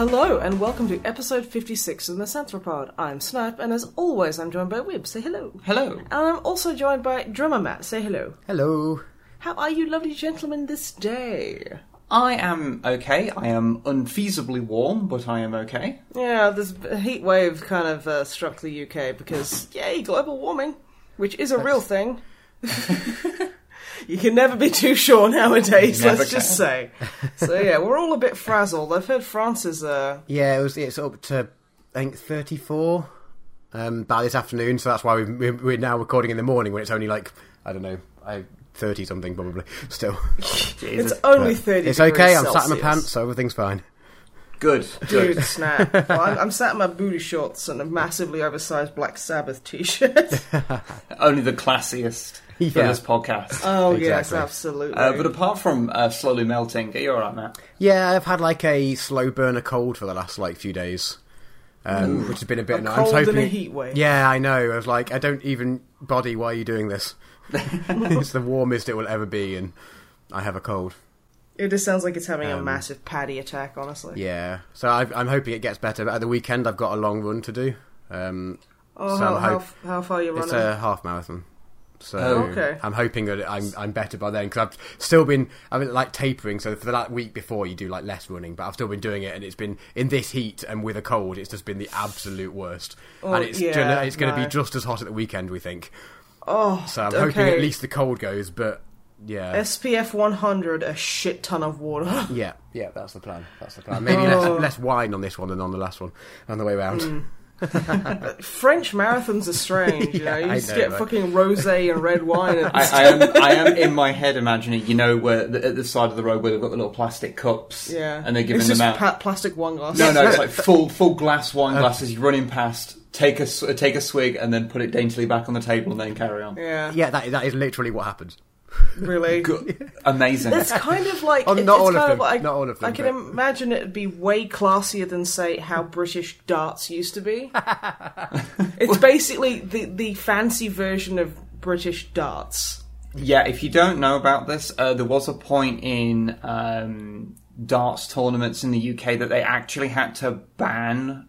Hello and welcome to episode 56 of Misanthropod. I'm Snipe and as always I'm joined by Wib. Say hello. Hello. And I'm also joined by Drummer Matt. Say hello. Hello. How are you lovely gentlemen this day? I am okay. I am unfeasibly warm, but I am okay. Yeah, this heat wave kind of uh, struck the UK because, yay, global warming, which is a real thing. you can never be too sure nowadays, Never let's just say. So, yeah, we're all a bit frazzled. I've heard France is, uh, Yeah, it was. It's up to I think thirty-four um, by this afternoon, so that's why we, we, we're now recording in the morning when it's only like I don't know, I thirty something probably still. it's only But 30 It's okay. degrees I'm sat in my Celsius. pants, so everything's fine. Good. Good. Dude, snap. Well, I'm, I'm sat in my booty shorts and a massively oversized Black Sabbath t shirt. Only the classiest for Yeah. this podcast. Oh, yes, Exactly. absolutely. Uh, but apart from uh, slowly melting, are you alright, Matt? Yeah, I've had like a slow burner cold for the last like few days, um, which has been a bit. A annoying. cold I was and a hoping, heat wave. Yeah, I know. I was like, I don't even body. Why are you doing this? it's the warmest it will ever be, and I have a cold. it just sounds like it's having a Um, massive paddy attack, honestly. Yeah, so I've, I'm hoping it gets better. But at the weekend, I've got a long run to do. Um, Oh, so how, I'm how, hope- how far are you running? it's uh, a half marathon, so Oh, okay. I'm hoping that I'm I'm better by then because I've still been I've been like tapering. So for that week before, you do like less running, but I've still been doing it, and it's been in this heat and with a cold, it's just been the absolute worst. Oh, and it's yeah, gonna, it's going to no. be just as hot at the weekend, we think. Oh, So I'm okay. hoping at least the cold goes, but yeah, SPF 100, a shit ton of water. yeah, yeah. That's the plan. That's the plan. Maybe Oh. less less wine on this one than on the last one on the way round. French marathons are strange, you know. Yeah, You I just know, get right? fucking rosé and red wine. And I, I am. I am in my head imagining, you know, where the, at the side of the road where they've got the little plastic cups, yeah. and they're giving it's them just out. pa- Uh. plastic one glass. no, no, it's like full, full glass wine glasses. You're running past, take a s- take a swig, and then put it daintily back on the table, and then carry on. Yeah, Yeah, that that is literally what happens. really. Good. Amazing. It's kind of like Oh, it- not it's all of kind them, like- not all of them, I can but- imagine it'd be way classier than say how British darts used to be. it's basically the the fancy version of British darts. Yeah, if you don't know about this, uh, there was a point in um, darts tournaments in the UK that they actually had to ban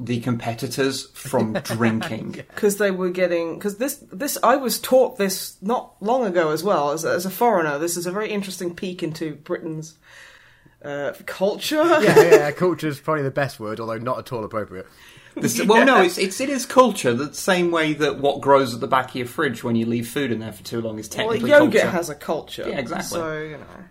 the competitors from drinking. because they were getting because this this I was taught this not long ago as well as as a foreigner. This is a very interesting peek into Britain's uh, culture. yeah, yeah, yeah. Culture's probably the best word, although not at all appropriate. This- Well, no, it's, it's it is culture. The same way that what grows at the back of your fridge when you leave food in there for too long is Well, technically yoga culture. has a culture. Yeah, exactly. So you know.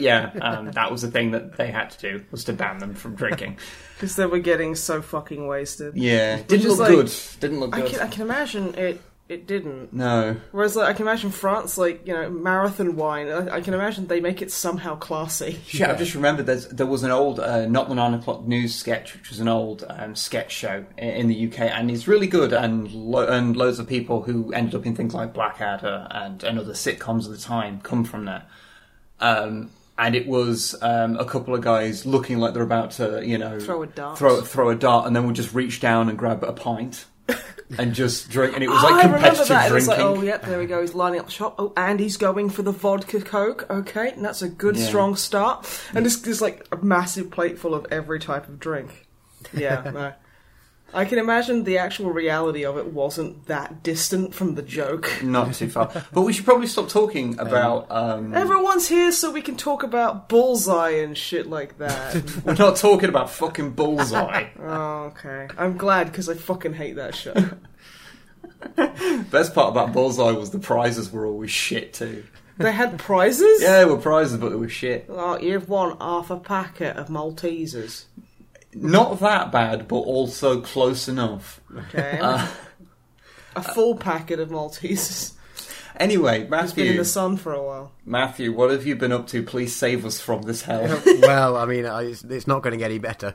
yeah, um, that was the thing that they had to do was to ban them from drinking. Because they were getting so fucking wasted. Yeah, didn't is look like- good. Didn't look I good. can, I can imagine it. It didn't. No. Whereas like, I can imagine France, like you know, marathon wine. I, I can imagine they make it somehow classy. Shit, I've just remembered there's, there was an old uh, Not the Nine O'Clock News sketch, which was an old um, sketch show in, in the UK, and it's really good, and, lo- and loads of people who ended up in things like Blackadder and, and other sitcoms of the time come from there. Um, and it was um, a couple of guys looking like they're about to, you know, Throw a dart. throw, throw a dart, and then would just reach down and grab a pint and just drink, and it was like I remember competitive that. It was drinking. like, oh, yep, there we go. He's lining up the shop. Oh, and he's going for the vodka coke. Okay, and that's a good, Yeah. strong start. And it's just like a massive plate full of every type of drink. Yeah, no. I can imagine the actual reality of it wasn't that distant from the joke. Not too far, but we should probably stop talking about. Um, Everyone's here so we can talk about bullseye and shit like that. we're not talking about fucking bullseye. oh, okay. I'm glad because I fucking hate that show. Best part about Bullseye was the prizes were always shit too. they had prizes? Yeah, they were prizes, but they were shit. Oh, you've won half a packet of Maltesers. Not that bad, but also close enough. Okay. a full packet of Maltesers. Anyway, It's been in Matthew, the sun for a while. Matthew, what have you been up to? Please save us from this hell. well, I mean, I, it's, it's not going to get any better.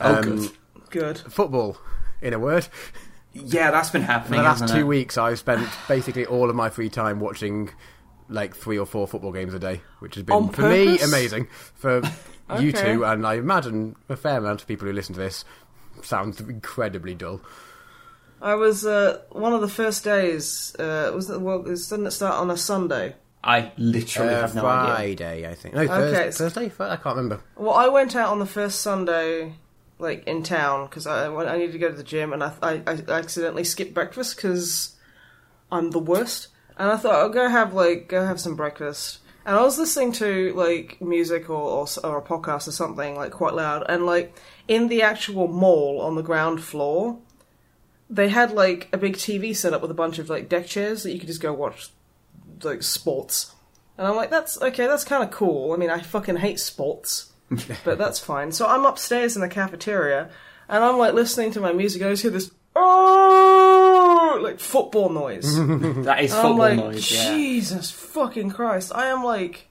Oh, Um, good. Good. Football. in a word. Yeah, that's been For happening. the last hasn't two it? weeks, I've spent basically all of my free time watching like three or four football games a day, which has been On for me purpose? amazing. For you Okay. two, and I imagine a fair amount of people who listen to this, sounds incredibly dull. I was uh, one of the first days. Uh, was it, well, it's- didn't it start on a Sunday? I literally Uh, have no idea. Friday, I think. No, Thursday. it's- Thursday. Fri- I can't remember. Well, I went out on the first Sunday, like in town, because I I went- I needed to go to the gym, and I I, I accidentally skipped breakfast because I'm the worst. And I thought I'll go have like go have some breakfast. And I was listening to like music or, or s- or a podcast or something like quite loud, and like in the actual mall on the ground floor, they had like a big TV set up with a bunch of like deck chairs that you could just go watch like sports. And I'm like, that's okay, that's kind of cool. I mean, I fucking hate sports, but that's fine. So I'm upstairs in the cafeteria, and I'm like listening to my music. and I just hear this oh like football noise. And That is I'm football like, noise. Yeah. Jesus fucking Christ! I am like,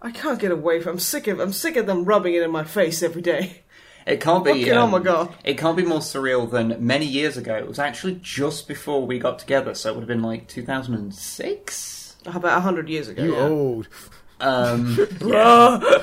I can't get away from. I'm sick of. I'm sick of them rubbing it in my face every day. It can't be. um, Fucking, oh my God. It can't be more surreal than many years ago. It was actually just before we got together, so it would have been like 2006. About hundred years ago. You yeah. old. Um, yeah.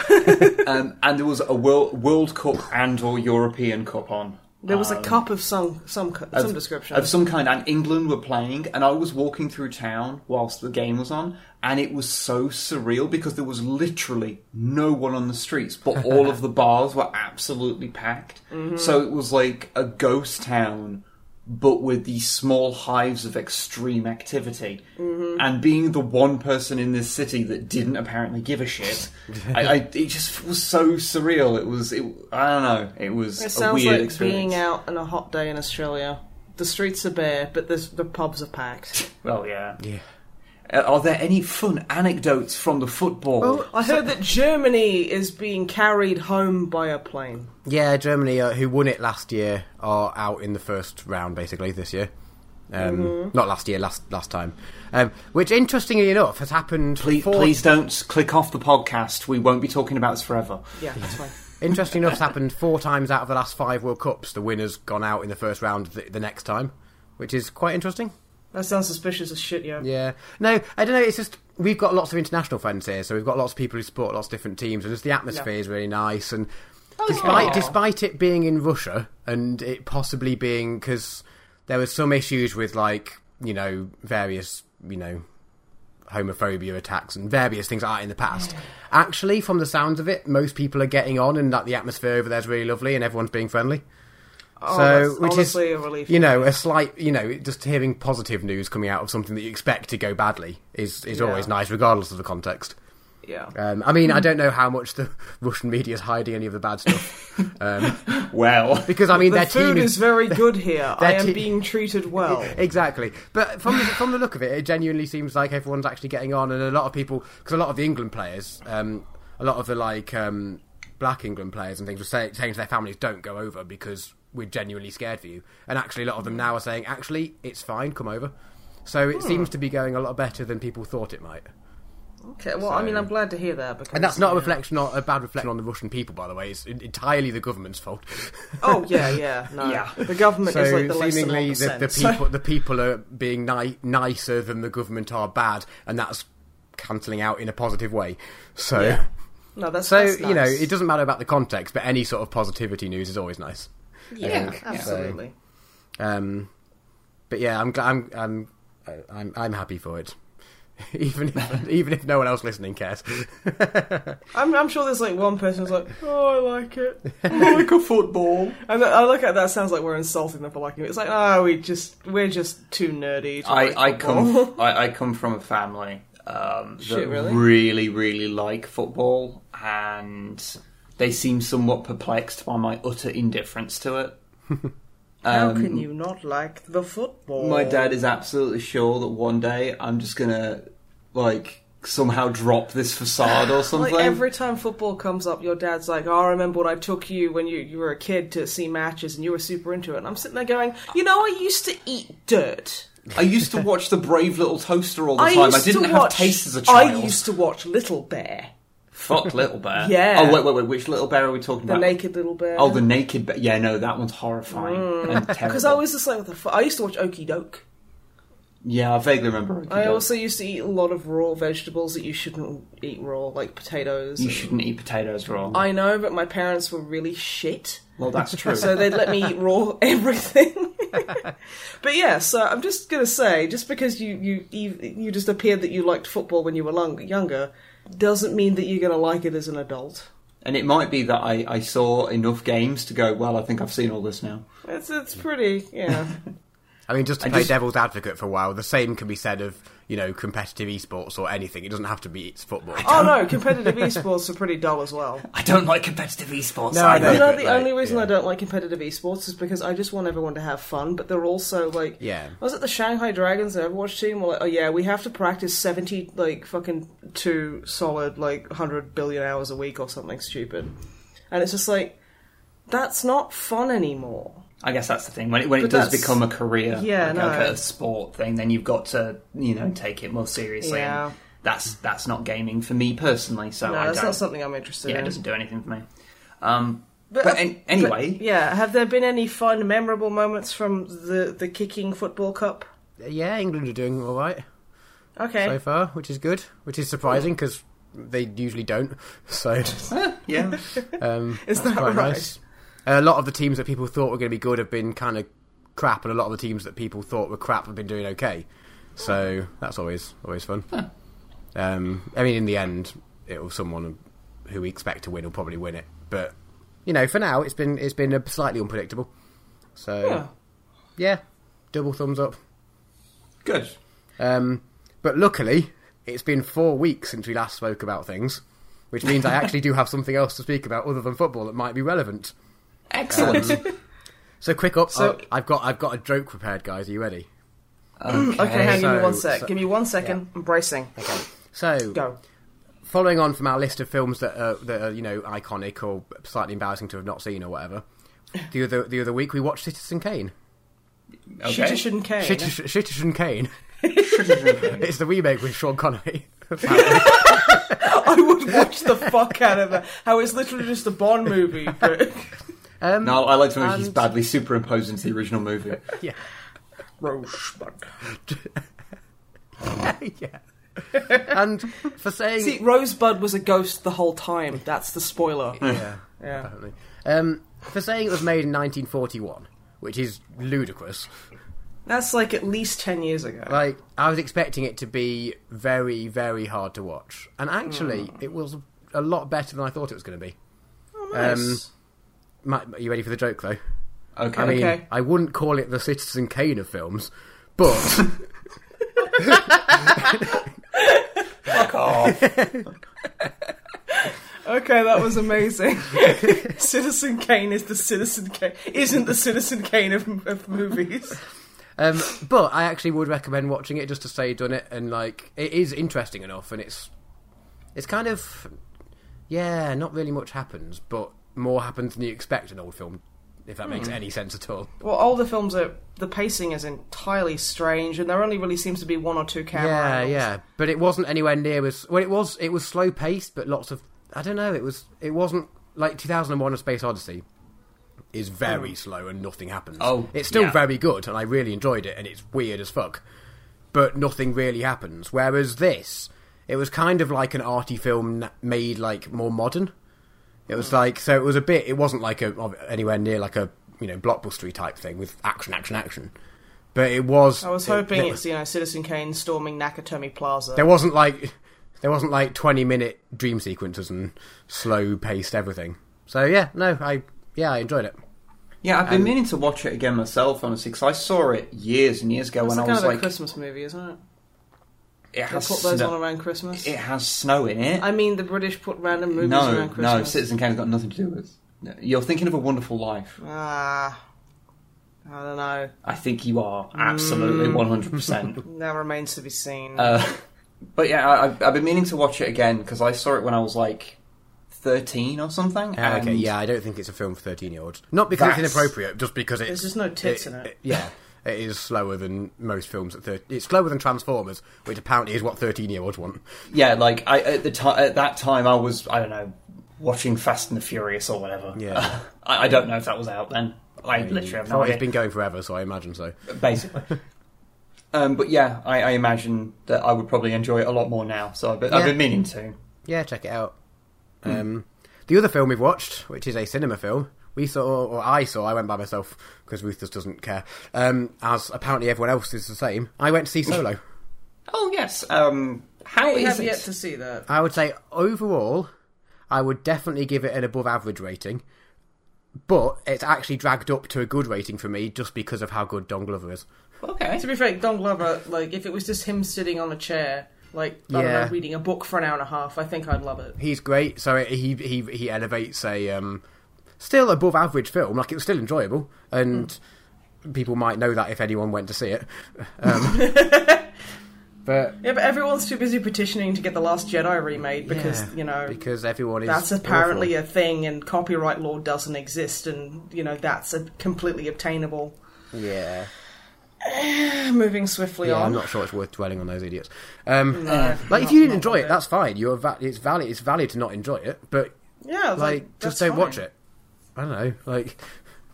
um, and there was a World, World Cup and or European Cup on. There was Um, a cup of some some cu- some description. of some kind, and England were playing, and I was walking through town whilst the game was on, and it was so surreal because there was literally no one on the streets, but all of the bars were absolutely packed. Mm-hmm. So it was like a ghost town, but with these small hives of extreme activity. Mm-hmm. And being the one person in this city that didn't apparently give a shit, I, I, it just was so surreal. It was, it, I don't know, it was It a sounds weird like experience. being out on a hot day in Australia. The streets are bare, but there's, the pubs are packed. Well, yeah. Yeah. Uh, are there any fun anecdotes from the football? I heard that Germany is being carried home by a plane. Yeah, Germany, uh, who won it last year, are out in the first round basically this year. Um, Not last year, last last time. Um, which, interestingly enough, has happened. please, four- please don't click off the podcast. We won't be talking about this forever. Yeah, that's fine. Interestingly enough, it's happened four times out of the last five World Cups. The winner's gone out in the first round the, the next time, which is quite interesting. That sounds suspicious as shit, yeah. Yeah. No, I don't know. It's just we've got lots of international friends here, so we've got lots of people who support lots of different teams, and just the atmosphere is really nice. And Oh, despite Aw. despite it being in Russia and it possibly being because there were some issues with like you know various you know homophobia attacks and various things like that in the past. Actually, from the sounds of it, most people are getting on, and that the atmosphere over there's really lovely, and everyone's being friendly. Oh, So, that's which is, honestly a relief. you know, a slight, you know, just hearing positive news coming out of something that you expect to go badly is is Yeah. Mm. always nice, regardless of the context. yeah. Um, I mean, I don't know how much the Russian media is hiding any of the bad stuff, um, Well, because I mean, the their food team is, very good here. I am te- being treated well. Exactly, but from the, from the look of it, it genuinely seems like everyone's actually getting on, and a lot of people, because a lot of the England players, um, a lot of the like um, black England players and things were say, saying to their families, "Don't go over because we're genuinely scared for you." And actually, a lot of them now are saying, "Actually, it's fine, come over." So it seems to be going a lot better than people thought it might. Okay, well, I mean, I'm glad to hear that because. And that's not a yeah. reflection, not a bad reflection on the Russian people, by the way. It's en- entirely the government's fault. Oh, yeah, yeah, no. Yeah. The government so is like the less than seemingly, the, 1%, the so- people the people are being ni- nicer than the government are bad, and that's cancelling out in a positive way. So, Yeah. No, that's, so that's you know, nice. it doesn't matter about the context, but any sort of positivity news is always nice. Yeah, think, so. absolutely. Um, but yeah, I'm gl- I'm I'm I- I'm, I'm happy for it. Even if, even if no one else listening cares, I'm, I'm sure there's like one person who's like, oh, I like it. like a football. And I look at that. Sounds like we're insulting them for liking it. It's like, oh, we just we're just too nerdy. To I, like I football. come I, I come from a family um, that Shit, really? really really like football, and they seem somewhat perplexed by my utter indifference to it. How can you not like the football? um, My dad is absolutely sure that one day I'm just gonna like somehow drop this facade or Like something. every time football comes up, your dad's like, "Oh, I remember when I took you when you, you were a kid to see matches, and you were super into it." And I'm sitting there going, "You know, I used to eat dirt. I used to watch the Brave Little Toaster all the I time. used I didn't to have watch taste as a child. I used to watch Little Bear." Fuck Little Bear. Yeah. Oh wait, wait, wait. Which Little Bear are we talking The about? naked little bear. Oh, the naked bear. Yeah, no, that one's horrifying and terrible. Because I was just like, what the fu- I used to watch Okey Doke. Yeah, I vaguely remember. I also used to eat a lot of raw vegetables that you shouldn't eat raw, like potatoes. You shouldn't eat potatoes raw. I know, but my parents were really shit. Well, that's true. So they'd let me eat raw everything. but yeah, so I'm just gonna say, just because you you you you just appeared that you liked football when you were lung- younger, doesn't mean that you're gonna like it as an adult. and it might be that I, I saw enough games to go. Well, I think I've seen all this now. It's it's pretty, yeah. I mean, just to I play just- devil's advocate for a while, the same can be said of you know competitive esports or anything. It doesn't have to be it's football. oh no, competitive esports are pretty dull as well. I don't like competitive esports. No, I either. know. You know, but, the like, only reason yeah. I don't like competitive esports is because I just want everyone to have fun, but they're also like, Yeah. I was at the Shanghai Dragons the Overwatch team. Were like, oh yeah, we have to practice seventy, like fucking two solid, like hundred billion hours a week or something stupid, and it's just like that's not fun anymore. I guess that's the thing. When it, when it But does that's- become a career, Yeah, like, no. like a sport thing, then you've got to you know take it more seriously. Yeah. And that's that's not gaming for me personally. So No, I that's don't. not something I'm interested yeah, it in. doesn't do anything for me. Um, but an- But, anyway, yeah, have there been any fun, memorable moments from the the kicking football cup? yeah, England are doing all right Okay, so far, which is good, which is surprising because they usually don't. So yeah. um, Is that's that quite right? nice. A lot of the teams that people thought were going to be good have been kind of crap, and a lot of the teams that people thought were crap have been doing okay. So that's always always fun. Um, I mean, in the end, it'll someone who we expect to win will probably win it, but you know, for now, it's been it's been uh, slightly unpredictable. So Yeah. yeah, double thumbs up. Good. Um, but luckily, it's been four weeks since we last spoke about things, which means I actually do have something else to speak about other than football that might be relevant. Excellent. So quick up, So- I- I've got I've got a joke prepared, guys. Are you ready? okay, hang okay. on, give me so- one sec. so- give me one second. I'm bracing. So, Go. following on from our list of films that are, that are you know iconic or slightly embarrassing to have not seen or whatever, the other the other week we watched Citizen Kane. Okay. Citizen Kane. Citizen, Citizen Kane. It's the remake with Sean Connery. I would watch the fuck out of that. How it's literally just a Bond movie, but Um, No, I like to imagine he's And- badly superimposed into the original movie. Yeah. Rosebud. yeah. And for saying See, Rosebud was a ghost the whole time. That's the spoiler. yeah, Yeah. apparently. Um, for saying it was made in 1941, which is ludicrous. That's like at least ten years ago. Like I was expecting it to be very, very hard to watch, and actually, it was a lot better than I thought it was going to be. Oh, um, nice. Matt, are you ready for the joke though? Okay. I mean, Okay. I wouldn't call it the Citizen Kane of films, but fuck off. okay, that was amazing. Citizen Kane is the Citizen Kane. Isn't the Citizen Kane of, of movies? um, but I actually would recommend watching it just to say done it, and like it is interesting enough, and it's it's kind of yeah, not really much happens, but more happens than you expect in an old film, if that makes any sense at all. Well, older films are the pacing is entirely strange, and there only really seems to be one or two camera. Yeah, angles. yeah, but it wasn't anywhere near as well. It was it was slow paced, but lots of I don't know. It was it wasn't like 2001: A Space Odyssey is Hmm. very slow and nothing happens. Oh, it's still yeah. very good, and I really enjoyed it, and it's weird as fuck, but nothing really happens. Whereas this, it was kind of like an arty film na- made like more modern. It Hmm. was like so. It was a bit. It wasn't like a of- anywhere near like a you know blockbustery type thing with action, action, action. But it was. I was it- hoping it it's you know Citizen Kane storming Nakatomi Plaza. there wasn't like there wasn't like 20 minute dream sequences and slow paced everything so yeah no i yeah i enjoyed it Yeah, I've been meaning to watch it again myself, honestly, because I saw it years and years ago It's when I kind was of a like, Christmas movie, isn't it? it They has, put those snow- on around Christmas. it has snow in it. I mean, the British put random movies no, around no, Christmas. Citizen Kane's got nothing to do with. no, You're thinking of a Wonderful Life. Ah, I don't know. I think you are absolutely one hundred percent. That remains to be seen. Uh, but yeah, I, I've, I've been meaning to watch it again because I saw it when I was like thirteen or something. and okay yeah i don't think it's a film for 13 year olds not because it's That's- inappropriate just because it's There's just no tits in it. yeah it is slower than most films at 30. It's slower than Transformers, which apparently is what 13 year olds want. Yeah, like I at the time at that time I was I don't know watching Fast and the Furious or whatever. Yeah. I, I don't know if that was out then. I literally have no Well, idea. It's been going forever, so I imagine so. basically. um, but yeah, I, I imagine that I would probably enjoy it a lot more now. So I've been, I've Yeah. been meaning to. Yeah, check it out. Um, the other film we've watched, which is a cinema film, we saw, or I saw, I went by myself because Ruth just doesn't care, um, as apparently everyone else is the same. I went to see Solo. Oh yes. Um, how We is have it? yet to see that. I would say overall, I would definitely give it an above average rating, but it's actually dragged up to a good rating for me just because of how good Don Glover is. Okay. To be frank, Don Glover, like, if it was just him sitting on a chair, like, I don't Yeah. know, reading a book for an hour and a half, I think I'd love it. He's great, so it, he he he elevates a um, still above average film. Like it was still enjoyable, and people might know that if anyone went to see it. Um, but Yeah, but everyone's too busy petitioning to get The Last Jedi remade because, Yeah, you know, because everyone is that's apparently a thing and copyright law doesn't exist and, you know, that's a completely obtainable. awful. yeah. Moving swiftly Yeah, on. I'm not sure it's worth dwelling on those idiots. Um, Uh, like if not- you not didn't enjoy worth it, that's fine. You're va- it's valid. It's valid to not enjoy it, but Yeah, like, that's just don't fine. watch it. I don't know. Like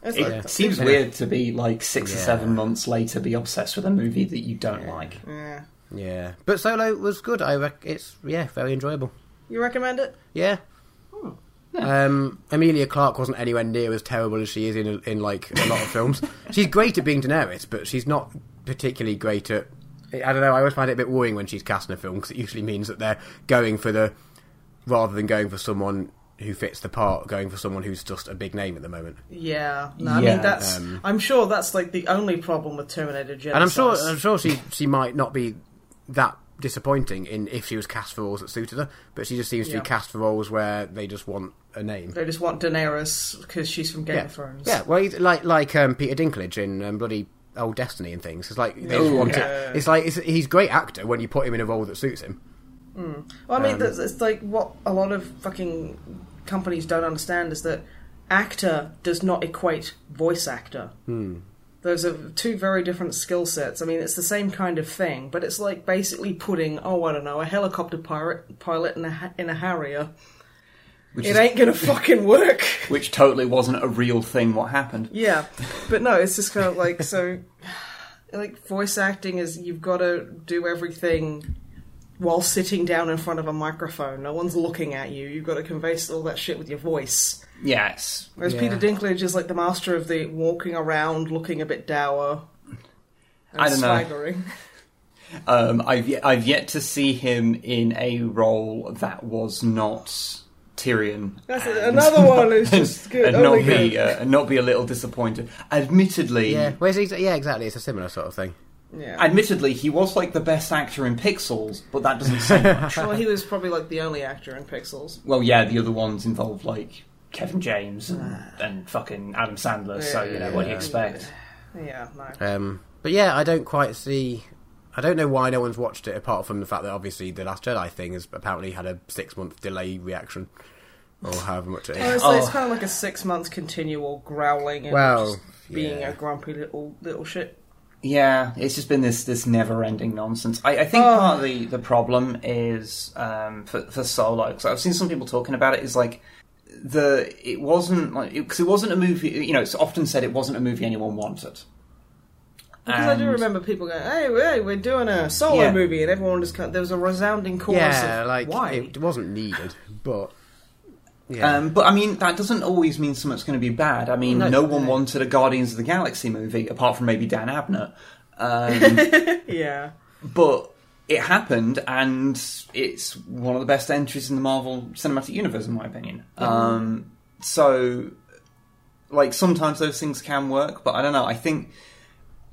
It's It like- seems weird to be like six or Yeah. seven months later be obsessed with a movie that you don't like. Yeah. yeah, but Solo was good. I rec- it's yeah, very enjoyable. You recommend it? Yeah. Hmm. Um, Amelia Clark wasn't anywhere near as terrible as she is in in like a lot of films. she's great at being Daenerys, but she's not particularly great at. I don't know. I always find it a bit worrying when she's cast in a film because it usually means that they're going for the rather than going for someone who fits the part, going for someone who's just a big name at the moment. Yeah. No, I Yeah, mean that's. um, I'm sure that's like the only problem with Terminator Genesis. And I'm sure uh, I'm sure she she might not be that disappointing in if she was cast for roles that suited her, but she just seems to Yeah. be cast for roles where they just want a name. they just want Daenerys because she's from Game yeah. of Thrones. Yeah, well, he's like like um, Peter Dinklage in um, bloody Old Destiny and things. It's like they just Ooh, want yeah. it. It's like it's, he's a great actor when you put him in a role that suits him. Well, I mean, Um, that's, it's like what a lot of fucking companies don't understand is that actor does not equate voice actor. Hmm. Those are two very different skill sets. I mean, it's the same kind of thing, but it's like basically putting, oh, I don't know, a helicopter pirate pilot in a ha- in a Harrier. Which It is, ain't gonna fucking work. which totally wasn't a real thing. What happened? Yeah, but no, it's just kind of like so. Like voice acting is you've got to do everything while sitting down in front of a microphone. No one's looking at you. You've got to convey all that shit with your voice. Yes. Whereas Yeah. Peter Dinklage is like the master of the walking around, looking a bit dour. And I don't know. swaggering. Um, I've ye- I've yet to see him in a role that was not Tyrion. That's it, and- another one who's just good. Oh, and Only not be uh, and not be a little disappointed. Admittedly, Yeah, whereas he's, yeah, exactly. Mm. It's a similar sort of thing. Yeah. admittedly, he was like the best actor in Pixels, but that doesn't say much. well, he was probably like the only actor in Pixels. well, yeah, the other ones involved like Kevin James and, and fucking Adam Sandler. so you know what do you Yeah. expect? Yeah, no. Um, but yeah, I don't quite see. I don't know why no one's watched it apart from the fact that obviously the Last Jedi thing has apparently had a six month delay reaction, or however much it is. Honestly, it's Oh. kind of like a six months continual growling and Well, just being yeah. a grumpy little little shit. Yeah, it's just been this this never ending nonsense. I, I think Oh. part of the, the problem is um, for for solo because I've seen some people talking about it is like the it wasn't like because it wasn't a movie. You know, it's often said it wasn't a movie anyone wanted. Because I do And- remember people going, "Hey, hey we're doing a solo Yeah. movie," and everyone just kind there was a resounding chorus. Yeah, of, like why? it wasn't needed, but yeah, Um, but I mean, that doesn't always mean something's going to be bad. I mean, No, no, one no. wanted a Guardians of the Galaxy movie, apart from maybe Dan Abner. Um, yeah, but it happened, and it's one of the best entries in the Marvel Cinematic Universe, in my opinion. Um, so, like, sometimes those things can work, but I don't know. I think.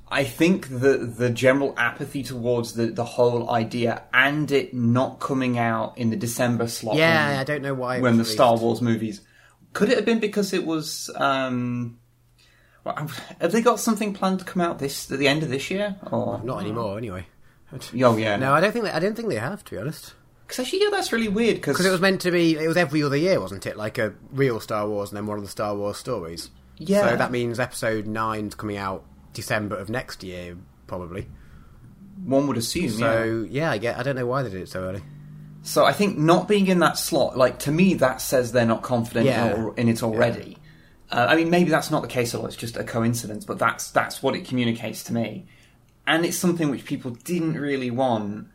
I think the the general apathy towards the, the whole idea and it not coming out in the December slot yeah. when- I don't know why it when the was Star released. Wars movies. Could it have been because it was? Um, well, have- have they got something planned to come out this at the end of this year? Or not anymore anyway. Oh yeah, No, I don't think they, I don't think they have to be honest. Because actually, yeah, that's really weird. Because Because it was meant to be, it was every other year, wasn't it? Like a real Star Wars and then one of the Star Wars stories. Yeah. So that means Episode Nine's coming out December of next year, probably. One would assume. yeah. So yeah, I get. I don't know why they did it so early. So I think not being in that slot, like to me, that says they're not confident Yeah. in, in it already. Uh, I mean, maybe that's not the case at all. It's just a coincidence, but that's that's what it communicates to me, and it's something which people didn't really want.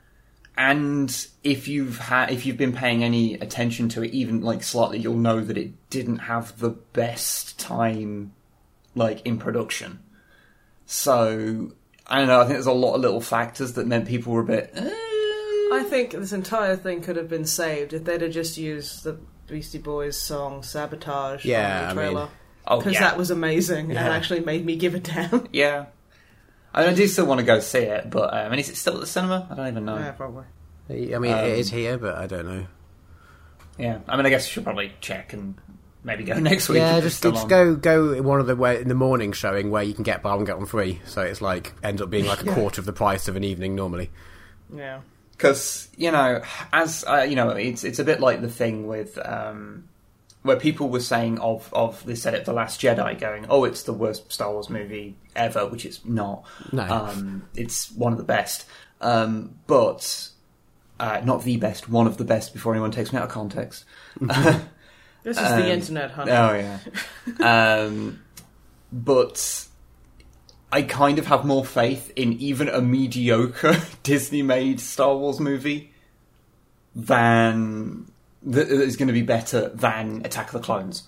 And if you've had, if you've been paying any attention to it, even like slightly, you'll know that it didn't have the best time, like in production. So I don't know. I think there's a lot of little factors that meant people were a bit. "Eh." I think this entire thing could have been saved if they'd have just used the Beastie Boys song "Sabotage" Yeah, on I the trailer mean- Oh, because yeah. that was amazing Yeah. and actually made me give a damn. Yeah. I mean, I do still want to go see it, but um, and is it still at the cinema? I don't even Uh, know. yeah, Yeah. probably. I mean, Um, it is here, but I don't know. I mean, I guess you should probably check and maybe go next week. Yeah, if it's just, still just on. go go in one of the way in the morning showing where you can get buy one get one free. So it's like ends up being like a quarter of the price of an evening normally. Yeah, because you know, as uh, you know, it's it's a bit like the thing with um, where people were saying of of they said it the Last Jedi, going, oh, it's the worst Star Wars movie ever, which it's not. No. um, it's one of the best, um, but uh, not the best, one of the best. Before anyone takes me out of context. this is the internet, honey. Oh yeah. um, but I kind of have more faith in even a mediocre Disney-made Star Wars movie than that is going to be better than Attack of the Clones.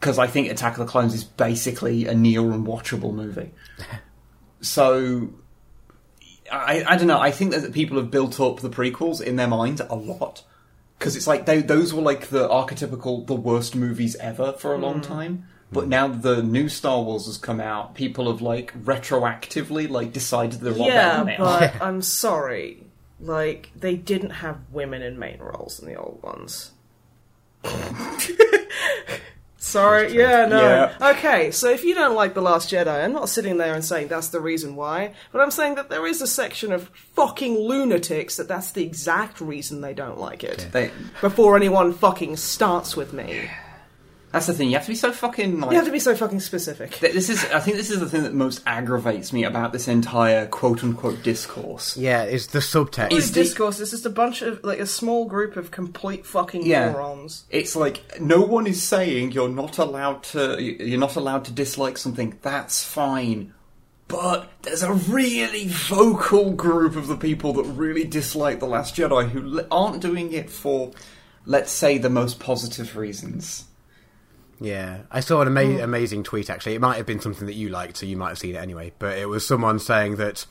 Because I think Attack of the Clones is basically a near unwatchable movie. so I, I don't know. I think that people have built up the prequels in their mind a lot because it's like they, those were like the archetypical the worst movies ever for a Hmm. long time. But now the new Star Wars has come out, people have like retroactively like decided they're a lot better yeah, than they are. but I'm sorry. Like they didn't have women in main roles in the old ones. sorry. Yeah. No. Yeah. Okay. So if you don't like the Last Jedi, I'm not sitting there and saying that's the reason why, but I'm saying that there is a section of fucking lunatics that that's the exact reason they don't like it. They, Before anyone fucking starts with me, that's the thing. You have to be so fucking like. you have to be so fucking specific. Th- This is, I think, this is the thing that most aggravates me about this entire "quote unquote" discourse. Yeah, it's the subtext. This discourse is just a bunch of like a small group of complete fucking Yeah. morons. It's like no one is saying you're not allowed to, you're not allowed to dislike something. That's fine, but there's a really vocal group of the people that really dislike the Last Jedi who l- aren't doing it for, let's say, the most positive reasons. Yeah, I saw an ama- amazing tweet actually. It might have been something that you liked, so you might have seen it anyway. But it was someone saying that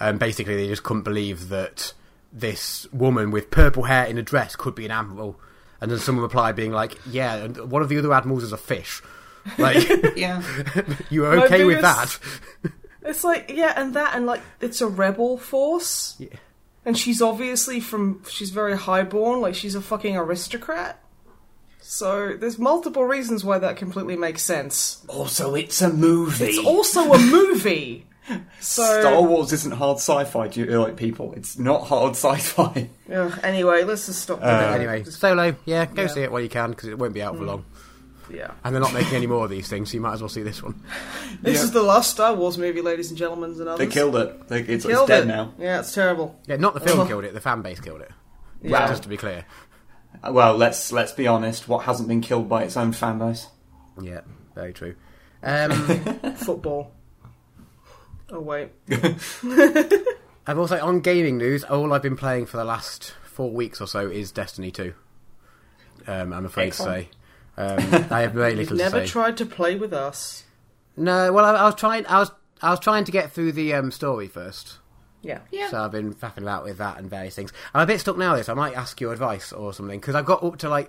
um, basically they just couldn't believe that this woman with purple hair in a dress could be an admiral. And then someone replied being like, "Yeah, and one of the other admirals is a fish." Like, Yeah, you were My okay with that? biggest- It's like yeah, and that, and like it's a rebel force, Yeah. and she's obviously from she's very highborn, like she's a fucking aristocrat. So there's multiple reasons why that completely makes sense. also, it's a movie. It's also a movie, so Star Wars isn't hard sci-fi, do you like people? It's not hard sci-fi. Ugh, anyway, let's just stop. with it. Uh, anyway, solo. Yeah, go see it while you can because it won't be out for long. yeah, And they're not making any more of these things, so you might as well see this one. this Uh, Yeah. is the last Star Wars movie, ladies and gentlemen, and others. They killed it. They, it's, it's Killed dead it. now. Yeah, it's terrible. Yeah, not the film Well- killed it; the fan base killed it. Yeah. Just to be clear. Uh, Well, let's let's be honest. What hasn't been killed by its own fan base? Yeah, very true. Um, Football. Oh wait, I've also on gaming news. All I've been playing for the last four weeks or so is Destiny Two. Um, I'm afraid Excellent. to say, um, I have very you've little never to say. tried to play with us. no, well, I, I was trying. I was I was trying to get through the um, story first. Yeah, So I've been faffing about with that and various things. I'm a bit stuck now. This I might ask your advice or something because I've got up to like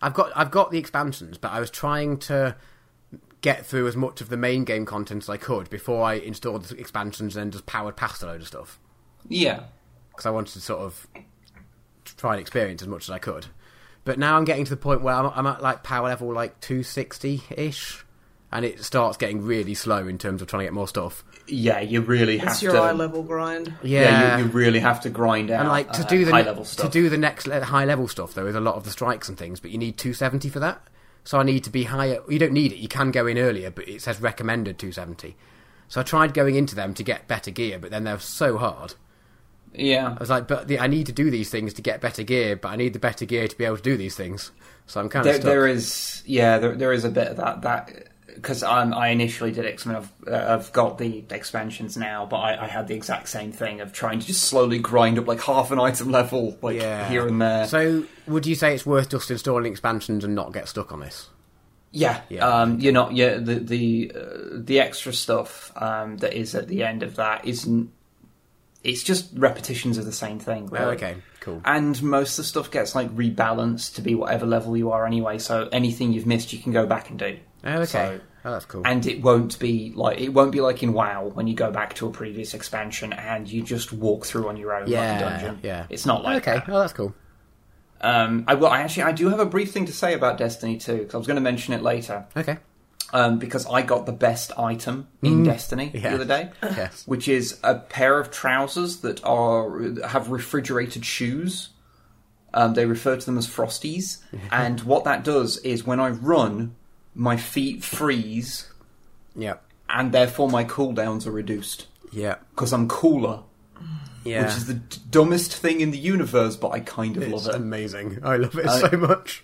I've got I've got the expansions, but I was trying to get through as much of the main game content as I could before I installed the expansions and then just powered past a load of stuff. Yeah. because I wanted to sort of try and experience as much as I could. But now I'm getting to the point where I'm, I'm at like power level like 260 ish, and it starts getting really slow in terms of trying to get more stuff. Yeah, you really have it's your to. eye level grind. Yeah, Yeah, you, you really have to grind out. and like to uh, do the high ne- level to stuff. do the next le- high level stuff though is a lot of the strikes and things, but you need 270 for that. So I need to be higher. You don't need it. You can go in earlier, but it says recommended 270. So I tried going into them to get better gear, but then they're so hard. Yeah. I was like, but the, I need to do these things to get better gear, but I need the better gear to be able to do these things. So I'm kind of There, stuck. there is, yeah, there, there is a bit of that that because um, I initially did X Men. I've, uh, I've got the expansions now, but I, I had the exact same thing of trying to just slowly grind up like half an item level, like yeah. here and there. So would you say it's worth just installing expansions and not get stuck on this? yeah, Yeah. um, you're not. Yeah, the the uh, the extra stuff um, that is at the end of that isn't. It's just repetitions of the same thing. Oh, really. okay, cool. And most of the stuff gets like rebalanced to be whatever level you are anyway. So anything you've missed, you can go back and do. Oh, okay. So- oh, that's cool. and it won't be like it won't be like in WoW when you go back to a previous expansion and you just walk through on your own like yeah, a dungeon. yeah. It's not like okay. that. Oh, that's cool. Um, I will. I actually I do have a brief thing to say about Destiny 2 because I was going to mention it later Okay. um, because I got the best item in Destiny Yeah. the other day, Mm. Yes. which is a pair of trousers that are have refrigerated shoes. Um, they refer to them as frosties, and what that does is when I run, my feet freeze Yeah. and therefore my cooldowns are reduced Yeah. because I'm cooler, Yeah. which is the d- dumbest thing in the universe, but I kind of it's love it. amazing. I love it I- so much.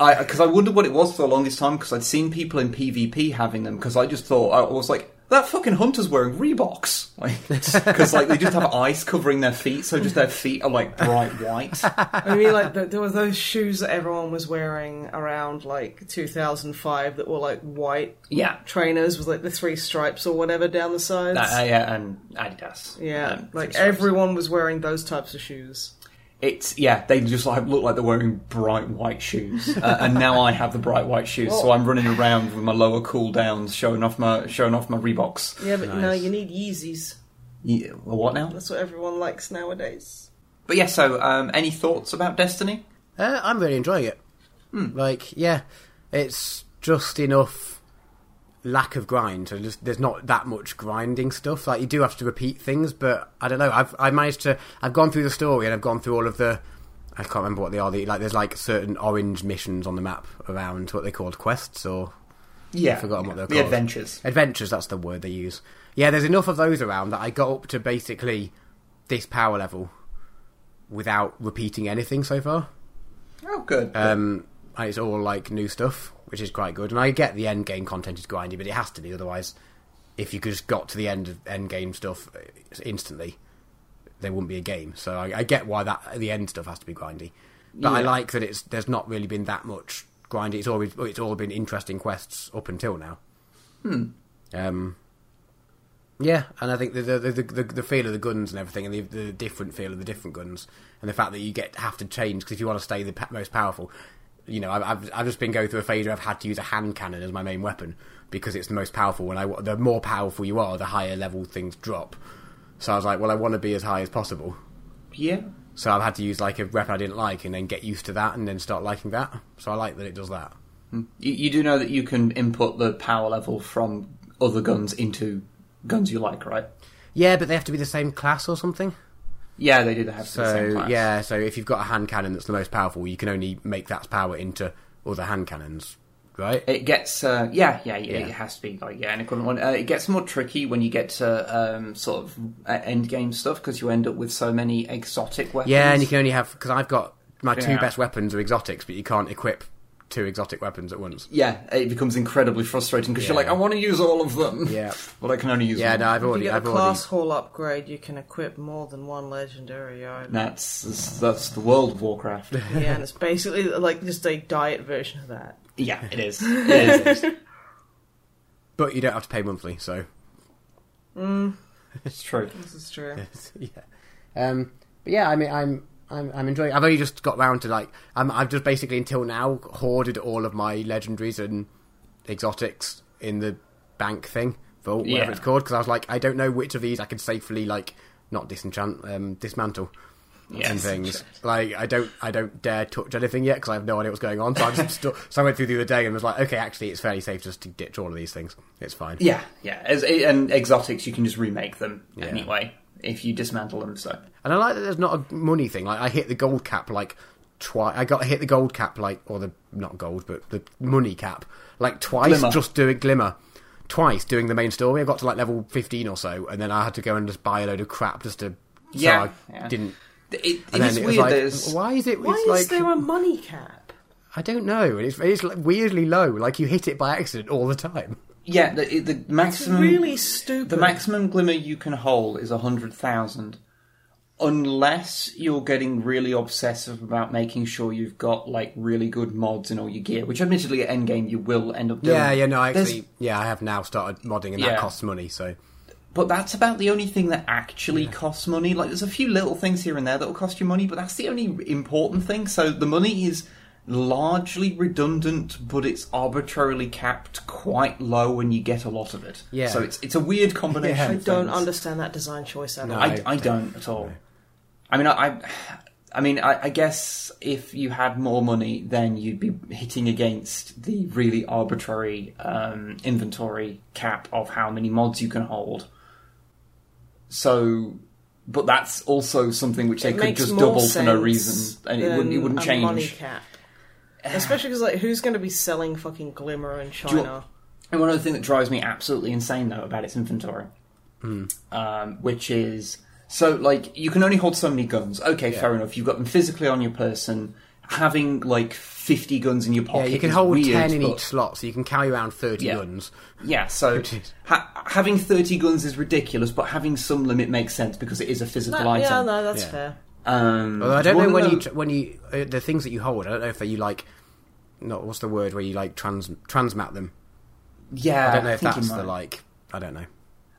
I because I wondered what it was for the longest time because I'd seen people in PvP having them because I just thought I was like that fucking hunter's wearing Reeboks because like they just have ice covering their feet, so just their feet are like bright white. I mean, like th there were those shoes that everyone was wearing around like 2005 that were like white Yeah. trainers with like the three stripes or whatever down the sides. Uh, yeah, and Adidas. yeah, Um, like Stripes. everyone was wearing those types of shoes. It's yeah, they just like look like they're wearing bright white shoes, uh, and now I have the bright white shoes, Oh. so I'm running around with my lower cooldowns, showing off my showing off my Reeboks. Yeah, but no, Nice. you need Yeezys. Yeah, well, what now? That's what everyone likes nowadays. But yeah, so um, any thoughts about Destiny? Uh, I'm really enjoying it. Hmm. Like, yeah, it's just enough lack of grind. So just, there's not that much grinding stuff. Like you do have to repeat things, but I don't know. I've I managed to. I've gone through the story and I've gone through all of the. I can't remember what they are. The, like, there's like certain orange missions on the map around what they called quests or Yeah, forgotten what they're the called. adventures. Adventures, that's the word they use. Yeah, there's enough of those around that I got up to basically this power level without repeating anything so far. Oh, good. Um, and it's all like new stuff, which is quite good. And I get the end game content is grindy, but it has to be otherwise. If you just got to the end of end game stuff uh, instantly, there wouldn't be a game. So I, I get why that the end stuff has to be grindy. But I Yeah. like that it's there's not really been that much grindy. It's always it's all been interesting quests up until now. Hmm. Um. Yeah, and I think the the, the, the the feel of the guns and everything, and the, the different feel of the different guns, and the fact that you get have to change because if you want to stay the pa- most powerful, you know, I've, I've I've just been going through a phase where I've had to use a hand cannon as my main weapon because it's the most powerful. When I wa- the more powerful you are, the higher level things drop. So I was like, well, I want to be as high as possible. yeah, So I've had to use like a weapon I didn't like, and then get used to that, and then start liking that. So I like that it does that. you, you do know that you can input the power level from other guns into guns you like, right? Yeah, but they have to be the same class or something. Yeah, they do. They have to the same So class. yeah, so if you've got a hand cannon that's the most powerful, you can only make that power into other hand cannons, right? It gets uh, yeah, yeah, yeah, Yeah. It has to be like yeah, an equivalent one. Uh, it gets more tricky when you get to um, sort of uh, end game stuff because you end up with so many exotic weapons. yeah, and you can only have because I've got my two Yeah. best weapons are exotics, but you can't equip two exotic weapons at once. yeah, it becomes incredibly frustrating because you're like, Yeah. I want to use all of them. Yeah. but I can only use Yeah, one. no, I've If you already, get I've a already, class hall upgrade, you can equip more than one legendary item. That's that's- that's the World of Warcraft. Yeah, and it's basically like just a diet version of that. yeah, it is. It is. but you don't have to pay monthly, so It's true. This is true. yeah. Um, but yeah, I mean, I'm. I'm, I'm enjoying. I've only just got round to like. I'm, I've just basically until now hoarded all of my legendaries and exotics in the bank thing, vault, whatever Yeah. it's called. Because I was like, I don't know which of these I can safely like not disenchant, um, dismantle and Yes. things. Like I don't, I don't dare touch anything yet because I have no idea what's going on. So I just stu- so I went through the other day and was like, okay, actually, it's fairly safe just to ditch all of these things. It's fine. Yeah, yeah. As, and exotics, you can just remake them anyway if you dismantle them. So And I like that there's not a money thing. Like I hit the gold cap like twice. I got hit the gold cap like or the not gold but the money cap like twice Glimmer. just doing glimmer. twice doing the main story. I got to like level fifteen or so, and then I had to go and just buy a load of crap just to. Yeah, so I yeah. didn't. It, it And is then it was weird. like, that it's- why is it? Why it's is like, there a money cap? I don't know. It's it's like weirdly low. Like you hit it by accident all the time. yeah, the, the maximum really stupid. the maximum glimmer you can hold is hundred thousand, unless you're getting really obsessive about making sure you've got like really good mods in all your gear. Which, admittedly, at endgame you will end up doing. Yeah, yeah, no, I There's- actually, yeah, I have now started modding, and Yeah. that costs money. So But that's about the only thing that actually costs money. Like, there's a few little things here and there that will cost you money, but that's the only important thing. So the money is largely redundant, but it's arbitrarily capped quite low, and you get a lot of it. Yeah. So it's it's a weird combination. I of don't things. understand that design choice at all. I, I don't at all. I mean, I, I, I mean, I, I guess if you had more money, then you'd be hitting against the really arbitrary um, inventory cap of how many mods you can hold. So, but that's also something which they It could makes just more double for no sense reason, and it wouldn't, it than wouldn't a change. Money cap, especially because like, who's going to be selling fucking glimmer in you- China? And one other thing that drives me absolutely insane though about its inventory, Hmm. um, which is so like you can only hold so many guns. Okay, fair enough. You've got them physically on your person. Having like fifty guns in your yeah, pocket, you can is hold weird, ten in but- each slot, so you can carry around thirty Yeah. guns. Yeah, so Jeez. ha- having thirty guns is ridiculous, but having some limit makes sense because it is a physical That- yeah, item. no, that's Yeah. fair. Um, Although I don't one know of when you the- tr- when you uh, the things that you hold. I don't know if you like, not what's the word where you like trans transmat them. yeah, I don't know if think you that's the might. like. I don't know.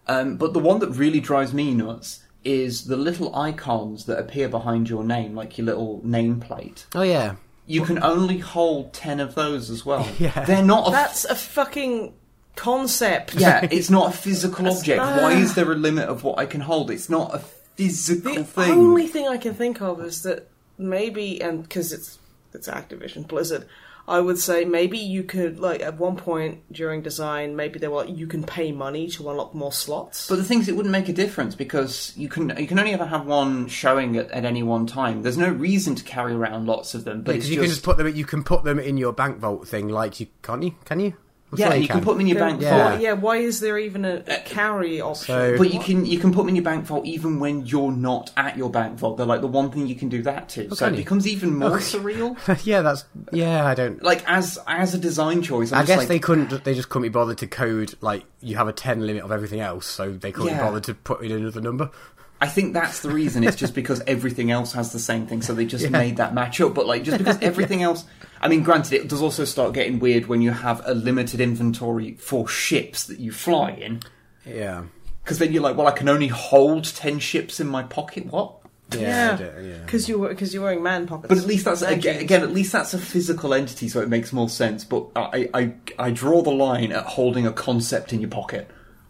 Um, but the one that really drives me nuts is the little icons that appear behind your name, like your little nameplate. Oh yeah, You can only hold ten of those as well. Yeah. They're not a That's a fucking concept. yeah, it's not a physical object. Ah. Why is there a limit of what I can hold? It's not a physical The thing. only thing I can think of is that maybe, and because it's it's Activision Blizzard, I would say maybe you could like at one point during design, maybe they were like, you can pay money to unlock more slots. But the thing is, it wouldn't make a difference because you can you can only ever have one showing at, at any one time. There's no reason to carry around lots of them. But it's because you just, can just put them. You can put them in your bank vault thing. Like you can't you? Can you? I'm yeah, sure you can. put them in your Then bank Uh, why- Yeah. vault. yeah, why is there even a, a carry option? so- But you can you can put them in your bank vault even when you're not at your bank vault. They're like the one thing you can do that to. so can it you? becomes even more surreal. yeah, that's yeah. I don't. Like as as a design choice, I'm I just guess like, they couldn't. They just couldn't be bothered to code like you have a ten limit of everything else, so they couldn't Yeah. be bothered to put in another number. I think that's the reason. It's just because everything else has the same thing, so they just made that match up. But like, just because everything else, I mean, granted, it does also start getting weird when you have a limited inventory for ships that you fly in, Yeah, because then you're like, well, I can only hold ten ships in my pocket. What? yeah, I don't- yeah. because you're because you're wearing man pockets. But at least that's again, again, at least that's a physical entity, so it makes more sense. But I, I, I draw the line at holding a concept in your pocket.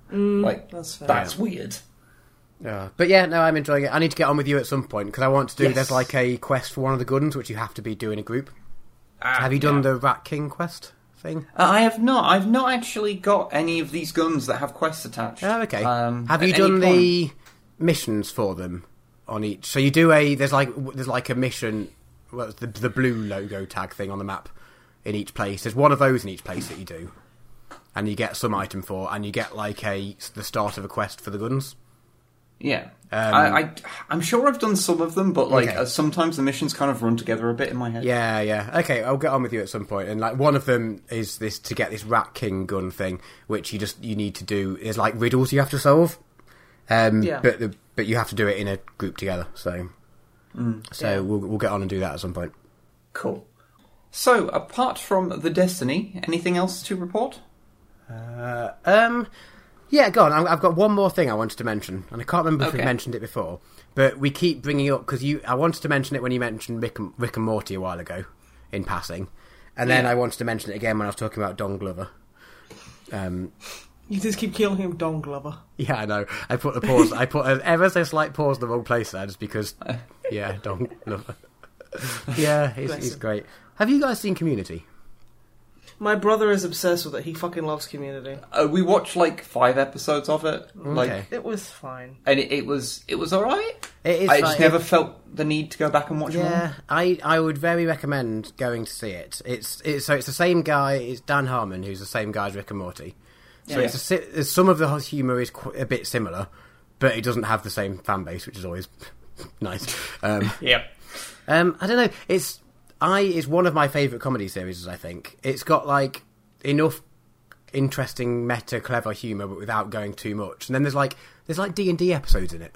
like Mm. that's fair. that's weird. Yeah. But yeah, no, I'm enjoying it. I need to get on with you at some point because I want to do. Yes. There's like a quest for one of the guns, which you have to be doing a group. Ah, have you done yeah. the Rat King quest thing? Uh, I have not. I've not actually got any of these guns that have quests attached. Oh, okay. Um, have at you any done point. the missions for them on each? So you do a there's like there's like a mission. Well, it's the the blue logo tag thing on the map in each place. There's one of those in each place that you do, and you get some item for, and you get like a the start of a quest for the guns. Yeah. I, I, I'm sure I've done some of them, but like Um, Okay. uh, sometimes the missions kind of run together a bit in my head. Yeah, yeah. Okay, I'll get on with you at some point. And like one of them is this to get this Rat King gun thing, which you just you need to do is like riddles you have to solve. Um, Yeah. but the, but you have to do it in a group together. So so Mm. Yeah. we'll we'll get on and do that at some point. Cool. So, apart from the Destiny, anything else to report? Um, yeah, go on. I- I've got one more thing I wanted to mention, and I can't remember if we Okay. mentioned it before, but we keep bringing up because you. I wanted to mention it when you mentioned Rick and, Rick and Morty a while ago, in passing, and then Yeah. I wanted to mention it again when I was talking about Don Glover. Um, you just keep killing him, Don Glover. yeah, I know. I put the pause. I put an ever so slight pause in the wrong place there, just because. Yeah, Don Glover. yeah, he's, Bless he's him. great. Have you guys seen Community? My brother is obsessed with it. He fucking loves Community. Uh, we watched like five episodes of it, like, Okay. It was fine. and it, it was it was all right. It is I just like- never felt the need to go back and watch more. Yeah, I, I would very recommend going to see it. It's, it's so it's the same guy. It's Dan Harmon, who's the same guy as Rick and Morty, So it's a, si- some of the humour is qu- a bit similar, but it doesn't have the same fan base, which is always nice. Um, Yep. um, I don't know. It's I. It's one of my favourite comedy series. I think it's got like enough interesting, meta, clever humour, but without going too much. And then there's like there's like D and D episodes in it.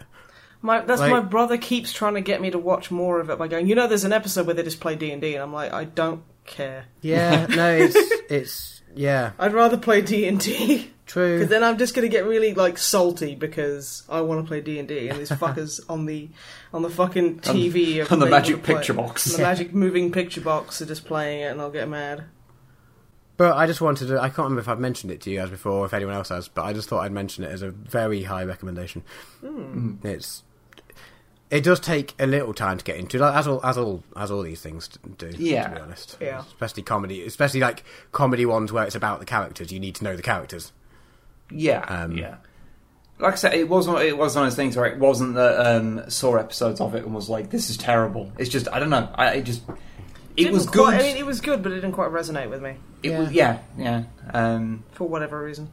My that's Like- my brother keeps trying to get me to watch more of it by going, you know, there's an episode where they just play D and D, and I'm like, I don't care. Yeah. no. It's it's yeah. I'd rather play D and D True. because then I'm just gonna get really like salty because I want to play D and D, and these fuckers on the on the fucking TV are on the playing- magic wanna play- picture box. on the magic moving picture box are just playing it, and I'll get mad. But I just wanted to. I can't remember if I've mentioned it to you guys before or if anyone else has, but I just thought I'd mention it as a very high recommendation. Hmm. It's. It does take a little time to get into, like, as all as all as all these things t- do. Yeah. to be honest. Yeah. especially comedy, especially like comedy ones where it's about the characters. You need to know the characters. Yeah, Um, yeah. Like I said, it was one, it was one of those things where it wasn't that um, saw episodes of it and was like, "This is terrible." It's just I don't know. I it just it Didn't was good. quite- I mean, it was good, but it didn't quite resonate with me it was yeah, yeah. Um, for whatever reason.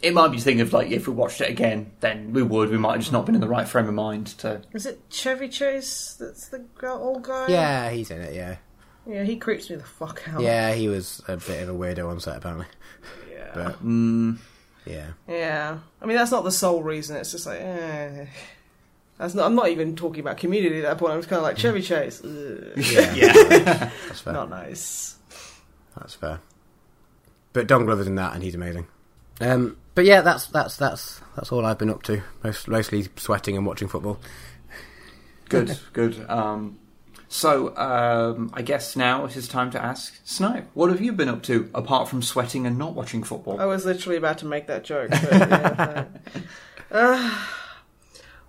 it might be a thing of like if we watched it again, then we would. We might have just not been in the right frame of mind to. Is it Chevy Chase? That's the gu- old guy. Yeah, he's in it. Yeah, yeah, he creeps me the fuck out. yeah, he was a bit of a weirdo on set apparently. yeah. But Mm, yeah, Yeah, I mean that's not the sole reason. It's just like, eh. that's not. I'm not even talking about community at that point. I'm just kind of like Chevy Chase. Ugh, yeah, that's fair. not nice. That's fair. But Don Glover's in that, and he's amazing. Um, but yeah, that's that's that's that's all I've been up to. Most, mostly sweating and watching football. good, good. Um, so um, I guess now it is time to ask Snipe, what have you been up to apart from sweating and not watching football? I was literally about to make that joke. But, yeah, no. uh,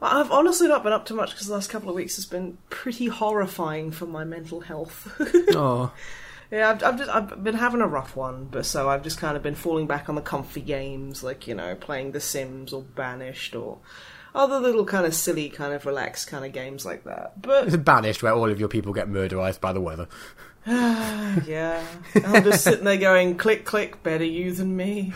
I've honestly not been up to much because the last couple of weeks has been pretty horrifying for my mental health. oh, Yeah, I've, I've just I've been having a rough one, but so I've just kind of been falling back on the comfy games, like you know, playing The Sims or Banished or other little kind of silly, kind of relaxed kind of games like that. But it's banished where all of your people get murderized by the weather. yeah, I'm just sitting there going, click, click, better you than me.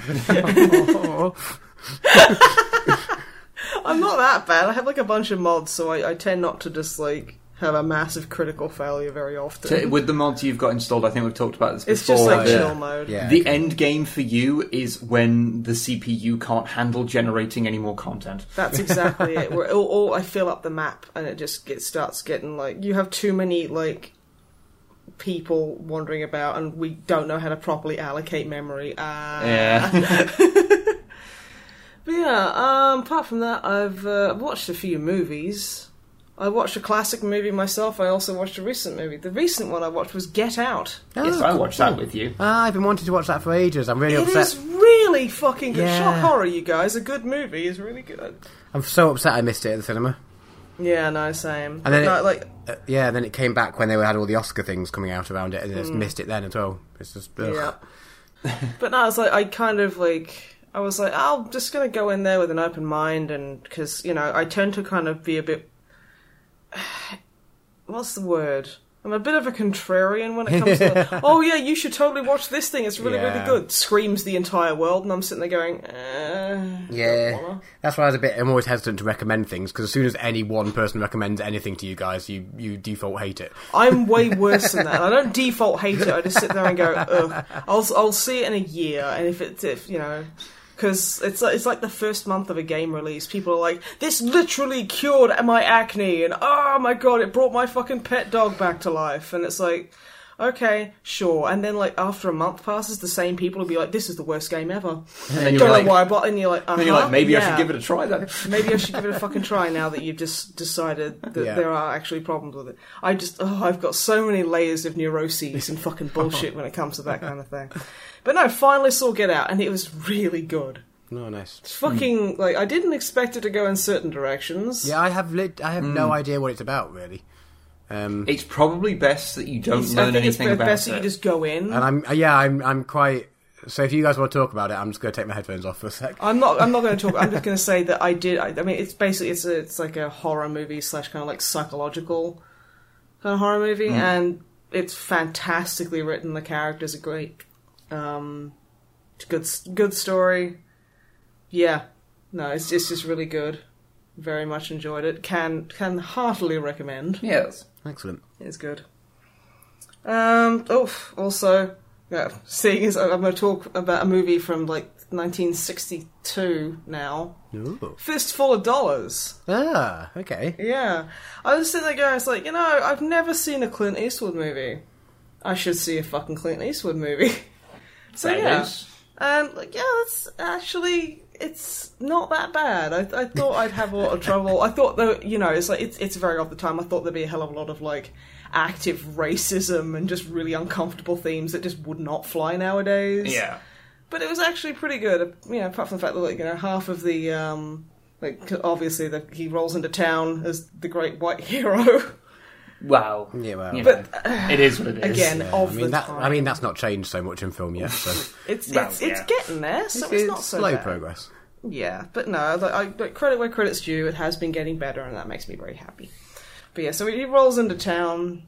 I'm not that bad. I have like a bunch of mods, so I, I tend not to just like have a massive critical failure very often. To- with the mods you've got installed, I think we've talked about this before. it's just like the- chill mode. Yeah, The end game for you is when the CPU can't handle generating any more content. That's exactly it. Where or, or I fill up the map and it just gets starts getting like you have too many like people wandering about and we don't know how to properly allocate memory. Uh, Yeah. But yeah, um, apart from that, I've uh, watched a few movies. I watched a classic movie myself. I also watched a recent movie. The recent one I watched was Get Out. yes, I watched that with you. Ah, I've been wanting to watch that for ages. I'm really It upset. is really fucking good. Yeah. Shock horror, you guys. A good movie is really good. I'm so upset I missed it at the cinema. Yeah, no, same. And then No, it- like Uh, yeah, then it came back when they had all the Oscar things coming out around it, and I just missed it then as well. It's just ugh. Yeah. but no, it's like I kind of like I was like, oh, I'm just gonna go in there with an open mind, and because you know I tend to kind of be a bit. What's the word? I'm a bit of a contrarian when it comes to. oh yeah, you should totally watch this thing. It's really Yeah. really good. Screams the entire world, and I'm sitting there going, eh, don't Yeah, wanna. that's why I was a bit. I'm always hesitant to recommend things because as soon as any one person recommends anything to you guys, you you default hate it. I'm way worse than that. I don't default hate it. I just sit there and go, ugh. I'll I'll see it in a year, and if it's if you know, because it's like- it's like the first month of a game release, people are like, this literally cured my acne, and oh my god, it brought my fucking pet dog back to life, and it's like. Okay, sure. And then, like, after a month passes, the same people will be like, "This is the worst game ever." And then Don't you're know like, why, but and you're like, uh then you're like maybe I should give it a try then. Maybe I should give it a fucking try now that you've just decided that Yeah. there are actually problems with it. I just, oh, I've got so many layers of neuroses and fucking bullshit when it comes to that kind of thing. But no, finally saw Get Out, and it was really good. No, nice. It's fucking like I didn't expect it to go in certain directions. Yeah, I have lit. I have Hmm. no idea what it's about really, um, It's probably best that you don't Hmm. It's- I learn think it's anything be- about best it. that you just go in. and I'm uh, yeah, I'm I'm quite. So if you guys want to talk about it, I'm just going to take my headphones off for a sec. I'm not. I'm not going to talk. I'm just going to say that I did. I, I mean, it's basically it's a, it's like a horror movie slash kind of like psychological kind of horror movie, and it's fantastically written. The characters are great. Um, it's good good story. yeah, no, it's it's just really good. Very much enjoyed it. Can can heartily recommend. Yes. Excellent. It's good. Um. Oh, also, yeah, seeing as I'm going to talk about a movie from like 1962 now, Ooh. Fistful of Dollars. Ah, okay. Yeah, I was sitting there going, it's like you know, I've never seen a Clint Eastwood movie. I should see a fucking Clint Eastwood movie. so That yeah, is. and Um, like, yeah, that's actually it's not that bad. I, I thought I'd have a lot of trouble. I thought though, you know, it's like it's it's very off the time. I thought there'd be a hell of a lot of like active racism and just really uncomfortable themes that just would not fly nowadays. Yeah. but it was actually pretty good. You know, apart from the fact that like you know half of the um like 'cause obviously that he rolls into town as the great white hero Wow. Yeah, well. You know, But, it is what it is. again Yeah, of I mean the that. time. I mean that's not changed so much in film yet. So it's Well, it's, it's yeah. getting there, so it's, not so slow bad. progress. Yeah, but no, like, I, like, credit where credit's due. It has been getting better, and that makes me very happy. But yeah, so he rolls into town,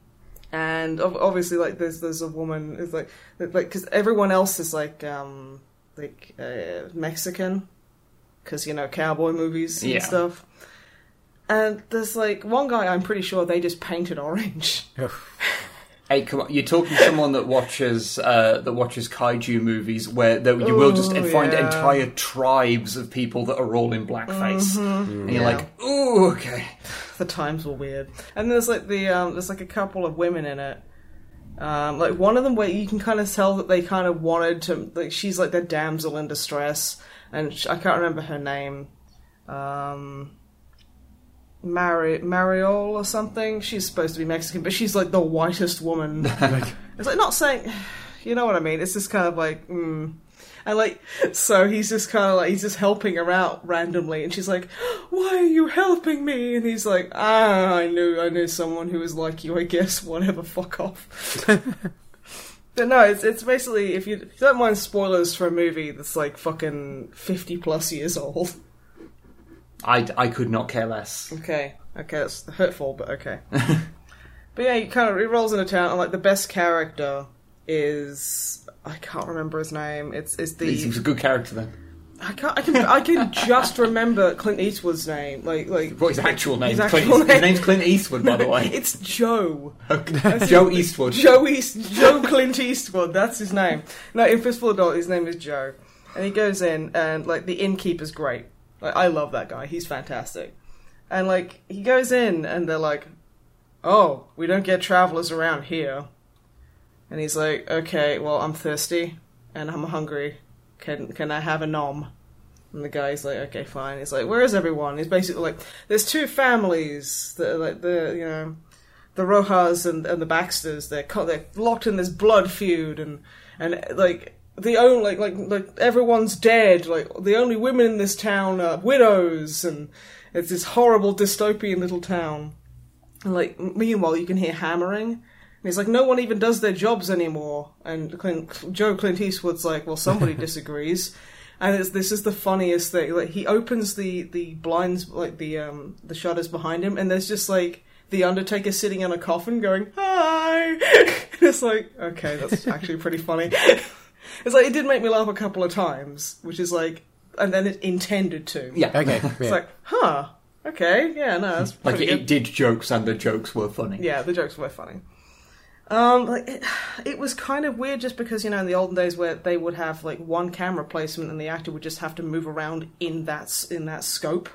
and ob- obviously, like there's there's a woman is like that- like because everyone else is like um like uh, Mexican, because you know cowboy movies and Yeah. stuff. And there's like one guy I'm pretty sure they just painted orange. Hey, come on! You're talking to someone that watches uh, that watches kaiju movies, where there, you will just Ooh, find yeah. entire tribes of people that are all in blackface, and you're Mm-hmm. Yeah. like, "Ooh, okay." the times were weird. And there's like the um, there's like a couple of women in it. Um, like one of them, where you can kind of tell that they kind of wanted to. Like she's like the damsel in distress, and sh I can't remember her name. Um, Mari Mariol or something. She's supposed to be Mexican, but she's like the whitest woman. it's like not saying, you know what I mean. It's just kind of like. Mm. And like, so he's just kind of like he's just helping her out randomly, and she's like, "Why are you helping me?" And he's like, "Ah, I knew, I knew someone who was like you. I guess whatever, fuck off." but no, it's it's basically if you, if you don't mind spoilers for a movie that's like fucking fifty plus years old. I, I could not care less. Okay, okay, that's hurtful, but okay. but yeah, he kind of he rolls into town, and like the best character is I can't remember his name. It's it's the He's, he's a good character then. I can I can. I can just remember Clint Eastwood's name. Like, like What his actual name? His His, actual Clint, name. his name's Clint Eastwood, by the way. it's Joe. Okay. Joe Eastwood. Joe East. Joe Clint Eastwood. That's his name. No, in Fistful of Dollars, his name is Joe, and he goes in, and like the innkeeper's great. Like, I love that guy. He's fantastic. And like he goes in, and they're like, "Oh, we don't get travelers around here." And he's like, "Okay, well, I'm thirsty and I'm hungry. Can can I have a nom?" And the guy's like, "Okay, fine." He's like, "Where is everyone?" He's basically like, "There's two families that are like the you know." The Rojas and, and the Baxters, they're co- they're locked in this blood feud, and and like the only like like like everyone's dead. Like the only women in this town are widows, and it's this horrible dystopian little town. And like, meanwhile, you can hear hammering. And he's like, no one even does their jobs anymore. And Clint, Joe Clint Eastwood's like, well, somebody disagrees. And it's, this is the funniest thing. Like, he opens the, the blinds, like the um, the shutters behind him, and there's just like the Undertaker sitting in a coffin, going, "Hi." it's like, okay, that's actually pretty funny. it's like it did make me laugh a couple of times, which is like, and then it intended to. Yeah. Okay. It's Yeah. like, huh? Okay, yeah, no, that's Like pretty it, good. it did jokes, and the jokes were funny. Yeah, the jokes were funny. Um, like it, it was kind of weird just because you know in the olden days where they would have like one camera placement and the actor would just have to move around in that s- in that scope.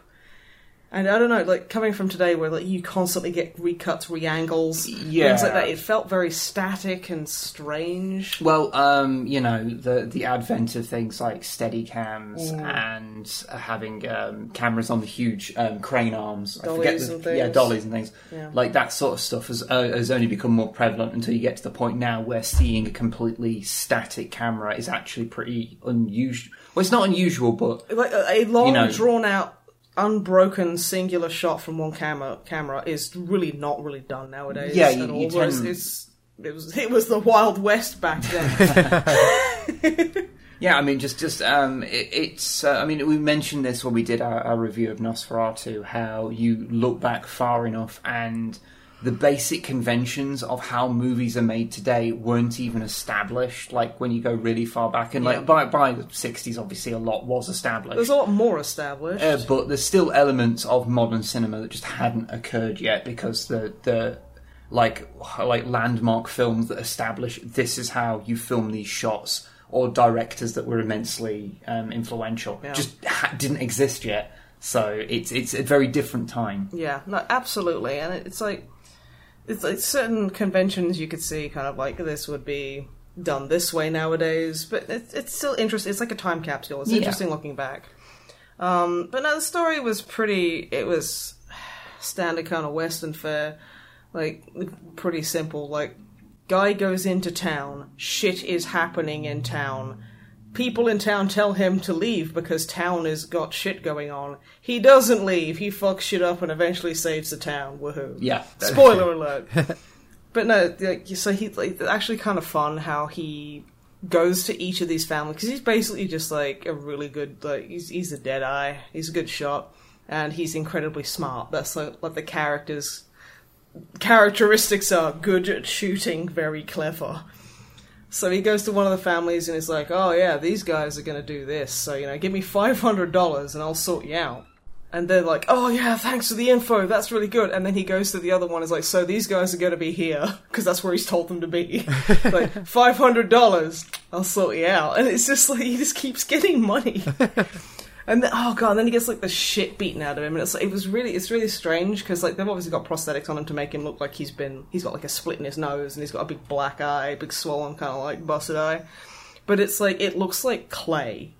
And I don't know, like coming from today where like you constantly get recuts, reangles, Yeah. things like that. It felt very static and strange. Well, um, you know, the the advent of things like Steadicams Mm. and having um, cameras on the huge um, crane arms, I forget Dollies the- and things. yeah, dollies and things, Yeah. like that sort of stuff has uh, has only become more prevalent until you get to the point now where seeing a completely static camera is actually pretty unusual. Well, it's not unusual, but Like a a long, You know- drawn out, unbroken, singular shot from one camera camera is really not really done nowadays. Yeah, at you- you all, whereas tend- it's, it was it was the Wild West back then. Yeah, I mean, just just um, it, it's. Uh, I mean, we mentioned this when we did our, our review of Nosferatu. How you look back far enough, and the basic conventions of how movies are made today weren't even established. Like when you go really far back, and Yeah. like by by the sixties, obviously a lot was established. There's a lot more established. Uh, but there's still elements of modern cinema that just hadn't occurred yet because the the like like landmark films that establish this is how you film these shots or directors that were immensely um, influential Yeah. just ha- didn't exist yet. So it's it's a very different time. Yeah, no, absolutely, and it- it's like it's like certain conventions you could see kind of like this would be done this way nowadays, but it's it's still interesting. It's like a time capsule. It's Yeah. interesting looking back. Um, but no, the story was pretty. It was standard kind of Western fare, like pretty simple. Like guy goes into town, shit is happening in town. People in town tell him to leave because town has got shit going on. He doesn't leave. He fucks shit up and eventually saves the town. Woohoo! Yeah. Spoiler alert. but no, like, so he like it's actually kind of fun how he goes to each of these families because he's basically just like a really good like he's he's a dead eye. He's a good shot, and he's incredibly smart. That's like what the characters characteristics are good at shooting, very clever. So he goes to one of the families and is like, "Oh yeah, these guys are going to do this. So you know, give me five hundred dollars and I'll sort you out." And they're like, "Oh yeah, thanks for the info. That's really good." And then he goes to the other one and is like, "So these guys are going to be here because that's where he's told them to be. like five hundred dollars, I'll sort you out." And it's just like he just keeps getting money. And then, oh god, and then he gets like the shit beaten out of him, and it's like, it was really it's really strange because like they've obviously got prosthetics on him to make him look like he's been he's got like a split in his nose and he's got a big black eye, big swollen kind of like busted eye, but it's like it looks like clay.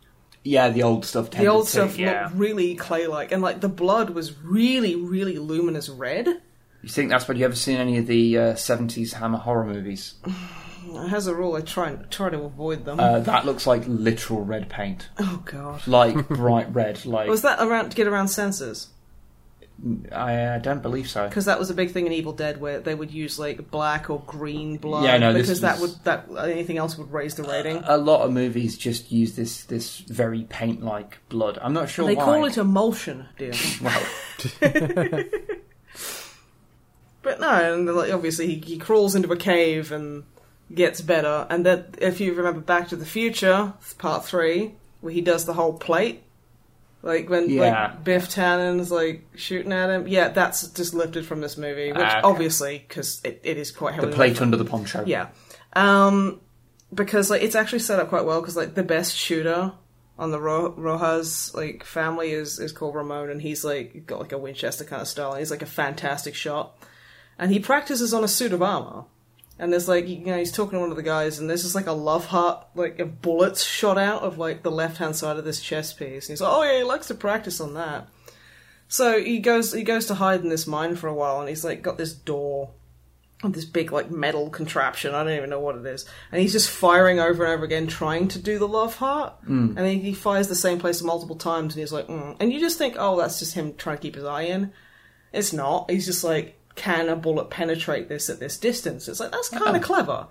Yeah, the old stuff. The Tended old to, stuff Yeah. looked really clay like, and like the blood was really really luminous red. You think that's what you ever seen any of the uh, seventies hammer horror movies? As a rule, I try try to avoid them. Uh, that looks like literal red paint, oh god, like bright red. Like was that around to get around censors? I uh, don't believe so. because that was a big thing in Evil Dead where they would use like black or green blood Yeah, I know, this Uh, because that was- would that anything else would raise the rating. A lot of movies just use this this very paint like blood. I'm not sure they why. call it emulsion, dear. well, but no, and like, obviously he, he crawls into a cave and gets better. And that if you remember Back to the Future Part Three, where he does the whole plate. Like when Yeah. like Biff Tannen's like shooting at him, yeah, that's just lifted from this movie, which Ah, okay. obviously because it, it is quite the heavily plate under the poncho. Yeah. Um, because like it's actually set up quite well because like the best shooter on the Ro- Rojas like family is is called Ramon and he's like got like a Winchester kind of style and he's like a fantastic shot and he practices on a suit of armor and there's like you know he's talking to one of the guys and there's just like a love heart like a bullet shot out of like the left hand side of this chest piece and he's like oh yeah he likes to practice on that so he goes he goes to hide in this mine for a while and he's like got this door this big like metal contraption. I don't even know what it is, and he's just firing over and over again, trying to do the love heart. Mm. And then he fires the same place multiple times, and he's like, mm. and you just think, oh, that's just him trying to keep his eye in. It's not. He's just like, can a bullet penetrate this at this distance? It's like that's kind of clever.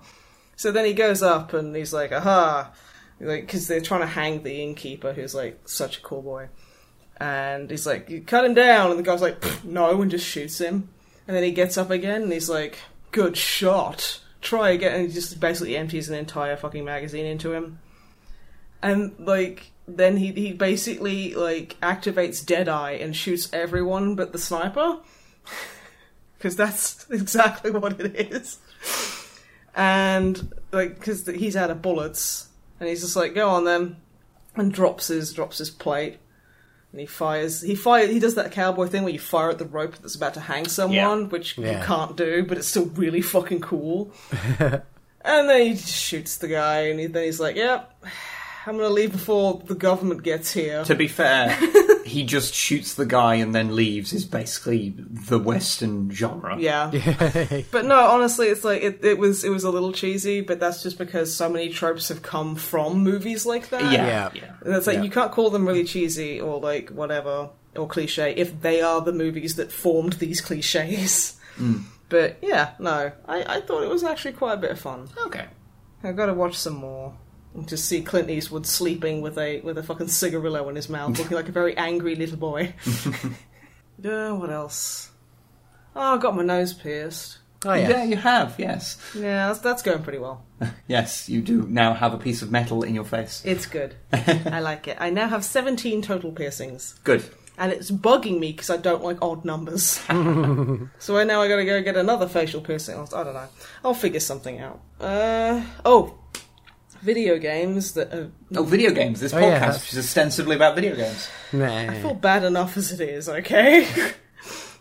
So then he goes up and he's like, aha, like because they're trying to hang the innkeeper, who's like such a cool boy. And he's like, you cut him down, and the guy's like, "Pfft, no, and just shoots him. And then he gets up again, and he's like, good shot. Try again, and he just basically empties an entire fucking magazine into him. And like, then he he basically like activates Deadeye and shoots everyone but the sniper, because that's exactly what it is. And like, because he's out of bullets, and he's just like, go on then, and drops his drops his plate. And he fires. He fire. He does that cowboy thing where you fire at the rope that's about to hang someone, which you Yeah. can't do, but it's still really fucking cool. and then he just shoots the guy, and he, then he's like, "Yep, I'm gonna leave before the government gets here." To be fair, he just shoots the guy and then leaves. Is basically the western genre. Yeah. But no, honestly, it's like it, it was it was a little cheesy, but that's just because so many tropes have come from movies like that. Yeah. Yeah. yeah. And it's like Yeah. you can't call them really cheesy or like whatever or cliche if they are the movies that formed these cliches. But yeah, no, I, I thought it was actually quite a bit of fun. Okay. I've got to watch some more. And Just see Clint Eastwood sleeping with a with a fucking cigarillo in his mouth, looking like a very angry little boy. yeah, what Uh, else? Oh, I got my nose pierced. Oh yes. Yeah, you have. Yes, Yeah, that's, that's going pretty well. yes, you do now have a piece of metal in your face. It's good. I like it. I now have 17 total piercings. Good. And it's bugging me because I don't like odd numbers. so I now I gotta go get another facial piercing. I don't know. I'll figure something out. Uh, oh, video games that are Oh, video games. This Oh, yeah, podcast that's- is ostensibly about video games. I Nah. feel bad enough as it is, okay?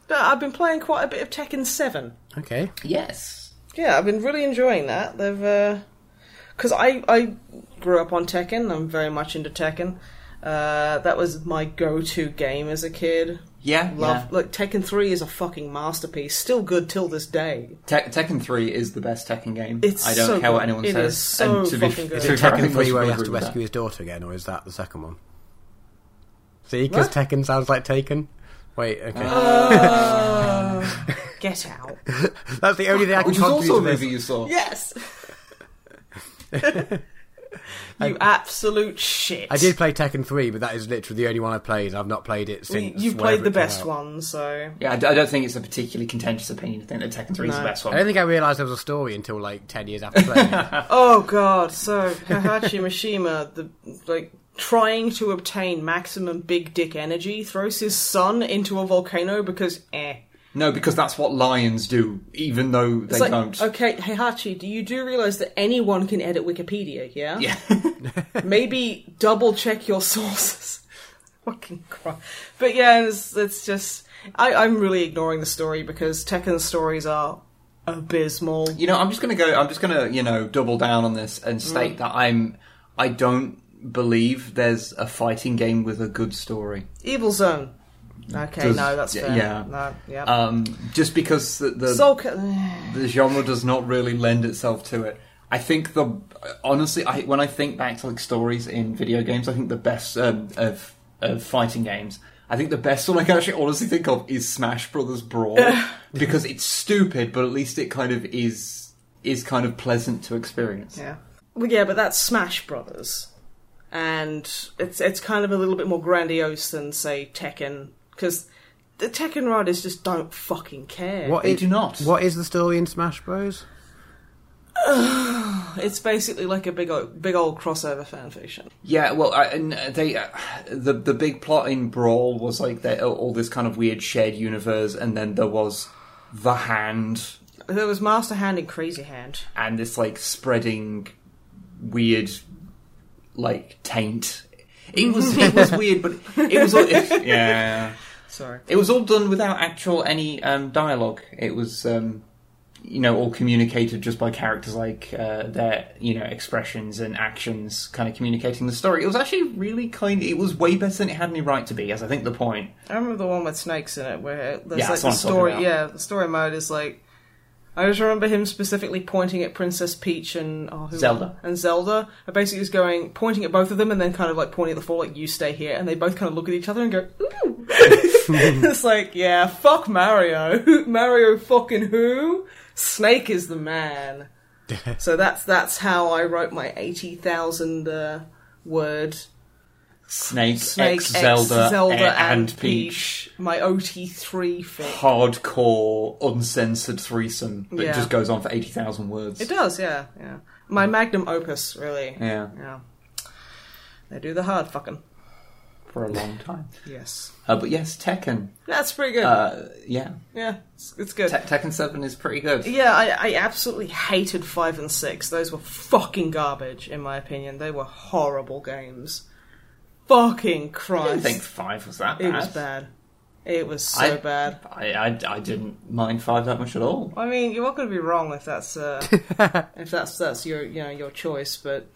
but I've been playing quite a bit of Tekken 7. Okay. Yes. Yeah, I've been really enjoying that. They've, uh 'cause because I I grew up on Tekken. I'm very much into Tekken. Uh, that was my go-to game as a kid. Yeah. Love yeah. look, Tekken 3 is a fucking masterpiece. Still good till this day. Tek- Tekken 3 is the best Tekken game. It's I don't so care what good. anyone It says. is so and to be, fucking good. to Is be it fair, I think Tekken most 3 where people he has to agree with rescue that. his daughter again, or is that the second one? See, because What? Tekken sounds like Taken. Wait, okay. Uh, Get out. That's the only thing I can Which was contribute also a to movie this. you saw. yes. you absolute shit. I did play Tekken 3, but that is literally the only one I played. I've not played it You, since. you whenever played it the came best out. one, so Yeah, I, d- I don't think it's a particularly contentious opinion. I think that Tekken 3 is the No. best I don't one. think I realised there was a story until like 10 years after playing it. Oh god, so Hihachi Mishima, the like trying to obtain maximum big dick energy, throws his son into a volcano because eh. No, because that's what lions do, even though they It's like, don't. okay, Heihachi, do you do realize that anyone can edit Wikipedia, yeah? Yeah. Maybe double check your sources. Fucking crap. But yeah, it's, it's just. I, I'm really ignoring the story because Tekken's stories are abysmal. you know, I'm just gonna go. I'm just gonna, you know, double down on this and Mm. state that I'm. I don't believe there's a fighting game with a good story. Evil Zone. Okay, Does- no, that's y- fair. yeah. No, yeah. Um, just because the, the Soul Ca- the genre does not really lend itself to it. I think the honestly, I, when I think back to like stories in video games, I think the best um, of of fighting games. I think the best one I can actually honestly think of is Smash Brothers Brawl because it's stupid, but at least it kind of is is kind of pleasant to experience. Yeah. Well, yeah, but that's Smash Brothers, and it's it's kind of a little bit more grandiose than say Tekken, because the Tekken riders just don't fucking care. What They is- do not. What is the story in Smash Bros? It's basically like a big old, big old crossover fan fiction. Yeah, well, I, and uh, they uh, the the big plot in Brawl was like that all this kind of weird shared universe, and then there was the Hand There was Master Hand and Crazy Hand. and this like spreading weird like taint. It was it was weird, but it was all, it, yeah. Sorry. It was all done without actual any um, dialogue. It was um, you know all communicated just by characters like uh, their you know expressions and actions, kind of communicating the story. It was actually really kind. It was way better than it had any right to be, as I think the point. I remember the one with snakes in it, where there's Yeah, like that's the what I'm talking story. about. Yeah, the story mode is like. I just remember him specifically pointing at Princess Peach and oh, who, Zelda. and Zelda. And basically, was going pointing at both of them, and then kind of like pointing at the floor, like "You stay here." And they both kind of look at each other and go, "Ooh." it's like, yeah, fuck Mario. Who- Mario fucking who? Snake is the man. so that's that's how I wrote my eighty thousand uh, word Snake, Snake, X, Zelda, Zelda a- and, and Peach. Peach. My OT3 fic. Hardcore, uncensored threesome that Yeah. just goes on for eighty thousand words. It does, yeah, yeah. My magnum opus, really. Yeah, Yeah. They do the hard fucking. for a long time. Yes. Uh, but yes, Tekken. That's pretty good. Uh, yeah, yeah, it's, it's good. Te- Tekken Seven is pretty good. yeah, I, I absolutely hated 5 and 6. Those were fucking garbage, in my opinion. They were horrible games. Fucking I Christ. didn't think Five was that bad. it was bad. It was so I- bad. I, I, I didn't mind Five that much at all. I mean, you're not going to be wrong if that's uh, if that's that's your you know your choice, but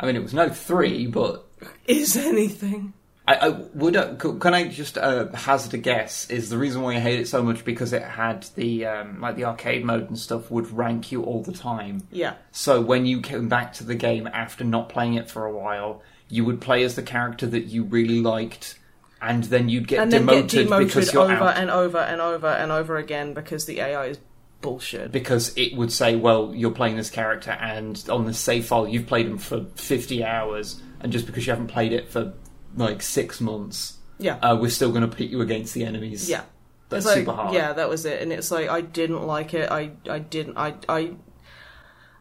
I mean, it was no three, but is anything. I, I would. I, could- can I just uh, hazard a guess? Is the reason why I hate it so much because it had the um, like the arcade mode and stuff would rank you all the time. Yeah. So when you came back to the game after not playing it for a while, you would play as the character that you really liked, and then you'd get, And then demoted, get because demoted you're over out. and over and over and over again because the AI is bullshit. because it would say, well, you're playing this character, and on the save file, you've played him for 50 hours, and just because you haven't played it for like six months, Yeah. uh, we're still going to pit you against the enemies. Yeah. That's It's like- super hard. Yeah, that was it. And it's like I didn't like it. I I didn't I I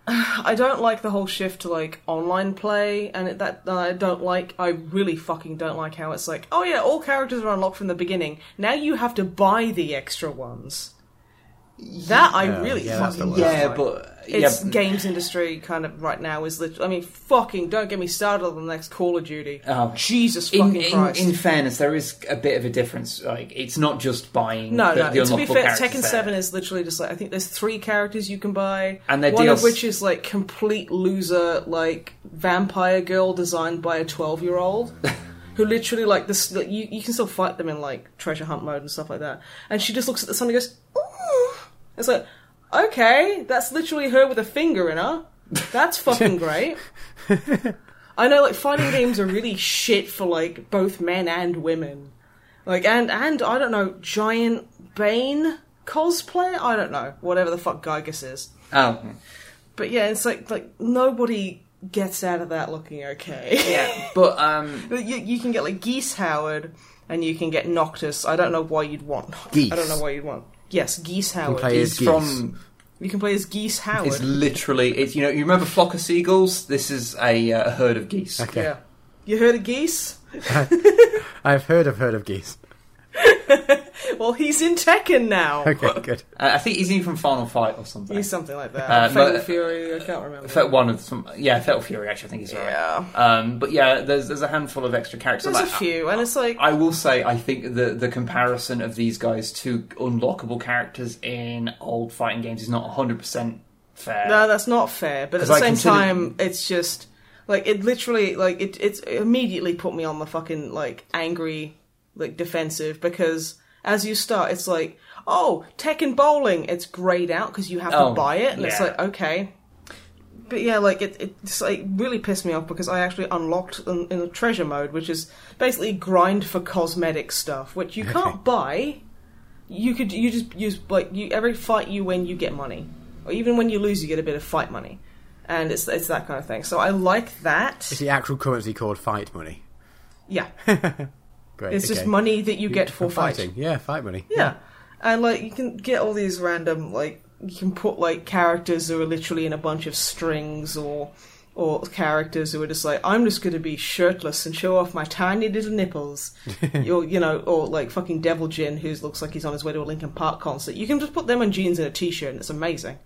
I don't like the whole shift to like online play, and it, that that I don't like. I really fucking don't like how it's like, oh yeah, all characters are unlocked from the beginning. Now you have to buy the extra ones. That I really yeah, that's the fucking worst. dislike. Yeah, but It's yeah, games industry kind of right now is literally. I mean, fucking don't get me started on the next Call of Duty. Oh. Jesus in, fucking in, Christ! in fairness, there is a bit of a difference. Like, it's not just buying No, the, no. the to be unlockable fair, characters Tekken there. Seven is literally just like I think there's three characters you can buy, And they're one of DLC which is like complete loser, like vampire girl designed by a twelve year old, who literally like this. Like, you you can still fight them in like treasure hunt mode and stuff like that, and she just looks at the sun and goes, "Ooh," it's like, okay, that's literally her with a finger in her. That's fucking great. I know, like fighting games are really shit for like both men and women. Like and and I don't know, giant Bane cosplay. I don't know, whatever the fuck Gygas is. Oh, But yeah, it's like like nobody gets out of that looking okay. yeah, but um, But you, you can get like Geese Howard and you can get Noctis. I don't know why you'd want Noctis. Geese. I don't know why you'd want. Yes, Geese Howard. play You as- it's Geese. from can, play as Geese Howard. It's literally it's you know you remember flock of seagulls. This is a uh, herd of geese. Okay. yeah. You heard of Geese? I've heard of heard of geese. Well, he's in Tekken now. Okay, good. Uh, I think he's even from Final Fight or something. He's something like that. Uh, Fatal no- Fury, I can't remember. Fe- one of some yeah Fatal Fury actually I think he's right. Yeah. Um, but yeah, there's there's a handful of extra characters. There's a Like, few, and it's like I will say I think the the comparison of these guys to unlockable characters in old fighting games is not 100 percent fair. No, that's not fair. But at 'Cause the I same consider- time, it's just like it literally like it it's it immediately put me on the fucking like angry like defensive because as you start, it's like oh Tekken bowling, it's grayed out because you have Oh, to buy it, and it's yeah. like okay. But yeah, like it, it just, like really pissed me off because I actually unlocked in, in a treasure mode, which is basically grind for cosmetic stuff, which you can't buy you could you just use like you every fight you win you get money or even when you lose you get a bit of fight money and it's it's that kind of thing so i like that Is the actual currency called fight money? yeah Great. it's just okay. money that you get for For fighting. fighting Yeah, fight money. yeah and like you can get all these random like you can put like characters who are literally in a bunch of strings or or characters who are just like i'm just going to be shirtless and show off my tiny little nipples or you know or like fucking devil jin who looks like he's on his way to a linkin park concert you can just put them in jeans and a t-shirt and it's amazing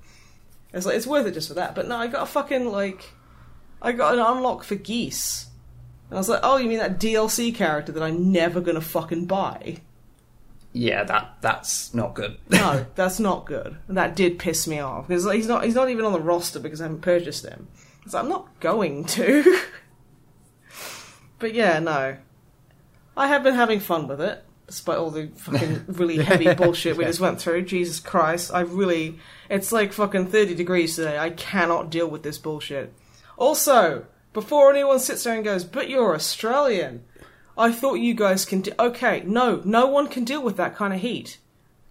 It's like it's worth it just for that. But no, I got a fucking like, I got an unlock for geese, and I was like, oh, you mean that DLC character that I'm never gonna fucking buy? Yeah, that that's not good. No, that's not good. And that did piss me off because like, he's not he's not even on the roster because I haven't purchased him. It's like, I'm not going to. but yeah, no, I have been having fun with it. Despite all the fucking really heavy bullshit we just went through, Jesus Christ, I really. It's like fucking 30 degrees today. I cannot deal with this bullshit. Also, before anyone sits there and goes, but you're Australian, I thought you guys can. De- okay, no, no one can deal with that kind of heat.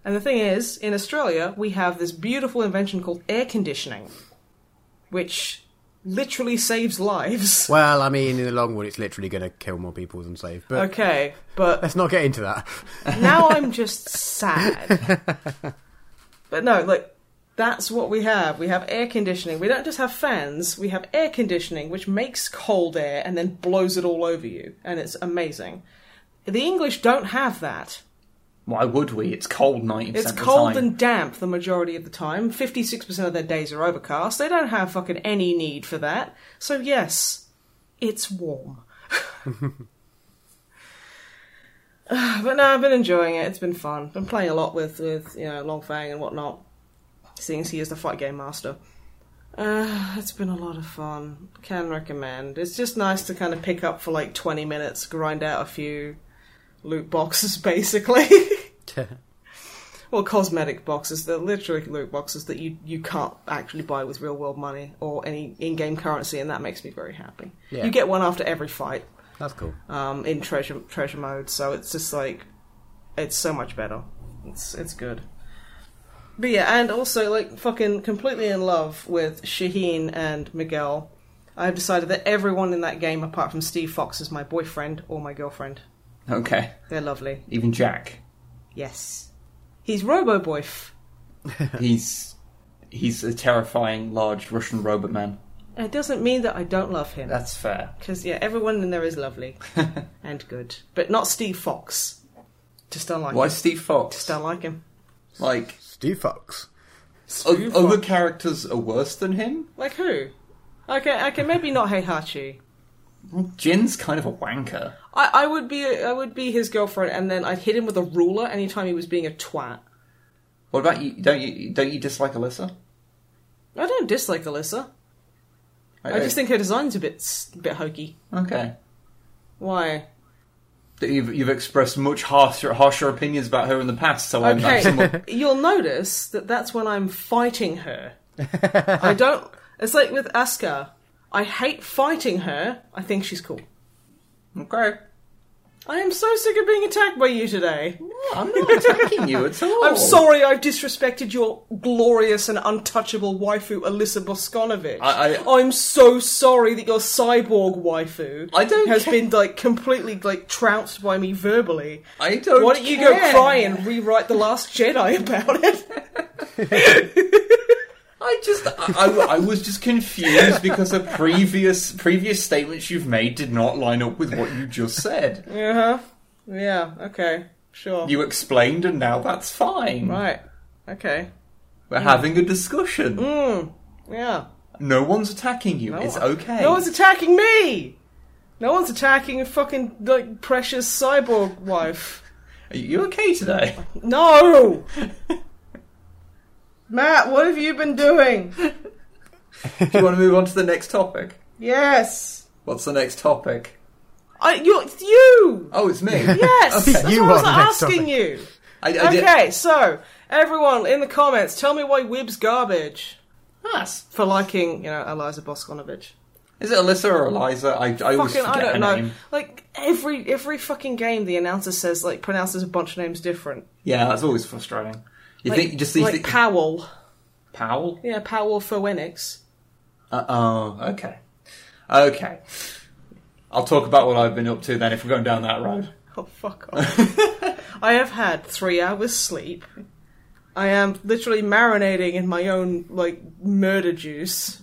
And the thing is, in Australia, we have this beautiful invention called air conditioning, which literally saves lives. Well, I mean, in the long run, it's literally going to kill more people than save. But Okay, but let's not get into that. now I'm just sad. But no, like, that's what we have. We have air conditioning. We don't just have fans, we have air conditioning, which makes cold air and then blows it all over you. And it's amazing. The English don't have that. Why would we? It's cold 90 percent It's of the cold time. and damp the majority of the time. 56% of their days are overcast. They don't have fucking any need for that. So, yes, it's warm. but no, I've been enjoying it. It's been fun. Been playing a lot with, with you know, Longfang and whatnot, seeing as he is the fight game master. Uh, it's been a lot of fun. Can recommend. It's just nice to kind of pick up for like 20 minutes, grind out a few loot boxes, basically. Well, cosmetic boxes. They're literally loot boxes that you, you can't actually buy with real world money or any in game currency, and that makes me very happy. Yeah. You get one after every fight That's cool. um, in treasure treasure mode, so it's just like it's so much better. It's it's good. But yeah, and also like fucking completely in love with Shaheen and Miguel. I've decided that everyone in that game, apart from Steve Fox, is my boyfriend or my girlfriend. Okay, They're lovely. even Jack. Yes. He's Roboboyf. he's he's a terrifying large Russian robot man. It doesn't mean that I don't love him. That's fair. Because, yeah, everyone in there is lovely and good. But not Steve Fox. Just don't like Why him. Steve Fox? Just don't like him. Like Steve Fox. o- Steve other Fox. characters are worse than him. Like who? Okay, okay, maybe not Heihachi. Jin's kind of a wanker. I, I would be I would be his girlfriend, and then I'd hit him with a ruler anytime he was being a twat. What about you? Don't you don't you dislike Alyssa? I don't dislike Alyssa. I just think her design's a bit s- bit hokey. okay. Why? That You've, you've expressed much harsher harsher opinions about her in the past, so I'm Okay, actually more- you'll notice that that's when I'm fighting her. I don't. It's like with Asuka. I hate fighting her. I think she's cool. okay. I am so sick of being attacked by you today. I'm not attacking you at all. I'm sorry I've disrespected your glorious and untouchable waifu, Alyssa Boskonovich. I- am so sorry that your cyborg waifu I don't has ca- been like completely like trounced by me verbally. I don't. Why don't you care. go cry and rewrite The Last Jedi about it? I just, I, I- I was just confused because the previous previous statements you've made did not line up with what you just said. Uh huh. Yeah, okay. Sure. You explained, and now that's fine. Right. Okay. We're having a discussion. Yeah. No one's attacking you. it's okay. Mm. No one's attacking me! No one's attacking your fucking like precious cyborg wife. Are you okay today? No! Matt, what have you been doing? Do you want to move on to the next topic? Yes! What's the next topic? I, you, it's you! Oh, it's me. Yes! Okay. That's You what I was are the next asking topic. you! I, I did- Okay, so, everyone in the comments, tell me why Wib's garbage Yes. for liking, you know, Eliza Boskonovich. Is it Alyssa or Eliza? I, I always Fucking, forget I her don't know. name. Like, every every fucking game the announcer says, like, pronounces a bunch of names different. Yeah, that's always frustrating. You Like, think you just you like think Powell. Powell? Yeah, Powell Phoenix. Uh, oh, okay, okay. I'll talk about what I've been up to then if we're going down that road. Oh, fuck off. I have had three hours sleep. I am literally marinating in my own, like, murder juice.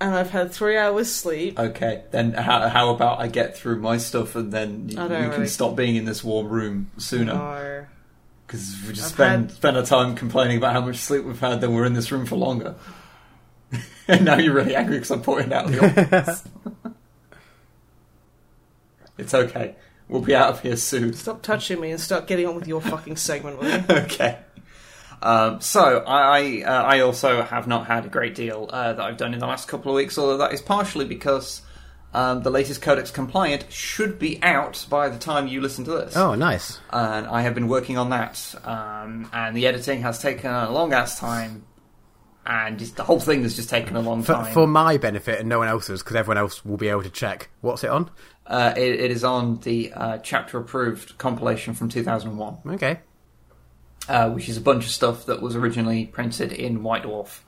And I've had three hours sleep. Okay, then how, how about I get through my stuff and then you, I you don't can really- stop being in this warm room sooner No. because if we just I've spend had- spend our time complaining about how much sleep we've had, then we're in this room for longer. and now you're really angry because I'm pointing out the obvious. it's okay. We'll be out of here soon. Stop touching me and start getting on with your fucking segment, will you? okay. Um, so I I, uh, I also have not had a great deal uh, that I've done in the last couple of weeks, although that is partially because um, the latest Codex Compliant should be out by the time you listen to this, Oh, nice. and I have been working on that, um, and the editing has taken a long ass time, and just, the whole thing has just taken a long For, time. for my benefit and no one else's, because everyone else will be able to check. What's it on? Uh, it, it is on the uh, chapter approved compilation from 2001. Okay. uh, which is a bunch of stuff that was originally printed in White Dwarf,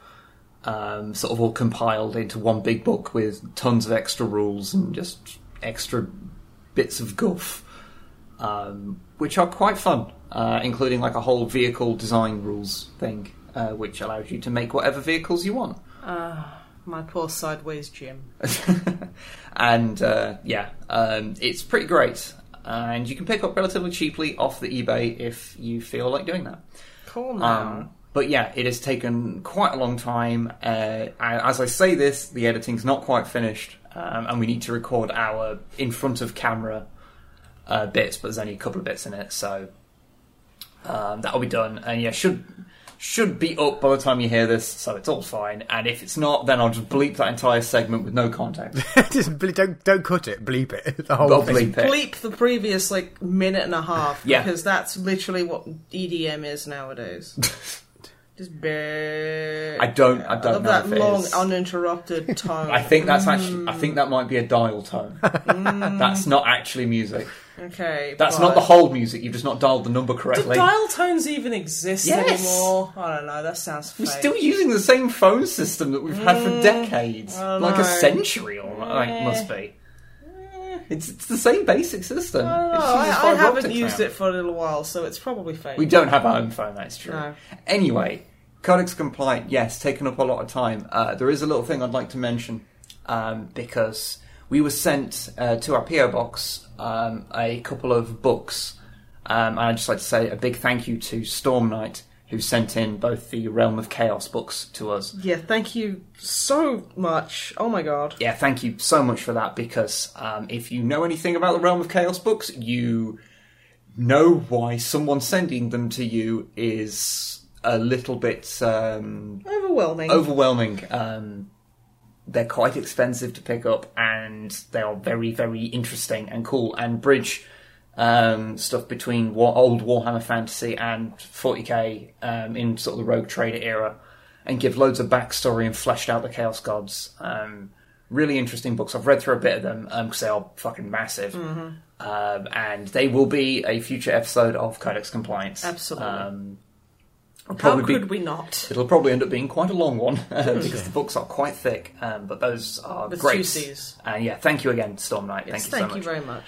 um, sort of all compiled into one big book with tons of extra rules and just extra bits of guff, um, which are quite fun, uh, including like a whole vehicle design rules thing, uh, which allows you to make whatever vehicles you want. My poor sideways Jim. and uh, yeah, um, it's pretty great. And you can pick up relatively cheaply off the eBay if you feel like doing that. Cool now. Um, but yeah, it has taken quite a long time. Uh, and as I say this, the editing's not quite finished, um, and we need to record our in front of camera uh, bits, but there's only a couple of bits in it, so um, that'll be done. And yeah, should should be up by the time you hear this, so it's all fine. And if it's not, then I'll just bleep that entire segment with no context. Just ble- don't don't cut it. Bleep it. The whole I'll thing. bleep it. Bleep the previous, like, minute and a half. Yeah. Because that's literally what EDM is nowadays. Just bear. I don't. I don't love know that if it long, is. uninterrupted tone. I think that's actually. I think that might be a dial tone. that's not actually music. Okay, That's but- not the whole music. You've just not dialed the number Do correctly. dial tones even exist Yes. anymore? I don't know. That sounds. Fake. We're still using the same phone Oh, system that we've had for decades, I don't like a know. century or like must be. It's, it's the same basic system. I, don't know, It just uses Oh, I, I fiber haven't optics used now. it for a little while, so it's probably fake. We don't have our own phone, that's true. No. Anyway, Codex Compliant, yes, taken up a lot of time. Uh, there is a little thing I'd like to mention um, because we were sent uh, to our PO box um, a couple of books. Um, and I'd just like to say a big thank you to Storm Knight, who sent in both the Realm of Chaos books to us. Yeah, thank you so much. Oh my god. Yeah, thank you so much for that because um, if you know anything about the Realm of Chaos books, you know why someone sending them to you is a little bit um, Overwhelming. overwhelming. Um, they're quite expensive to pick up and they are very, very interesting and cool and bridge um, stuff between war- old Warhammer Fantasy and 40k um, in sort of the Rogue Trader era and give loads of backstory and fleshed out the Chaos Gods. Um, really interesting books. I've read through a bit of them because they are fucking massive. Mm-hmm. Um, and they will be a future episode of Codex Compliance. Absolutely. Um, I'll How probably be- could we not? It'll probably end up being quite a long one uh, because the books are quite thick, um, but those are With great. two Cs. And yeah, thank you again, Storm Knight. Yes, Thank you thank so you much. very much.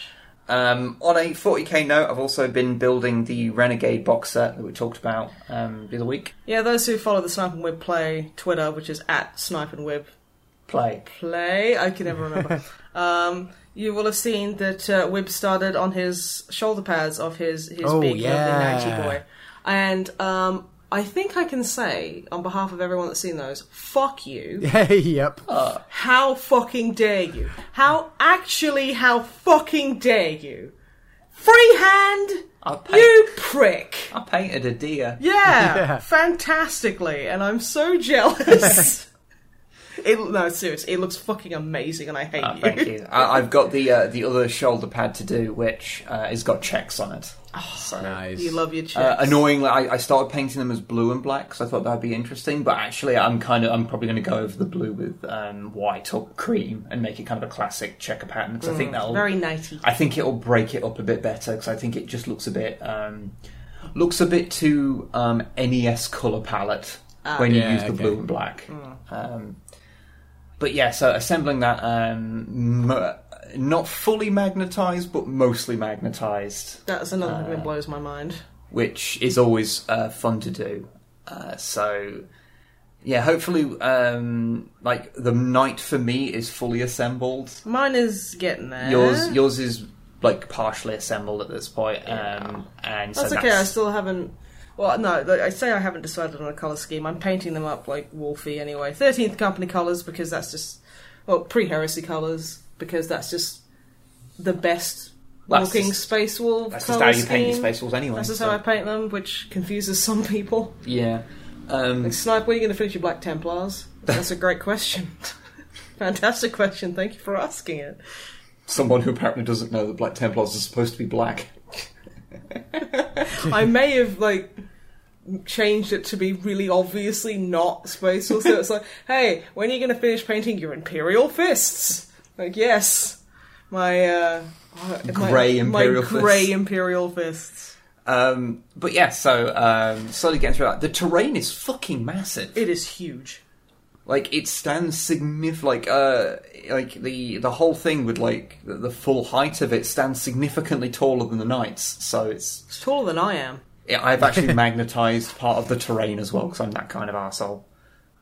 um, on a 40k note, I've also been building the Renegade box set that we talked about um, the other week. Yeah, those who follow the Snipe and Web Play Twitter, which is at Snipe and Web Play. Play, I can never remember. um, you will have seen that uh, Web started on his shoulder pads of his his Oh, big yeah. lovely 90 boy, and um, I think I can say on behalf of everyone that's seen those, fuck you. yep. How fucking dare you? How actually, how fucking dare you? Freehand, I, pa- you prick! I painted a deer. Yeah, Yeah. fantastically, and I'm so jealous. it no, seriously, it looks fucking amazing, and I hate Ah, you. thank you. I, I've got the uh, the other shoulder pad to do, which uh, has got checks on it. So, Nice. You love your chicks. Uh, annoyingly, I, I started painting them as blue and black because I thought that'd be interesting. But actually, I'm kind of I'm probably going to go over the blue with um, white or cream and make it kind of a classic checker pattern because I think that'll Very nighty. I think it'll break it up a bit better because I think it just looks a bit um, looks a bit too um, NES color palette when you Yeah, use the okay. blue and black. Um, but yeah, so assembling that um, m- not fully magnetized, but mostly magnetized That's another Uh. thing that blows my mind. which is always uh, fun to do. Uh, so, yeah, hopefully, um, like the night for me is fully assembled. Mine is getting there. Yours, yours is like partially assembled at this point, um, and so That's that's, okay. I still haven't. Well, no, like, I say I haven't decided on a color scheme. I'm painting them up like Wolfie anyway. Thirteenth Company colors because that's just well pre-heresy colors because that's just the best That's looking just- space wolf. that's just color how you paint your scheme. space walls anyway. That's just so- how I paint them, which confuses some people. yeah. Um, Like, Snipe, where are you going to finish your Black Templars? That's a great question. Fantastic question. Thank you for asking it. someone who apparently doesn't know that Black Templars are supposed to be black. I may have like changed it to be really obviously not space wolf. So it's like, hey, when are you going to finish painting your imperial fists? Like, yes, my uh, my- Grey imperial my grey fists. imperial fists. Um, but yeah, so um, slowly getting through that. The terrain is fucking massive. It is huge. like it stands signif like uh like the the whole thing with like the, the full height of it stands significantly taller than the knights so it's It's taller than I am. yeah, i've actually magnetized part of the terrain as well because i'm that kind of asshole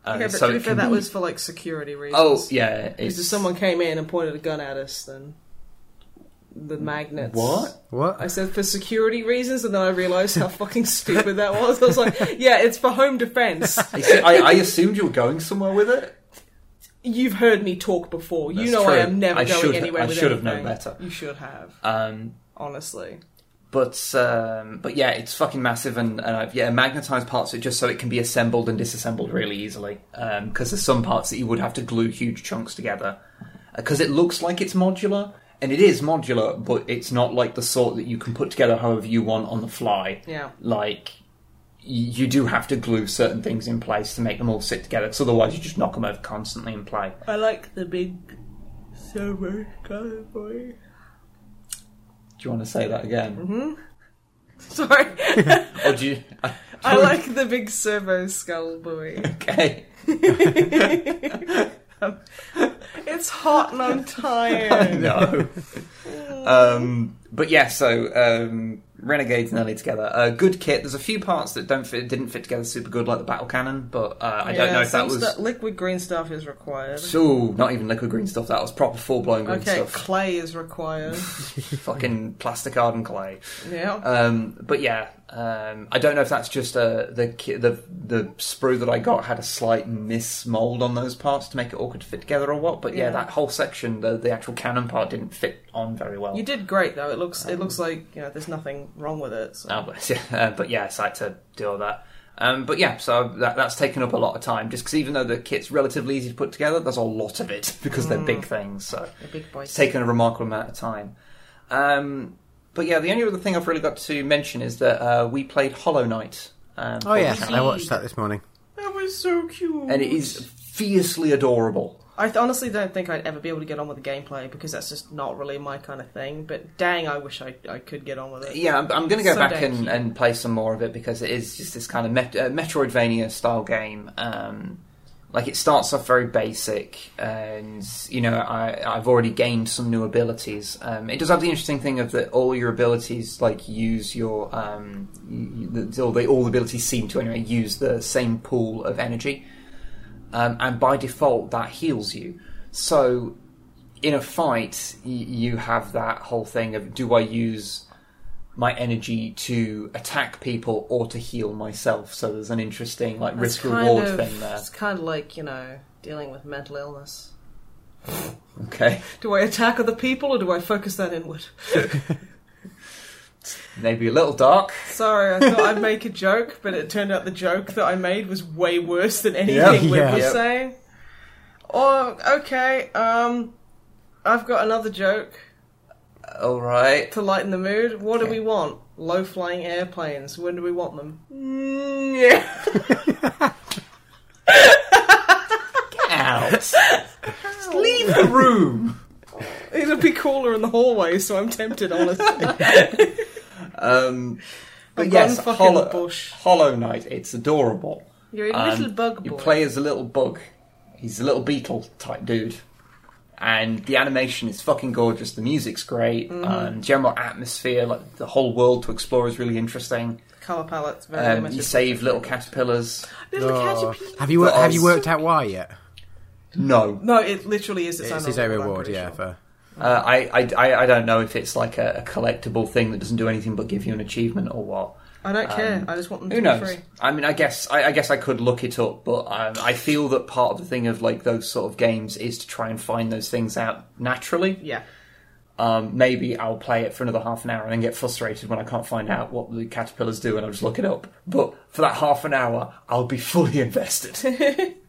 uh, Okay, but so to be it fair, can that be- was for like security reasons. oh yeah because if it's someone came in and pointed a gun at us, then the magnets. what What? I said for security reasons, and then I realised how fucking stupid that was. I was like, "Yeah, it's for home defence." I, see- I, I assumed you were going somewhere with it You've heard me talk before. you That's know true. I am never I going should- anywhere I with should have known anything. better. You should have, um honestly. but um, but yeah, it's fucking massive, and, and I've yeah magnetized parts of it just so it can be assembled and disassembled really easily. Because there's some parts that you would have to glue huge chunks together. Because it looks like it's modular, and it is modular, but it's not like the sort that you can put together however you want on the fly. Yeah. like y- you do have to glue certain things in place to make them all sit together. Because otherwise, you just knock them over constantly and play. I like the big silver cowboy. Do you want to say that again? Sorry, Or do you? I like the big servo skull boy. Okay. them. It's hot and I'm tired. no. um, but yeah, so um, Renegades and Ellie together. Uh, good kit. There's a few parts that don't fit, didn't fit together super good, like the battle cannon. But uh, I don't Yeah, know if that some was. stu- liquid green stuff is required. Ooh, not even liquid green stuff. That was proper full blown green okay, stuff. clay is required. Fucking plastic hardened clay. yeah. Um, but yeah, um, I don't know if that's just uh, the ki- the the sprue that I got had a slight mismold on those parts to make it awkward to fit together or what. But yeah, Yeah. that whole section, the the actual cannon part, didn't fit on very well. you did great though. It looks it looks like you know there's nothing wrong with it. So. Oh, but, um, uh, but yeah, so I had to do all that. Um, but yeah, so that, that's taken up a lot of time just because even though the kit's relatively easy to put together, there's a lot of it because they're big things. So Mm. The big boy. it's taken a remarkable amount of time. Um, but yeah, the only other thing I've really got to mention is that uh, we played Hollow Knight. Um, Oh for yeah, the channel, I watched that this morning. That was so cute. and it is fiercely adorable. I th- honestly don't think I'd ever be able to get on with the gameplay because that's just not really my kind of thing. But dang, I wish I, I could get on with it. Yeah, I'm, I'm going to go So back damn and, cute. and play some more of it because it is just this kind of met- uh, Metroidvania style game. Um, like it starts off very basic, and you know I, I've already gained some new abilities. Um, it does have the interesting thing of that all your abilities like use your um, y- y- the, all the all the abilities seem to anyway use the same pool of energy, um, and by default that heals you. So in a fight, y- you have that whole thing of do I use my energy to attack people or to heal myself? So there's an interesting like That's risk kind reward of- thing there. It's kind of like you know dealing with mental illness. Okay, Do I attack other people or do I focus that inward? maybe a little dark. Sorry, I thought I'd make a joke, but it turned out the joke that I made was way worse than anything Yeah. we Yeah. was Yep. saying. Oh, okay. Um, I've got another joke All right, to lighten the mood. What do Okay. we want? Low flying airplanes. When do we want them? Mm, yeah. Get out. Leave the room. It'd be cooler in the hallway, so I'm tempted, honestly. Um, but I've yes, gone fucking Hollow, bush. Hollow Knight. It's adorable. You're a Um, little bug You boy. play as a little bug. He's a little beetle type dude. And the animation is fucking gorgeous. The music's great. Mm-hmm. Um, general atmosphere, like the whole world to explore, is really interesting. Color palette's very Um, limited. you save little caterpillars. Little Oh. caterpillar. Have you wor- But have you also- worked out why yet? No, No, it literally is its, It's own his own reward, I'm reward. pretty Yeah, sure. for uh, I, I, I- I don't know if it's like a, a collectible thing that doesn't do anything but give you an achievement or what. I don't care. um, I just want them to Who be knows? free. I mean, I guess I, I guess I could look it up, but um, I feel that part of the thing of like those sort of games is to try and find those things out naturally. Yeah. um, maybe I'll play it for another half an hour and then get frustrated when I can't find out what the caterpillars do and I'll just look it up. But for that half an hour, I'll be fully invested.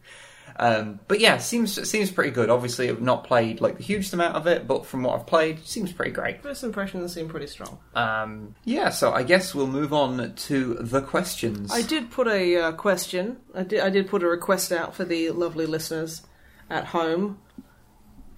um, but yeah, seems seems pretty good. Obviously, I've not played like the hugest amount of it, but from what I've played, seems pretty great. First impressions seem pretty strong. Um, yeah, so I guess we'll move on to the questions. I did put a uh, question. I did, I did put a request out for the lovely listeners at home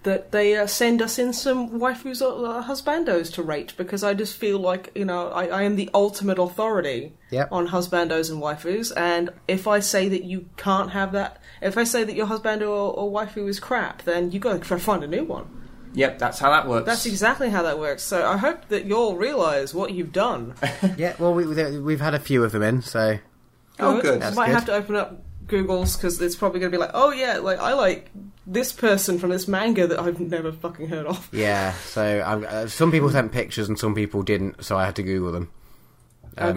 that they uh, send us in some waifus or uh, husbandos to rate because I just feel like, you know, I, I am the ultimate authority Yep. on husbandos and waifus. And if I say that you can't have that, if I say that your husbando or, or waifu is crap, then you got to try find a new one. Yep, that's how that works. That's exactly how that works. So I hope that you'll realise what you've done. yeah. Well, we we- we've had a few of them in, so Oh, Good. good. I That's might good. have to open up Google's because it's probably going to be like, oh yeah, like I like this person from this manga that I've never fucking heard of. yeah. So I, uh, some people sent pictures and some people didn't, so I had to Google them. Um,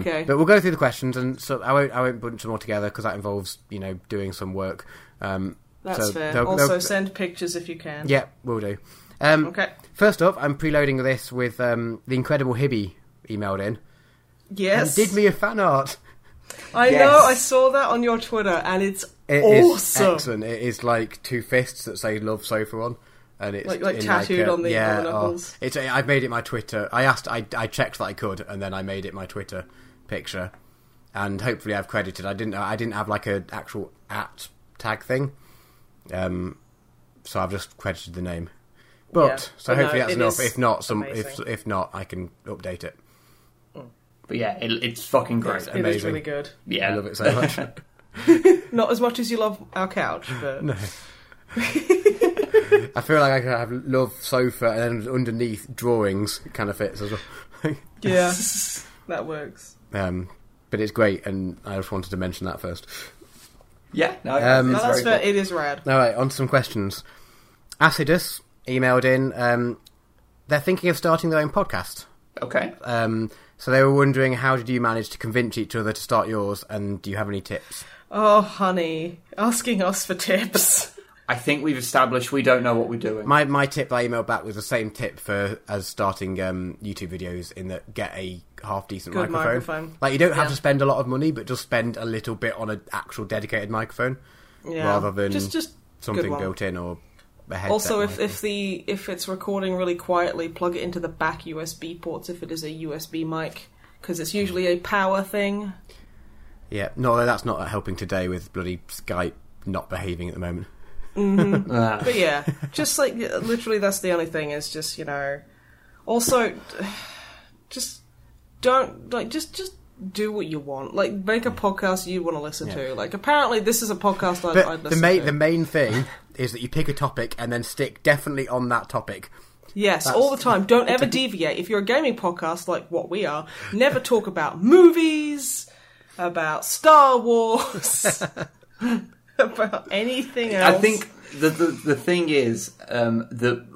okay. But we'll go through the questions, and so I won't I won't bunch them all together because that involves you know doing some work. Um, That's so fair. they'll- also, they'll- send pictures if you can. yeah, we'll do. Um, Okay. First up, I'm preloading this with um, the incredible Hibby emailed in Yes. and did me a fan art. I Yes. know. I saw that on your Twitter, and it's It is awesome. excellent. It is like two fists that say "Love Sofa" on, and it's Like- like in tattooed a- on the- on yeah. the oh, knuckles. it's I've made it my Twitter. I asked, I I checked that I could, and then I made it my Twitter picture, and hopefully I've credited. I didn't I didn't have like a actual at tag thing, um, so I've just credited the name. But Yeah. so But no, hopefully that's it is enough. If not, some if amazing. if not, I can update it. But yeah, it, it's fucking It great. is Amazing. really good. Yeah, I love it so much. Not as much as you love our couch, but I feel like I could have love sofa and underneath drawings kind of fits as well. Yeah, that works. um, but it's great, and I just wanted to mention that first. Yeah, no, Um, No, it's that's very fair. cool. It is rad. All right, on to some questions. Acidus emailed in. Um, they're thinking of starting their own podcast. Okay. Um, so they were wondering how did you manage to convince each other to start yours, and do you have any tips? Oh, honey, asking us for tips. I think we've established we don't know what we're doing. My my tip I emailed back was the same tip for as starting um, YouTube videos in that get a half decent Good microphone. microphone. Like you don't have Yeah. to spend a lot of money, but just spend a little bit on an actual dedicated microphone Yeah. rather than just just good something one. built in or a headset. Also, if, microphone. if the if it's recording really quietly, plug it into the back USB ports if it is a USB mic, because it's usually a power thing. yeah, no, that's not helping today with bloody Skype not behaving at the moment. Ah. But yeah, just like literally, that's the only thing is just you know. Also, just don't like just just do what you want. Like make a podcast you want to listen Yeah. to. Like apparently, this is a podcast I'd, I'd But the listen main to. the main thing is that you pick a topic and then stick definitely on that topic. Yes, That's- all the time. Don't ever deviate. If you're a gaming podcast like what we are, never talk about movies, about Star Wars, about anything else. I think the, the the thing is um, that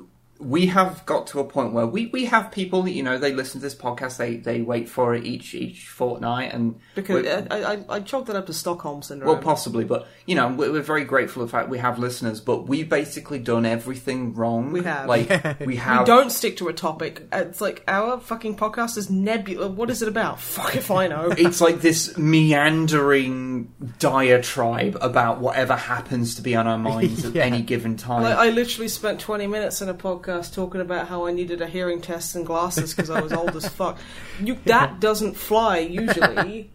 we have got to a point where we, we have people you know they listen to this podcast they, they wait for it each each fortnight and because uh, we- I, I, I chalk that up to Stockholm syndrome. well possibly but you know we're, we're very grateful of the fact we have listeners but we've basically done everything wrong We have. like we have We don't stick to a topic. It's like our fucking podcast is nebula. What is it about? Fuck if I know. it's like this meandering diatribe about whatever happens to be on our minds at Yeah. any given time Like, I literally spent 20 minutes in a podcast talking about how I needed a hearing test and glasses because I was old as fuck. You, that doesn't fly usually.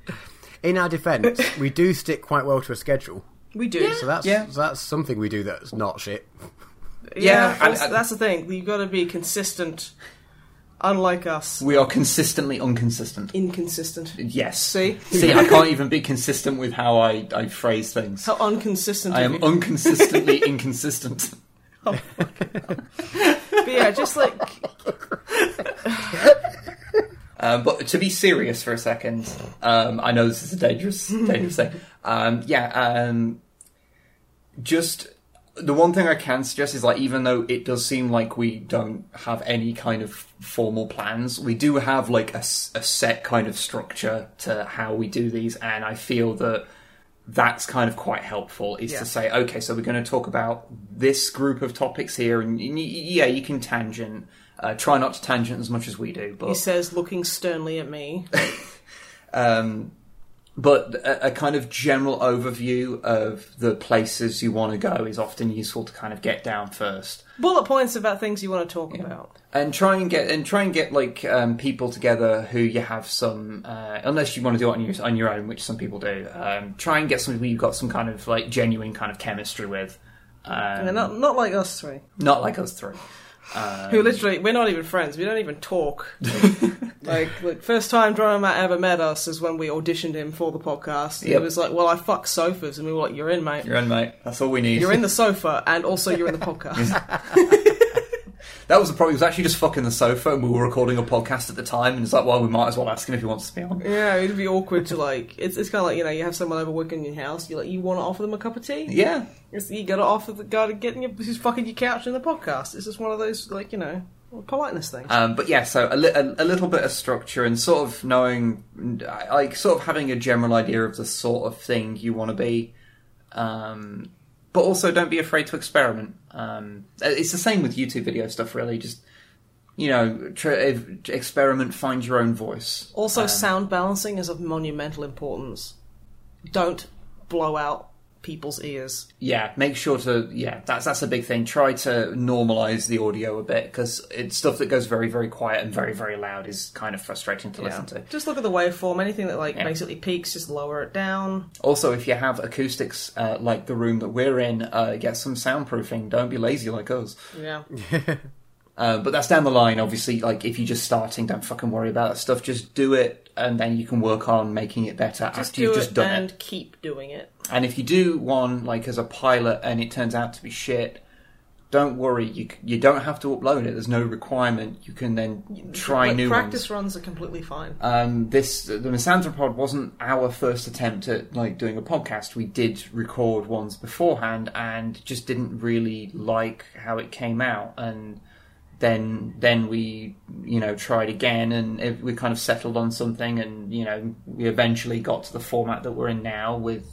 In our defence, we do stick quite well to a schedule. We do. So that's Yeah. so that's something we do that's not shit. Yeah, Yeah, and- that's, and- that's the thing. You've got to be consistent. Unlike us, we are consistently inconsistent inconsistent. Yes. See? See, I can't even be consistent with how I, I phrase things. How inconsistent. I am unconsistently inconsistent. But yeah, just like Um, but to be serious for a second, um, I know this is a dangerous, dangerous thing. Um, yeah, um, just the one thing I can suggest is like, even though it does seem like we don't have any kind of formal plans, we do have like a, s- a set kind of structure to how we do these, and I feel that that's kind of quite helpful is Yeah. to say okay so we're going to talk about this group of topics here and, and y- yeah you can tangent uh, try not to tangent as much as we do but he says, looking sternly at me. um, but a, a kind of general overview of the places you want to go is often useful to kind of get down first Bullet points about things you want to talk about. and try and get and try and get like um, people together who you have some uh, unless you want to do it on your on your own which some people do um, try and get some people you've got some kind of like genuine kind of chemistry with um, And not not like us three, not like us three um, who literally we're not even friends. We don't even talk. like, like first time Drama Matt ever met us is when we auditioned him for the podcast. He Yep. was like, "Well, I fuck sofas," and we were like, "You're in, mate. You're in, mate. That's all we need. You're in the sofa, and also you're in the podcast." That was the problem. He was actually just fucking the sofa, and we were recording a podcast at the time. And it's like, well, we might as well ask him if he wants to be on. Yeah, it'd be awkward to like. It's it's kind of like you know you have someone over working in your house. You like you want to offer them a cup of tea. Yeah, It's, you got to offer the guy to get in your who's fucking your couch in the podcast. It's just one of those like you know politeness things. Um, but yeah, so a, li- a, a little bit of structure and sort of knowing, like, sort of having a general idea of the sort of thing you want to be. Um, but also, don't be afraid to experiment. Um, it's the same with YouTube video stuff, really. Just you know, tr- experiment, find your own voice. also, Um, sound balancing is of monumental importance. Don't blow out people's ears. yeah, make sure to yeah, that's that's a big thing. Try to normalize the audio a bit because it's stuff that goes very very quiet and very very loud is kind of frustrating to listen to. Just look at the waveform. Anything that like Yeah. basically peaks, just lower it down. Also, if you have acoustics uh, like the room that we're in, uh, get some soundproofing. Don't be lazy like us. Yeah. Uh, but that's down the line, obviously. Like, if you're just starting, don't fucking worry about that stuff. Just do it, and then you can work on making it better Just after do you've it just done and it. keep doing it. And if you do one, like, as a pilot, and it turns out to be shit, don't worry. You c- you don't have to upload it. There's no requirement. You can then try Like, new ones. practice runs are completely fine. Um, this the Misanthropod wasn't our first attempt at like doing a podcast. We did record ones beforehand and just didn't really like how it came out. And then then we you know tried again and it, we kind of settled on something. And you know we eventually got to the format that we're in now with.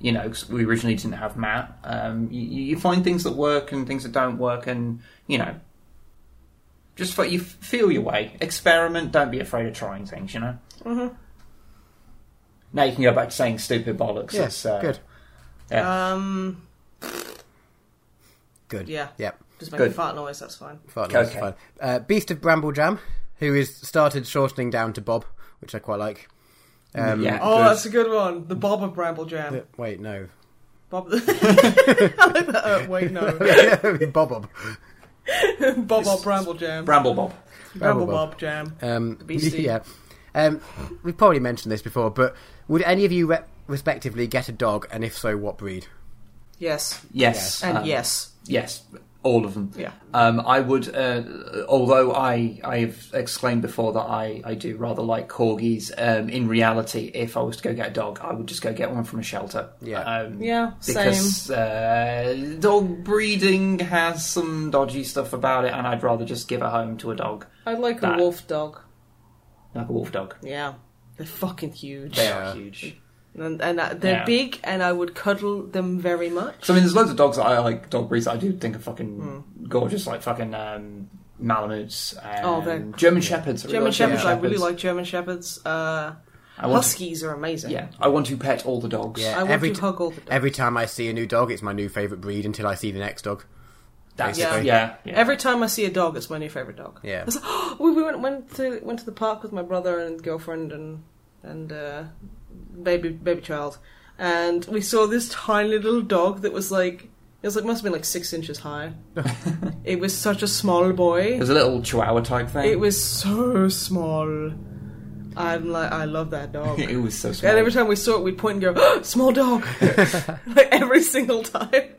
You know, 'cause we originally didn't have Matt. Um, you, you find things that work and things that don't work, and you know, just f you f- feel your way. Experiment. Don't be afraid of trying things. You know. Mm-hmm. Now you can go back to saying stupid bollocks. Yes, It's, uh, good, Yeah. Um, good. yeah. Yep. just make Good. a fart noise. That's fine. Fart noise, Okay. fine. Uh, Beast of Bramble Jam, who is started shortening down to Bob, which I quite like. Um, yeah. Oh, good. that's a good one. The Bob of Bramble Jam. th- Wait, no. Bob. I like that. Uh, wait, no. Bob Bob. Bob of Bramble Jam. Bramble Bob. Bramble Bob. Bob Jam. Um, Beastie. Yeah. Um, we've probably mentioned this before, but would any of you re- respectively get a dog, and if so, what breed? Yes. Yes. And um, yes. Yes. All of them. Yeah. Um, I would, uh, although I I have exclaimed before that I, I do rather like corgis. Um, in reality, if I was to go get a dog, I would just go get one from a shelter. Yeah. Um, Yeah, Because uh, dog breeding has some dodgy stuff about it, and I'd rather just give a home to a dog, I'd like That. a wolf dog. like a wolf dog. Yeah. They're fucking huge. They Yeah. are huge. And, and uh, they're Yeah. big, and I would cuddle them very much. So I mean, there's loads of dogs that I like. Dog breeds that I do think are fucking gorgeous, like fucking um, Malamutes. And Hmm. Oh, they're- German Shepherds. I really German like Shepherds, I really like German Shepherds. Uh, I want to- Huskies are amazing. yeah, I want to pet all the dogs. I want every to t- hug all the dogs. Every time I see a new dog, it's my new favourite breed until I see the next dog. That's Yeah. yeah. yeah, Every time I see a dog, it's my new favorite dog. Yeah. It's like, "Oh, we we went went to went to the park with my brother and girlfriend and and uh, baby baby child, and we saw this tiny little dog that was like it was like must have been like six inches high. it was such a small boy. There's a little Chihuahua type thing. It was so small. I'm like I love that dog. It was so small. And every time we saw it, we'd point and go, oh, "Small dog!" like every single time.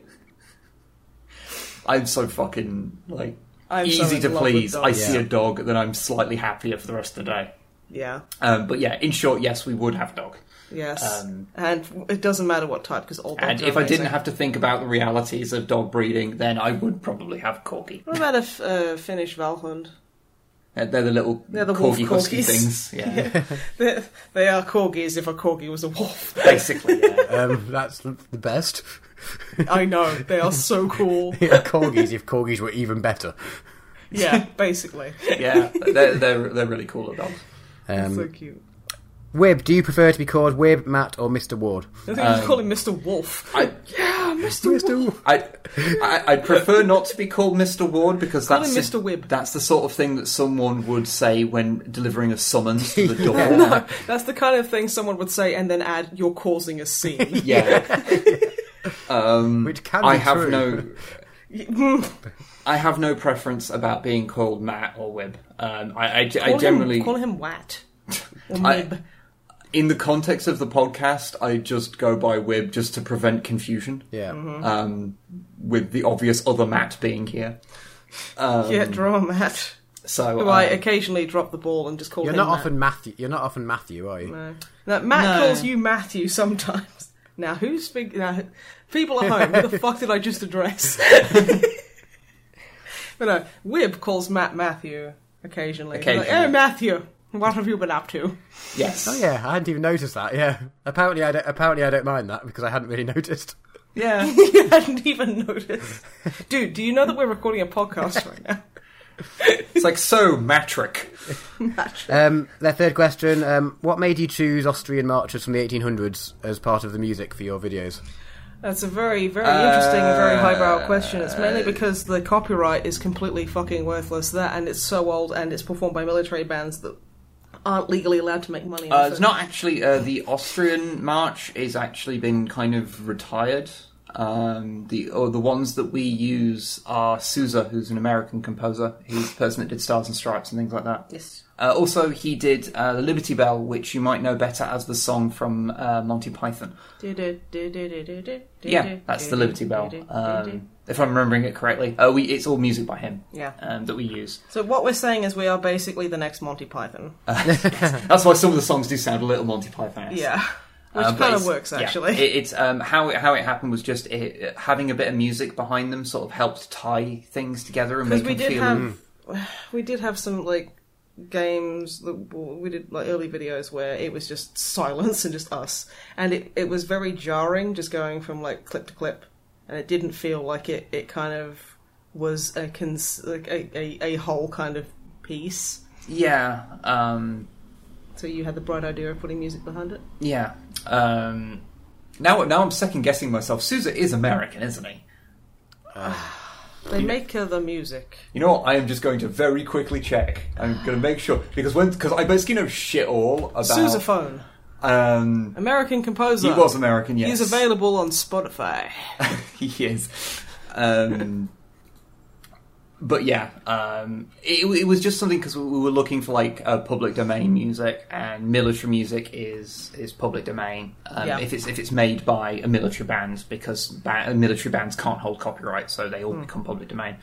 I'm so fucking like I'm so easy in to love with please. I dogs. see Yeah. a dog, then I'm slightly happier for the rest of the day. Yeah. Um, but yeah, in short, yes, we would have a dog. Yes, Um, and it doesn't matter what type because all dogs And are if I didn't amazing. have to think about the realities of dog breeding, then I would probably have corgi. what about a f- uh, Finnish Valhund? Uh, They're the little They're the wolf corgi husky corgis. things. Yeah, They, they are corgis. If a corgi was a wolf, basically. Yeah. Um, that's the best. I know they are so cool. Yeah, corgis, if corgis were even better. Yeah, basically, yeah, they're, they're they're really cool little dogs. Um, so cute. Wib, do you prefer to be called Wib, Matt, or Mr. Ward? I think uh, I was calling Mr. Wolf. I yeah, Mr. Wolf. Mr. Ward. I, I I prefer not to be called Mr. Ward because Call that's him the- Mr. Wibb. That's the sort of thing that someone would say when delivering a summons to the door. yeah. That's the kind of thing someone would say, and then add, "You're causing a scene." Um, Which can I be have true. no. I have no preference about being called Matt or Wib. Um, I, I, I Call generally him, call him Wat or I- Mib. in the context of the podcast, I just go by Wib just to prevent confusion. Yeah. Um, with the obvious other Matt being here. Um, yeah, draw a Matt. So Who I uh, occasionally drop the ball and just call You're him not Matt. often Matthew. You're not often Matthew, are you? No. Now, Matt No. calls you Matthew sometimes. Now, who's big? Now, who- people at home, who the fuck did I just address? but no, Wib calls Matt Matthew occasionally. He's like, Occasionally. oh, Matthew, what have you been up to? yes, Oh yeah, I hadn't even noticed that. Yeah, apparently I don't, apparently I don't mind that because I hadn't really noticed. yeah. you hadn't even noticed, dude. Do you know that we're recording a podcast right now? It's like so matric. Um, their third question: um, What made you choose Austrian marches from the 1800s as part of the music for your videos? That's a very, very interesting, and very Uh, highbrow question. It's mainly because the copyright is completely fucking worthless. That and it's so old, and it's performed by military bands that aren't legally allowed to make money. Uh, off it's it. not actually uh, the Austrian march is actually been kind of retired. Um, the or the ones that we use are Sousa, who's an American composer. He's the person that did Stars and Stripes and things like that. Yes. Uh, also, he did uh, the Liberty Bell, which you might know better as the song from uh, Monty Python. Yeah, that's the Liberty Bell. Um, if I'm remembering it correctly, uh, we, it's all music by him Yeah. um, that we use. So what we're saying is we are basically the next Monty Python. Uh, That's why some of the songs do sound a little Monty Python. yeah. Which Um, but kind of it's- works yeah. actually. It- it's um, how it, how it happened was just it, having a bit of music behind them sort of helped tie things together and make because we them did feel. mm. have we did have some like games that w- we did like early videos where it was just silence and just us and it, it was very jarring just going from like clip to clip and it didn't feel like it it kind of was a cons- like a, a, a whole kind of piece yeah, um, so you had the bright idea of putting music behind it yeah. Um, now, now I'm second guessing myself. Sousa is American, isn't he? they make uh, the music You know what? I am just going to very quickly check. I'm going to make sure because when because I basically know shit all about. Sousaphone Um, American composer he was American. Yes, he's available on Spotify he is. Um, but yeah, um, it, it was just something because we were looking for like uh, public domain music, and military music is is public domain um, Yeah. if it's if it's made by a military band because ba- military bands can't hold copyright, so they all Hmm. become public domain.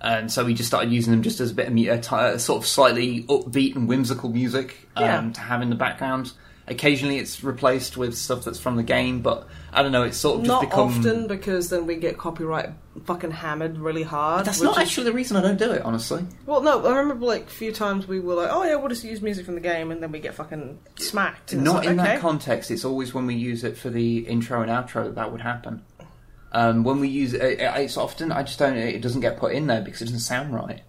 And so we just started using them just as a bit of mu- a ti- a sort of slightly upbeat and whimsical music um, Yeah. to have in the background. Occasionally, it's replaced with stuff that's from the game, but I don't know. It's sort of just not become often because then we get copyright fucking hammered really hard. That's which not is- actually the reason I don't do it, honestly. Well, no, I remember like a few times we were like, oh yeah, we'll just use music from the game, and then we get fucking smacked. And it's Not like, in okay. that context. It's always when we use it for the intro and outro that that would happen. Um, when we use it, it- it's often I just don't. It doesn't get put in there because it doesn't sound right.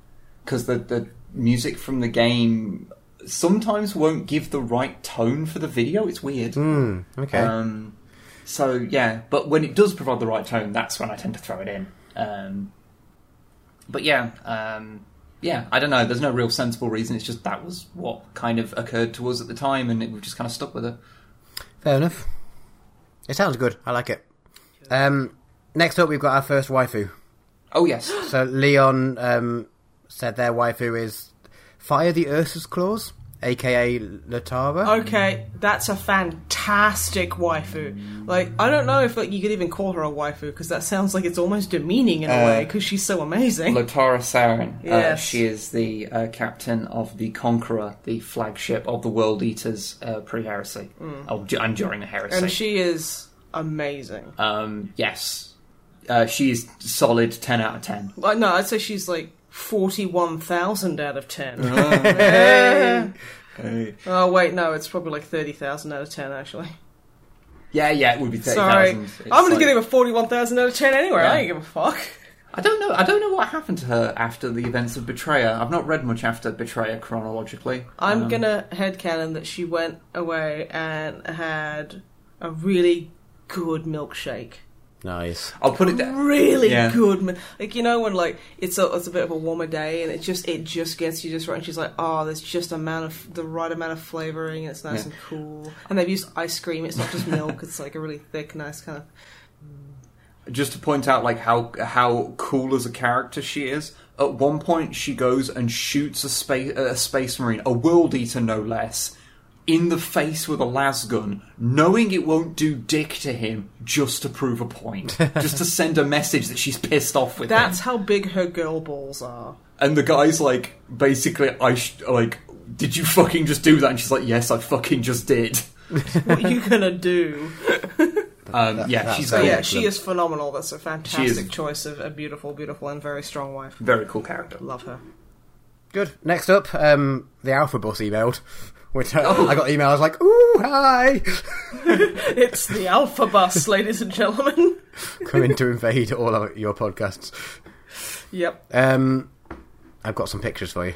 Because the the music from the game sometimes won't give the right tone for the video. It's weird. Hmm, okay. Um, so yeah, but when it does provide the right tone, that's when I tend to throw it in. Um, but yeah, um, yeah, I don't know. There's no real sensible reason. It's just that was what kind of occurred to us at the time, and it, we've just kind of stuck with it. Fair enough. It sounds good. I like it. Um, next up, we've got our first waifu. Oh yes, So Leon um, said their waifu is Fire the Ursus Claws, aka Latara. Okay, that's a fantastic waifu. Like, I don't know if like you could even call her a waifu because that sounds like it's almost demeaning in Uh, a way, 'cause way because she's so amazing. Lotara Saren. Uh, Yes. she is the uh, captain of the Conqueror, the flagship of the World Eaters uh, pre-heresy, oh, du- and during the heresy. Mm. and she is amazing. um, yes, uh, she is solid ten out of ten. Like, no, I'd say she's like forty-one thousand out of ten. Ah. Hey. Oh wait, no, it's probably like thirty thousand out of ten actually. Yeah, yeah, it would be thirty Sorry. thousand. I'm gonna give him a 41,000 out of 10 anyway. Yeah. I don't give a fuck. I don't know. I don't know what happened to her after the events of Betrayer. I've not read much after Betrayer chronologically. I'm Um, gonna headcanon that she went away and had a really good milkshake. Nice. I'll put it. down. Really Yeah. good, mi- like you know when like it's a it's a bit of a warmer day and it just it just gets you just right. And she's like, oh, there's just amount of the right amount of flavoring. It's nice Yeah. and cool. And they've used ice cream. It's not just milk. it's like a really thick, nice kind of just to point out like how how cool as a character she is. At one point, she goes and shoots a space a space marine, a world eater no less, in the face with a las gun, knowing it won't do dick to him, just to prove a point, just to send a message that she's pissed off with. him. That's how big her girl balls are. And the guy's like, basically, I sh- like, did you fucking just do that? And she's like, yes, I fucking just did. What are you gonna do? Um, yeah, that she's sounds- cool. yeah, Excellent. she is phenomenal. That's a She fantastic is- choice of a beautiful, beautiful, and very strong wife. Very cool character. Love her. Good. Next up, um, the Alpha Bus emailed. Which uh, Oh. I got email. I was like, "Ooh, hi! It's the Alpha Bus, ladies and gentlemen. Coming to invade all of your podcasts." Yep. Um, I've got some pictures for you.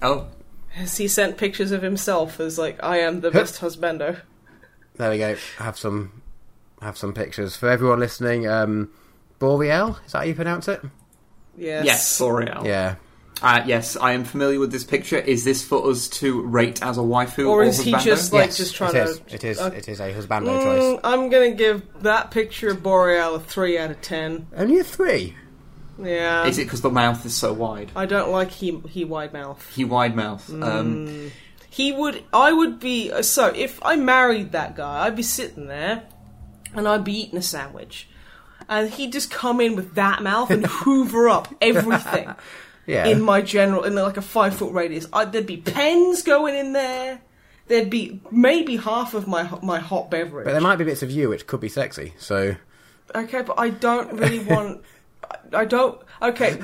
Oh, As he sent pictures of himself as like, I am the best husbando. There we go. Have some, have some pictures for everyone listening. Um, Boreal, is that how you pronounce it? Yes. Oh. yes, L'Oreal. Yeah. Uh, yes, I am familiar with this picture. Is this for us to rate as a waifu Or or, is he husbando? just like just trying it is. to? It is. Uh, It is a husbando mm, choice. I'm gonna give that picture of Boreal a three out of ten. Only a three. Yeah, Is it because the mouth is so wide? I don't like he he wide mouth. He wide mouth. Um, Mm. He would. I would be. uh, So if I married that guy, I'd be sitting there, and I'd be eating a sandwich, and he'd just come in with that mouth and hoover up everything Yeah. in my general in like a five foot radius. I, there'd be pens going in there. There'd be maybe half of my ho- my hot beverage. but there might be bits of you which could be sexy. So okay, but I don't really want. I- I don't. Okay,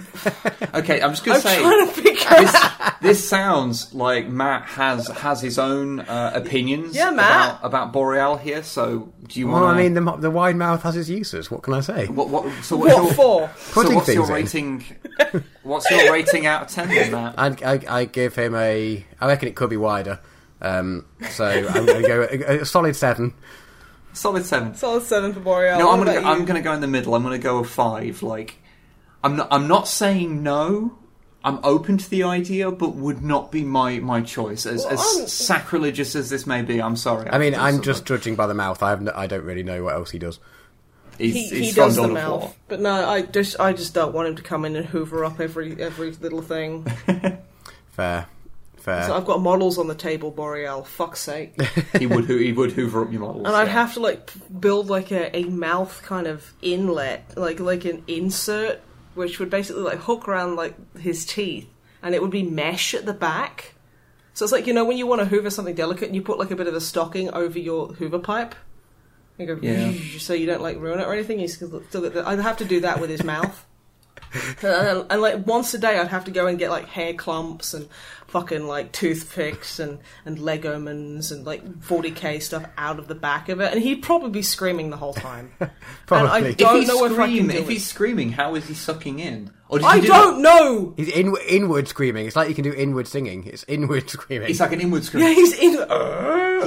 Okay, I'm just going I'm to say. trying to figure out. this, this sounds like Matt has has his own uh, opinions Yeah, Matt. About, about Boreal here. So do you want? well, I mean, the, mo- the wide mouth has its uses. What can I say? what, what, so what's What your, for? So Putting what's your things rating? what's your rating out of ten, then, Matt? I, I, I give him a. I reckon it could be wider. Um, so I'm going to go a, a solid seven. Solid seven. Solid seven for Boreal. No, What I'm gonna about go, I'm you? gonna go in the middle. I'm gonna go a five. Like, I'm not I'm not saying no. I'm open to the idea, but would not be my, my choice. As, Well, I'm- as sacrilegious as this may be, I'm sorry. I mean, I'm just judging by the mouth. I have no, I don't really know what else he does. he's, he, he's he from does the God of mouth, War. but no, I just I just don't want him to come in and hoover up every every little thing. Fair, fair. So I've got models on the table, Boreal. Fuck's sake! And He would hoo- he would hoover up your models. I'd yeah. have to like p- build like a, a mouth kind of inlet, like like an insert, which would basically like hook around like his teeth, and it would be mesh at the back. So it's like you know when you want to hoover something delicate, and you put like a bit of a stocking over your hoover pipe. You go, Yeah. so you don't like ruin it or anything. You still still get the, I'd have to do that with his mouth. and, and like once a day, I'd have to go and get like hair clumps and fucking like toothpicks and and Legomans and like 40k stuff out of the back of it, and he'd probably be screaming the whole time. And I Probably. don't if he's know if I can screaming, do if it. he's screaming, how is he sucking in? Or does he I do don't know. He's in, inward screaming. It's like you can do inward singing. It's inward screaming. That? It's like an inward scream. Yeah, he's in. uh,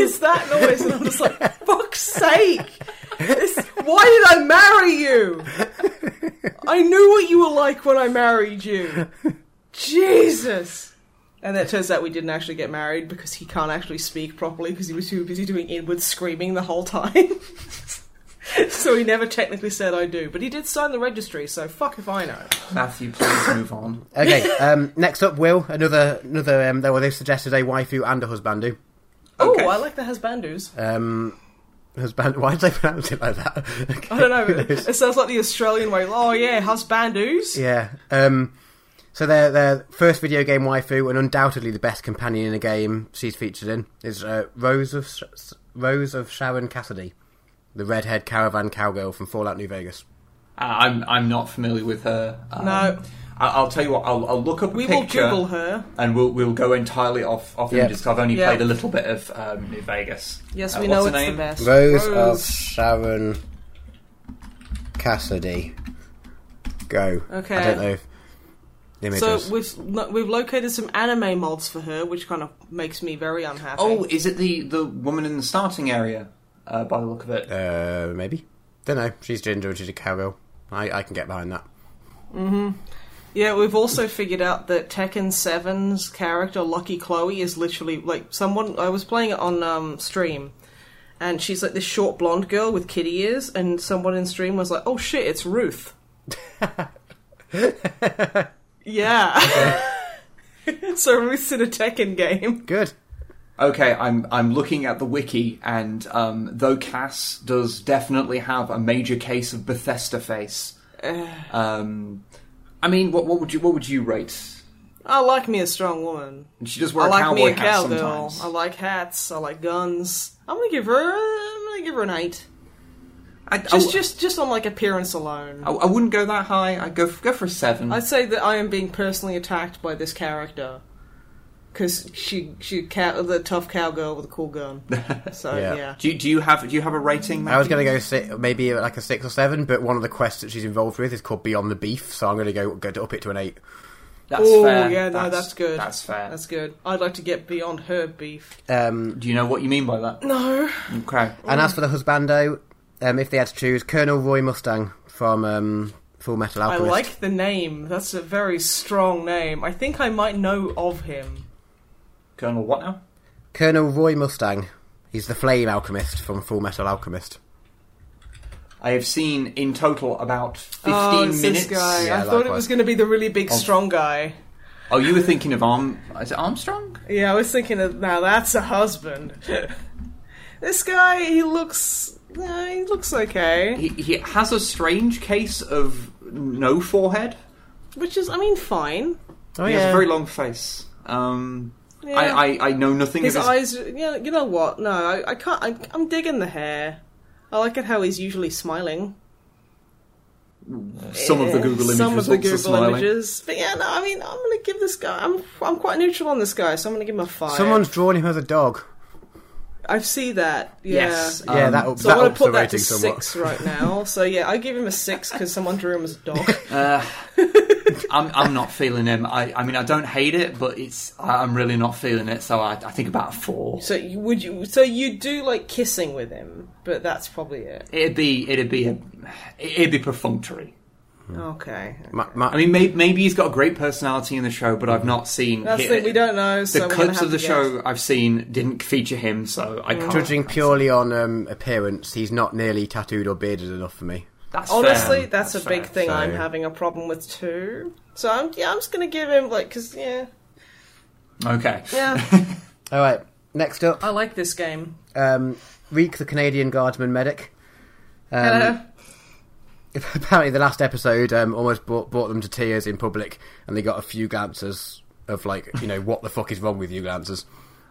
it's that noise, and I'm just like, fuck's sake! This, why did I marry you? I knew what you were like when I married you. Jesus! And then it turns out we didn't actually get married because he can't actually speak properly because he was too busy doing inward screaming the whole time. so he never technically said I do, but he did sign the registry, so fuck if I know. Matthew, please move on. okay. Um, next up, Will. Another another. Um, well, they've suggested a waifu and a husbandu. Okay. Oh, I like the husbandus. Um, husband. Why did they pronounce it like that? I don't know. Who It, knows? it sounds like the Australian way. Oh yeah, husbandoos. Yeah. Um, so their their first video game waifu and undoubtedly the best companion in the game she's featured in is uh, Rose of Sh- Rose of Sharon Cassidy, the redhead caravan cowgirl from Fallout New Vegas. Uh, I'm I'm not familiar with her. Um, No. I, I'll tell you what. I'll, I'll look up a We will picture Google her. and we'll we'll go entirely off off Yep. images. 'cause I've only Yep. played a little bit of um, New Vegas. Yes, Uh, we what's know her it's name? the best. Rose, of Rose. Sharon Cassidy. Go. Okay. I don't know. If images. So we've lo- we've located some anime mods for her, which kind of makes me very unhappy. Oh, is it the the woman in the starting area? Uh, by the look of it, uh, maybe. Don't know. She's ginger and she's a cowgirl. I, I can get behind that. yeah. We've also figured out that Tekken 7's character Lucky Chloe is literally like someone. I was playing it on um, stream, and she's like this short blonde girl with kitty ears, and someone in stream was like, "Oh shit, it's Ruth." yeah. so Ruth's in a Tekken game. Good. okay. I'm I'm looking at the wiki, and um, though Cass does definitely have a major case of Bethesda face. Uh. Um, I mean, what what would you what would you rate? I like me a strong woman. And she does wear I a like cowboy me a hat cowgirl. sometimes. I like hats. I like guns. I'm gonna give her. I'm gonna give her an eight. I, oh, Just, I- just, just on like appearance alone. I, I wouldn't go that high. I'd go for, go for a seven. I'd say that I am being personally attacked by this character because she, she, cow, the tough cowgirl with a cool gun. So Yeah. yeah. do, you, do you have do you have a rating? I was Matthew? going to go si maybe like a six or seven, but one of the quests that she's involved with is called Beyond the Beef, so I'm going to go, go to up it to an eight. That's oh fair. yeah, no, that's, good. That's fair. That's good. I'd like to get beyond her beef. Um, Do you know what you mean by that? No, Okay. and as for the husbando, um, if they had to choose, Colonel Roy Mustang from um, Full Metal I Alchemist. like the name. That's a very strong name. I think I might know of him. Colonel what now? Colonel Roy Mustang. He's the Flame Alchemist from Full Metal Alchemist. I have seen in total about 15 oh, it's minutes. this guy. Yeah, I thought it likewise. was going to be the really big, strong guy. Oh, you were thinking of Arm? Is it Armstrong? Yeah, I was thinking of now. That's a husband. this guy, he looks, uh, he looks okay. He, he has a strange case of no forehead. Which is, I mean, fine. Oh he has a very long face. Um, Yeah. I, I, I know nothing His of his. eyes, yeah, you know what? No, I, I can't. I, I'm digging the hair. I like it how he's usually smiling. Some of the Google image Some of the results are Google smiling. images. But yeah, no, I mean, I'm gonna give this guy. I'm I'm quite neutral on this guy, so I'm gonna give him a five. Someone's drawn him as a dog. I see that. Yeah. Yes. yeah, Um, that ups, So that I want ups to put the that rating to somewhat. six right now. So yeah, I give him a six because someone drew him as a dog. Uh, I'm, I'm not feeling him. I, I mean, I don't hate it, but it's I- I'm really not feeling it. So I, I think about a four. so you- would you? So you do like kissing with him, but that's probably it. It'd be it'd be a, it'd be perfunctory. Okay. Ma- ma- I mean, maybe, maybe he's got a great personality in the show, but I've not seen. That's hi- the thing, we don't know. The so we're gonna clips have of the to guess. Mm. show I've seen didn't feature him, so I can't. Judging purely on um, appearance, he's not nearly tattooed or bearded enough for me. That's Honestly, fair. that's, a big fair. thing I'm So- having a problem with too. So I'm yeah, I'm just gonna give him like because yeah, Okay. yeah, All right, next up, I like this game. um, Reek, the Canadian Guardsman medic. Um, Hello. apparently the last episode um, almost brought, brought them to tears in public and they got a few glances of like you know what the fuck is wrong with you glances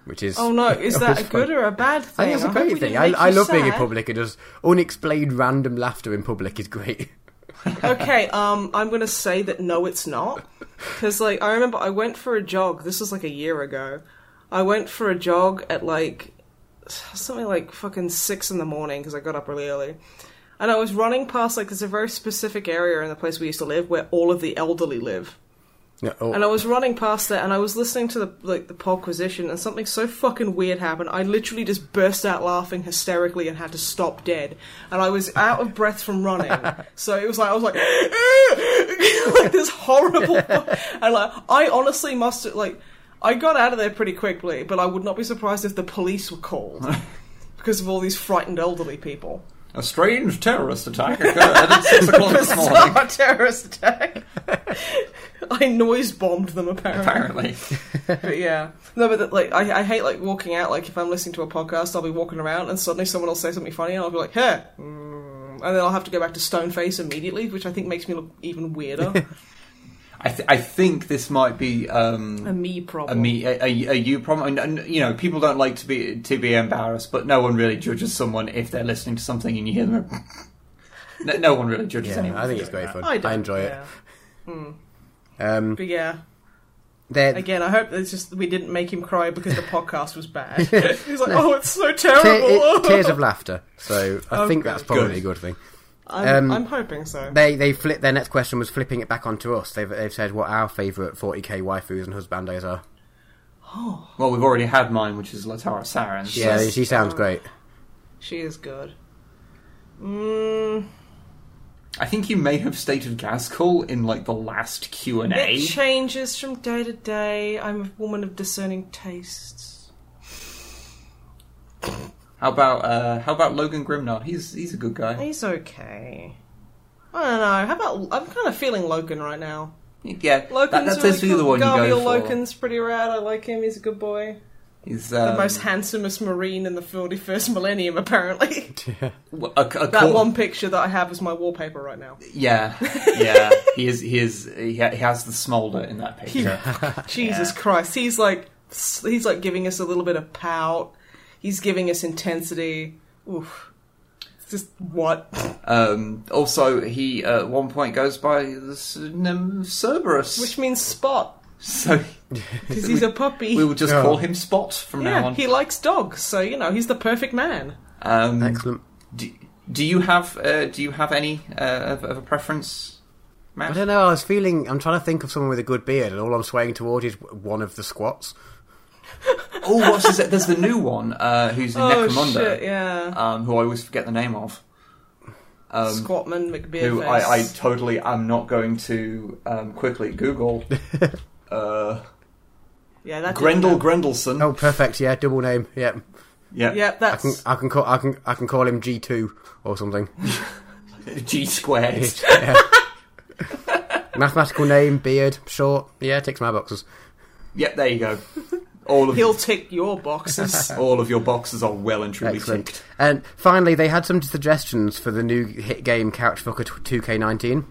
which is Oh no, is that a fun. good or a bad thing? I think it's a hope great we thing. didn't I, make I you love being in sad. public. It does unexplained random laughter in public is great. okay, um, I'm gonna say that no, it's not. Because like I remember, I went for a jog. This was like a year ago. I went for a jog at like something like fucking six in the morning because I got up really early. And I was running past like there's a very specific area in the place we used to live where all of the elderly live. Yeah, oh, And I was running past there, and I was listening to the like the podquisition, and something so fucking weird happened. I literally just burst out laughing hysterically and had to stop dead. And I was out of breath from running, so it was like I was like, like this horrible. And like I honestly must have like I got out of there pretty quickly, but I would not be surprised if the police were called because of all these frightened elderly people. A strange terrorist attack occurred at six o'clock this morning. Bizarre terrorist attack. I noise bombed them Apparently, But yeah, no, but that, like I, I hate like walking out. Like if I'm listening to a podcast, I'll be walking around and suddenly someone will say something funny, and I'll be like, "Hey," mm, and then I'll have to go back to stone face immediately, which I think makes me look even weirder. I, th- I think this might be um, a me a problem. me a, a, a you problem. And, and, you know, people don't like to be to be embarrassed, but no one really judges someone if they're listening to something and you hear them. no, no one really judges yeah, anyone. I think for it's doing great fun. I, I, don't enjoy care. it. Um, But yeah, they're- again, I hope it's just we didn't make him cry because the podcast was bad. He's like, "Oh, it's so te- it- terrible." tears of laughter. So I Oh, think good. that's probably Good. a good thing. I'm, um, I'm hoping so. They they flip their next question was flipping it back onto us. They've they've said what our favourite 40k waifus and husbandos are. that. Well, we've already had mine, which is Latara Saren. so- Yeah, she sounds great. She is good. Mm, I think you may have stated Gazcool in like the last Q and it A. changes from day to day. I'm a woman of discerning tastes. How about uh, how about Logan Grimnard? He's he's a good guy. He's okay. I don't know. How about I'm kind of feeling Loken right now. Yeah, Loken's that, that's really basically the cool. one Garvey you go for. Loken's pretty rad. I like him. He's a good boy. He's The um, most handsomest marine in the 41st millennium, apparently. w- a, a that cor- one picture that I have is my wallpaper right now. Yeah, yeah. he is. He is. He, ha- he has the smolder in that picture. Jesus Christ, he's like he's like giving us a little bit of pout. He's giving us intensity. Oof. It's just what? Um, also, he uh, at one point goes by the pseudonym Cerberus. Which means spot so because he's a puppy. we will just Yeah. call him Spot from now yeah, on. he likes dogs, so you know he's the perfect man. Um, Excellent. do, do you have uh, Do you have any uh, of, of a preference, I Matt? don't know. I was feeling. I'm trying to think of someone with a good beard, and all I'm swaying toward is one of the squats. Oh, what's his, there's the new one uh, who's in Oh Necromunda, shit! Yeah. um, who I always forget the name of. Um, Squatman McBeerface. who I, I totally am not going to um, quickly Google. uh, yeah, that Grendel didn't happen. Grendelson. Oh, perfect. Yeah, double name. Yeah, Yeah. Yep, I can that's I can call I can I can call him G two or something. G squared. Yeah. Mathematical name, beard, short. Yeah, ticks my boxes. yep, there you go. All of he'll tick your boxes. all of your boxes are well and truly Excellent. ticked. And finally, they had some suggestions for the new hit game Couch Fucker 2K19.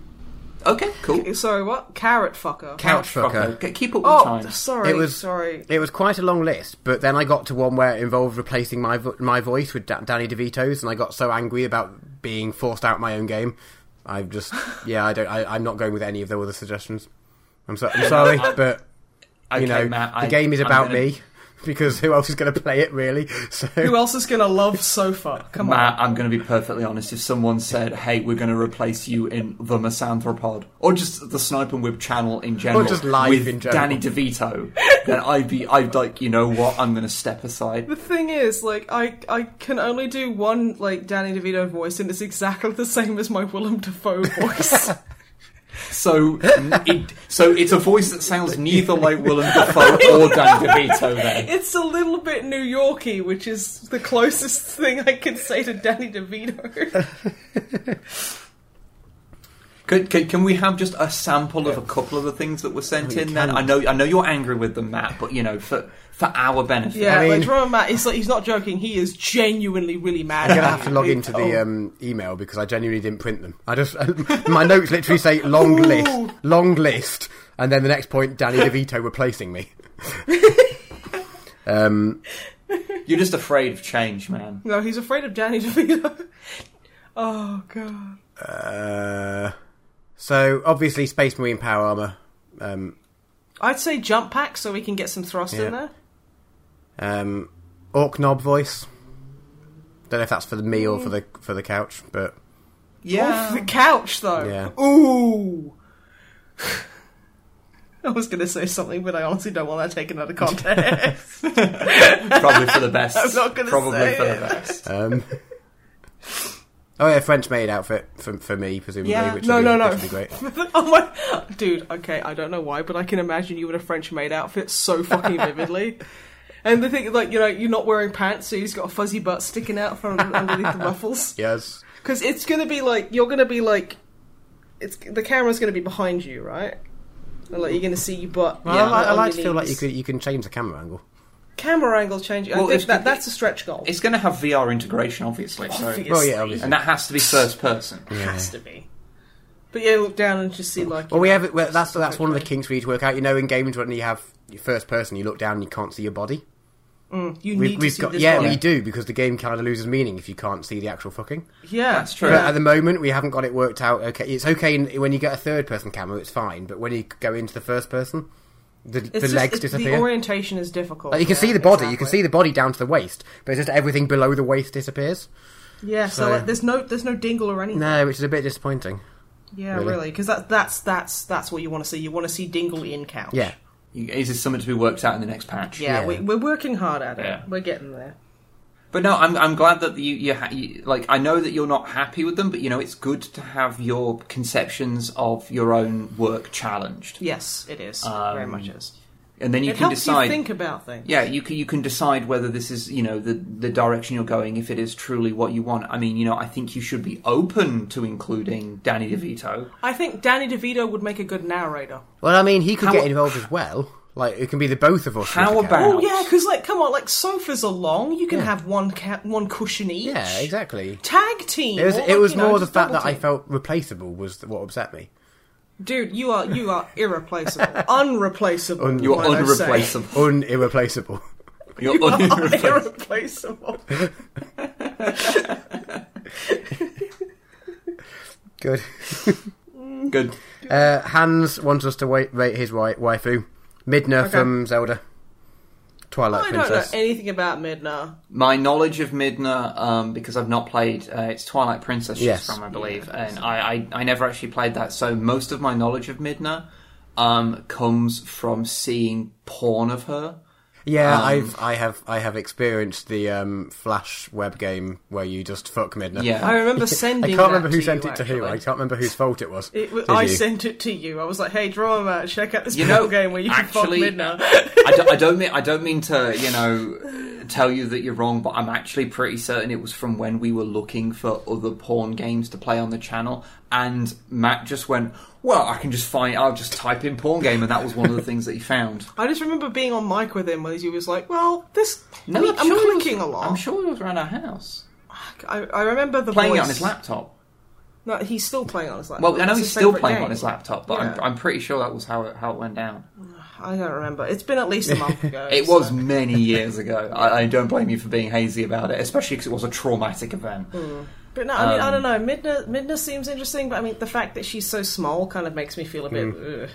Okay, cool. sorry, what? Carrot fucker. Couch Fucker. Okay, Keep up with oh, time. sorry, It was- sorry. It was quite a long list, but then I got to one where it involved replacing my vo- my voice with da- Danny DeVito's, and I got so angry about being forced out my own game. I've just, yeah, I don't, I, I'm not going with any of the other suggestions. I'm, so, I'm sorry, but you Okay, know, Matt, the I- game is I'm about gonna- me because who else is going to play it really? So Who else is gonna love sofa? Come on. Matt, I'm going to be perfectly honest. If someone said, "Hey, we're going to replace you in the Misanthropod," or just the Snipe and Whip channel in general, just live with in general. Danny DeVito, then I'd be, I'd like, you know what? I'm going to step aside. The thing is, like, I I can only do one like Danny DeVito voice, and it's exactly the same as my Willem Dafoe voice. So, it, so it's a voice that sounds neither like Willem Dafoe or Danny DeVito. Then it's a little bit New Yorky, which is the closest thing I can say to Danny DeVito. Could, can, can we have just a sample of a couple of the things that were Oh, sent in? Then I know I know you're angry with them, Matt, but you know for for our benefit. yeah, I mean- like Drummer Matt, it's like he's not joking. He is genuinely really mad. I'm gonna at have to you. log He- into the oh. um, email because I genuinely didn't print them. I just my notes literally say long list, long list, and then the next point Danny DeVito replacing me. um, You're just afraid of change, man. No, he's afraid of Danny DeVito. oh god. uh, so obviously Space Marine power armor. Um, I'd say jump pack so we can get some thrust Yeah. in there. um, Orc knob voice. Don't know if that's for the me or for the for the couch, but Off the couch though. Yeah. Ooh. I was going to say something, but I honestly don't want that taken out of context. probably for the best. I'm not gonna probably say for it. the best. um, oh yeah, French maid outfit for for me presumably, Yeah. which No, would be, no, no. which would be great. oh my, dude. Okay, I don't know why, but I can imagine you in a French maid outfit so fucking vividly. And the thing, like you know, you're not wearing pants, so you just got a fuzzy butt sticking out from underneath the ruffles. Yes. Because it's gonna be like you're gonna be like, it's the camera's gonna be behind you, right? And, like you're gonna see your butt. Well, yeah, I, like, I on like to your feel like you knees. could you can change the camera angle. camera angle change. I Well, think it's- that that's a stretch goal. It's going to have VR integration, obviously. so- Obviously. Well, yeah, obviously. and that has to be first person. has to be. But yeah, look down and just see like. Well, we you have know, it. Well, that's just that's one of the quickly. kinks we need to work out. You know, in games when you have your first person, you look down and you can't see your body. You We, need to we've see got this yeah, body. we do because the game kind of loses meaning if you can't see the actual fucking. yeah, That's true. But Yeah. at the moment, we haven't got it worked out. Okay, it's okay in- when you get a third person camera, it's fine. But when you go into the first person, the, the It's just- legs it- disappear. The orientation is difficult. Like, you can yeah, see the body, you can exactly. see the body down to the waist, but it's just everything below the waist disappears. Yeah, so, so- like, there's no there's no dingle or anything. No, which is a bit disappointing. yeah, really. really, because that that's that's that's what you want to see. You want to see dingle in couch. Yeah, You- Is this something to be worked out in the next patch? Yeah, Yeah. We, we're working hard at it. Yeah. We're getting there. But no, I'm I'm glad that you you, ha- you like I know that you're not happy with them, but you know it's good to have your conceptions of your own work challenged, Yes, it is. very much Um, is. and then you It can helps decide. you think about things. yeah, you can you can decide whether this is you know the the direction you're going if it is truly what you want. I mean, you know, I think you should be open to including Danny DeVito. I think Danny DeVito would make a good narrator. Well, I mean, he could How- get involved as well. Like, it can be the both of us. with How the about- camera. Oh yeah, because like, come on, like sofas are long. You can Yeah. have one ca- one cushion each. Yeah, exactly. Tag team. It was or, it like, was you know, more the just fact double that I team. felt replaceable was what upset me. Dude, you are you are irreplaceable, unreplaceable. Un- You're might I say. unreplaceable. Unirreplaceable. You're unreplaceable. irreplaceable. Good. Good. Uh, Hans wants us to wait, rate his wi- waifu, Midna from Zelda, Twilight I don't know Princess. anything about Midna. My knowledge of Midna, um, because I've not played, uh, it's Twilight Princess she's Yes. from, I believe, and I, I, I never actually played that, so most of my knowledge of Midna um, comes from seeing porn of her. Yeah, I've I have I have experienced the um, Flash web game where you just fuck midnight. Yeah. I remember I sending. can't that remember who to sent you, it to who. actually. I can't remember whose fault it was. It, Did I you? sent it to you. I was like, "Hey, draw a match. Check out this You battle know, game where you actually- can fuck Midna." I don't, I don't mean I don't mean to you know tell you that you're wrong, but I'm actually pretty certain it was from when we were looking for other porn games to play on the channel, and Matt just went, "Well, I can just find. I'll just type in porn game," and that was one of the things that he found. I just remember being on mic with him where he was like, "Well, this No, I mean, I'm I'm sure it was- clicking a lot." I'm sure it was around our house I, I remember the playing voice. it on his laptop. No, he's still playing on his laptop. Well, I know That's he's his still favourite playing game. on his laptop, but Yeah. I'm, I'm pretty sure that was how it, how it went down. I don't remember. It's been at least a month ago. It so- was many years ago. I, I don't blame you for being hazy about it, especially because it was a traumatic event. But no, I mean, I don't um, know. Midna, Midna seems interesting, but I mean, the fact that she's so small kind of makes me feel a bit. ugh. I'm Mm.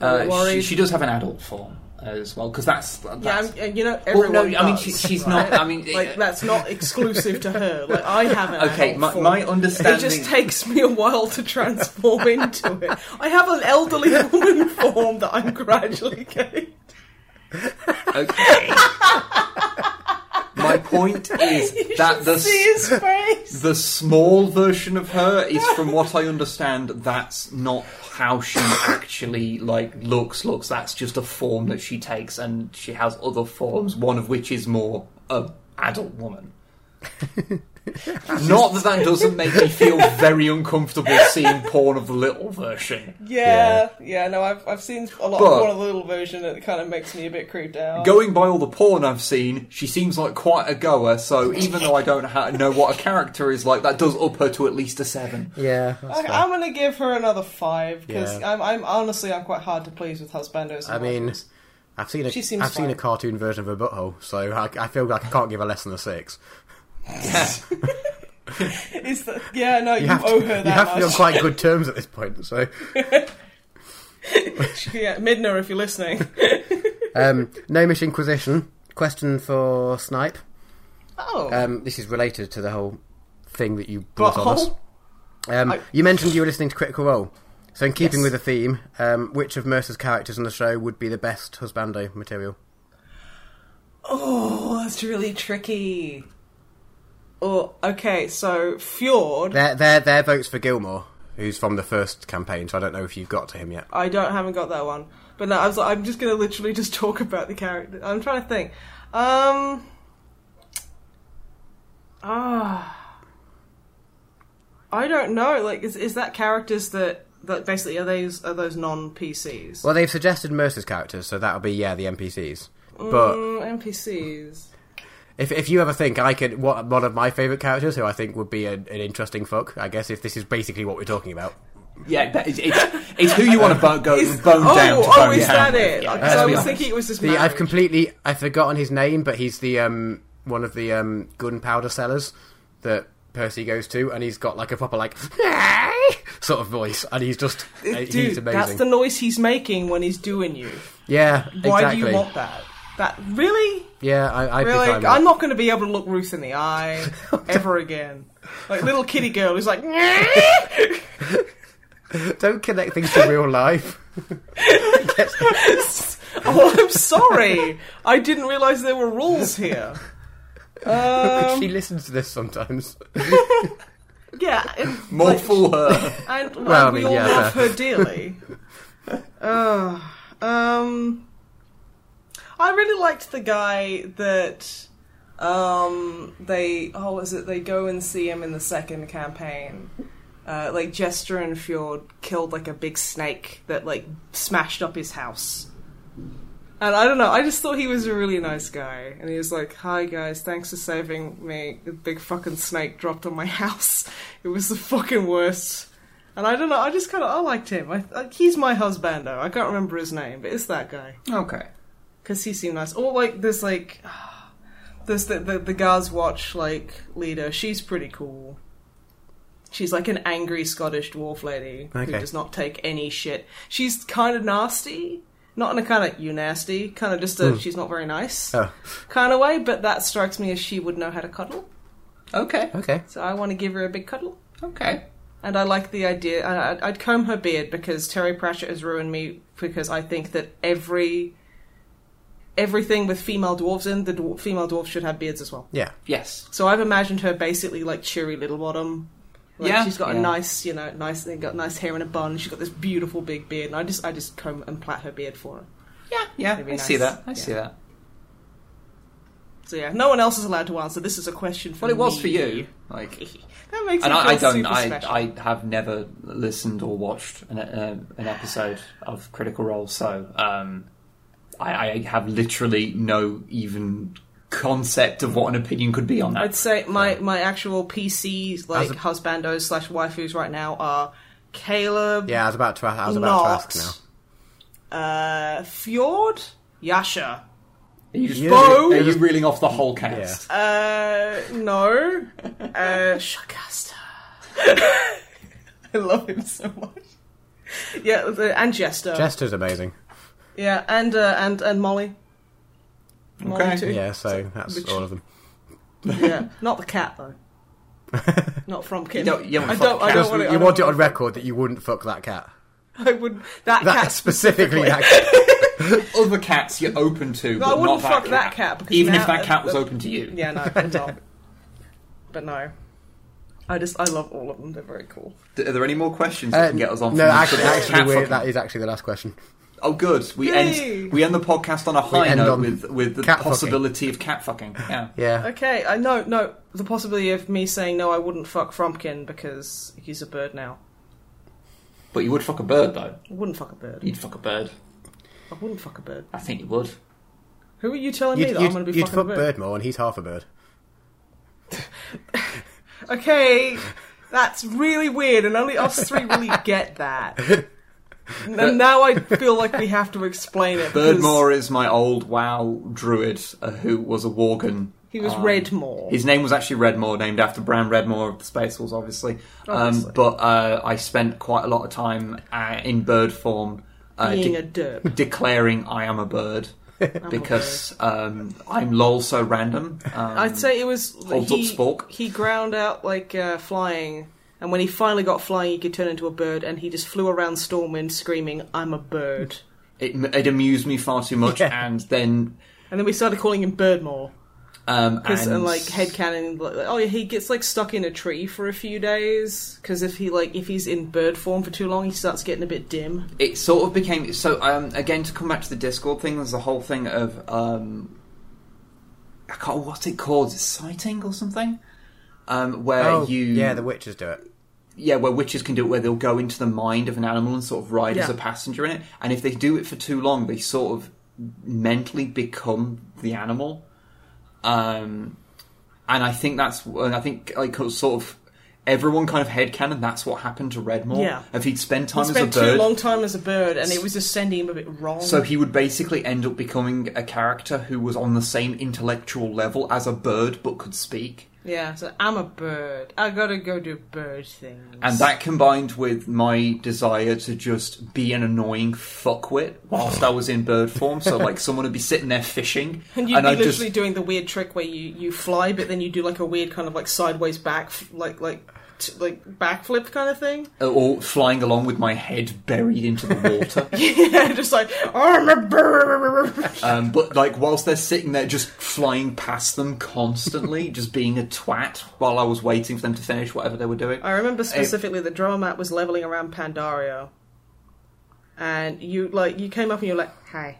Uh, she, worried. she does have an adult form as well because that's, uh, that's yeah, I'm, and you know, Well, everyone. no, I mean does, she, she's right? not. I mean, like that's not exclusive to her. Like I haven't. okay. My, my understanding. It just takes me a while to transform into it. I have an elderly woman form that I'm gradually getting. okay. my point is You that should the see s- his face. the small version of her is, from what I understand, that's not how she actually like looks. Looks. That's just a form that she takes, and she has other forms. One of which is more a adult woman. Not that that doesn't make me feel very uncomfortable seeing porn of the little version. Yeah, yeah. No, I've I've seen a lot But- of one of the little version, and it kind of makes me a bit creeped out. Going by all the porn I've seen, she seems like quite a goer. So even though I don't ha- know what a character is like, that does up her to at least a seven. Yeah. that's Okay, fair. I'm gonna give her another five because Yeah. I'm, I'm honestly I'm quite hard to please with husbandos. I and mean, wives. I've seen a, She seems I've seen a fine. cartoon version of a butthole, so I, I feel like I can't give her less than a six. is that yeah? No, you, You have, owe to, her you have that to be on much. quite good terms at this point. So, yeah, Midna, if you're listening, um, Gnomish Inquisition question for Snipe. oh, Um, this is related to the whole thing that you brought on us. Butthole? Um, I- You mentioned you were listening to Critical Role. So, in keeping Yes. with the theme, um, which of Mercer's characters on the show would be the best husbando material? oh, that's really tricky. Oh, okay, so Fjord. Their their their votes for Gilmore, who's from the first campaign. So I don't know if you've got to him yet. I don't haven't got that one. But no, I was like, I'm just gonna literally just talk about the character. I'm trying to think. Um. Ah. I don't know. Like, is is that characters that that basically are those are those non PCs? Well, they've suggested Mercer's characters, so that'll be yeah the NPCs. But Mm, NPCs. if if you ever think I could, what one of my favourite characters who I think would be an, an interesting fuck, I guess if this is basically what we're talking about. Yeah, that is, it's, it's who you want to bo- go bone oh, down to oh, bone is down that with, it? yeah. Because Let's I be was honest. thinking it was this. The, I've marriage. completely I've forgotten his name, but he's the um one of the um gunpowder sellers that Percy goes to, and he's got like a proper like sort of voice, and he's just he's Uh, Dude, amazing. that's the noise he's making when he's doing you. Yeah, Why exactly. do you want that? That really? Yeah, I, I Really, think like, I'm, I'm not going to be able to look Ruth in the eye ever again. Like little kitty girl who's like, Don't connect things to real life. "Oh, I'm sorry, I didn't realize there were rules here." Um, she listens to this sometimes. yeah, it- More like, fool her. and, and Well, I we mean, all yeah, love fair. her dearly. Uh, um, I really liked the guy that um, they oh was it they go and see him in the second campaign. Uh, like Jester and Fjord killed like a big snake that like smashed up his house. And I don't know, I just thought he was a really nice guy. And he was like, Hi guys, thanks for saving me. A big fucking snake dropped on my house. It was the fucking worst. And I don't know, I just kind of, I liked him. I, I, he's my husbando. I can't remember his name, but it's that guy. Okay. Because he seemed nice. Or like, there's like, there's the, the, the Guards Watch, like, leader. She's pretty cool. She's like an angry Scottish dwarf lady Okay. who does not take any shit. She's kind of nasty. Not in a kind of you nasty, kind of just a she's not very nice oh, kind of way, but that strikes me as she would know how to cuddle. Okay. okay. So I want to give her a big cuddle. Okay. And I like the idea. and I'd, I'd comb her beard because Terry Pratchett has ruined me because I think that every everything with female dwarves in, the dwar- female dwarves should have beards as well. Yeah. Yes. So I've imagined her basically like cheery little bottom. Like Yeah. she's got Yeah. a nice, you know, nice thing, got nice hair in a bun. She's got this beautiful big beard, and I just, I just comb and plait her beard for her. Yeah, yeah. I That'd be see nice. that. I see Yeah. that. So yeah, no one else is allowed to answer. This is a question for Well, it was me. for you, like, That makes and me feel I, I don't. super I, special. I have never listened or watched an, uh, an episode of Critical Role, so um, I, I have literally no even concept of what an opinion could be on that. I'd say my, my actual PC like As a- husbandos slash waifus right now are Caleb, Yeah, I was about to. I was about Nox, to ask uh, Fjord, Yasha. Are you, just, Yeah. Bo, are Yeah. you reeling off the whole cast? Uh, no, uh, Shagasta. I love him so much. Yeah, the- and Jester. now. Jester's amazing. yeah, and uh, and and Molly. Molly Okay. too. Yeah, so that's which- all of them. Yeah, not the cat though. Not from Kim. You don't- you haven't I fucked don't. I cats. don't Just, want it. you want it on record that you wouldn't fuck that cat. I would. That, That cat specifically, that cat. Other cats you're open to, I but wouldn't not fuck that that cat cat. because Even now- if that cat was open to you. Yeah, no, I don't. but no, I just I love all of them. They're very cool. D- Are there any more questions that Uh, can get us on? no, from actually, cat actually we're, fucking? that is actually the last question. Oh, good. We Yay. end we end the podcast on a high end note on with with the cat fucking. possibility of cat fucking. Yeah. Yeah. Okay, I no no the possibility of me saying no, I wouldn't fuck Frumpkin because he's a bird now. But you would fuck a bird though. I wouldn't fuck a bird. You'd fuck a bird. I wouldn't fuck a bird. I think you would. Who are you telling You'd, me that you'd- I'm going to be you'd fucking fuck a bird? Birdmore, and he's half a bird. Okay, that's really weird, and only us three really get that. And now I feel like we have to explain it. because Birdmore is my old WoW druid uh, who was a worgen. He was Um, Redmore. His name was actually Redmore, named after Bran Redmore of the Space Wolves, obviously. Obviously. Um, but uh, I spent quite a lot of time uh, in bird form uh, being de- a derp. declaring I am a bird because um, I'm lol so random. Um, I'd say it was Holds he, up spork. he ground out like uh, flying, and when he finally got flying, he could turn into a bird, and he just flew around Stormwind screaming, "I'm a bird!" it, it amused me far too much, Yeah. and then And then we started calling him Birdmore um, because and- and uh, like headcanon, like, oh yeah, he gets like stuck in a tree for a few days because if he like if he's in bird form for too long, he starts getting a bit dim. it sort of became so um again to come back to the discord thing there's a whole thing of um i can't what's it called is it sighting or something um where oh, you yeah, the witches do it. yeah, where witches can do it, where they'll go into the mind of an animal and sort of ride as Yeah. a passenger in it. And if they do it for too long, they sort of mentally become the animal. Um, and I think that's, and I think like sort of everyone kind of headcanon that's what happened to Redmore. Yeah. If he'd spent He time spent as a too bird, long time as a bird, and it was just sending him a bit wrong. so he would basically end up becoming a character who was on the same intellectual level as a bird but could speak. yeah, so I'm a bird. I gotta go do bird things. And that combined with my desire to just be an annoying fuckwit whilst I was in bird form. So, like, someone would be sitting there fishing. And you'd be I'd literally doing the weird trick where you, you fly, but then you do like a weird kind of like sideways back, like like t- like backflip kind of thing. Or uh, flying along with my head buried into the water. yeah, just like I'm a bird. um, but, like, whilst they're sitting there just flying past them constantly, just being a twat while I was waiting for them to finish whatever they were doing. I remember specifically the drama mat was leveling around Pandaria, and you like you came up and you were like, "Hi,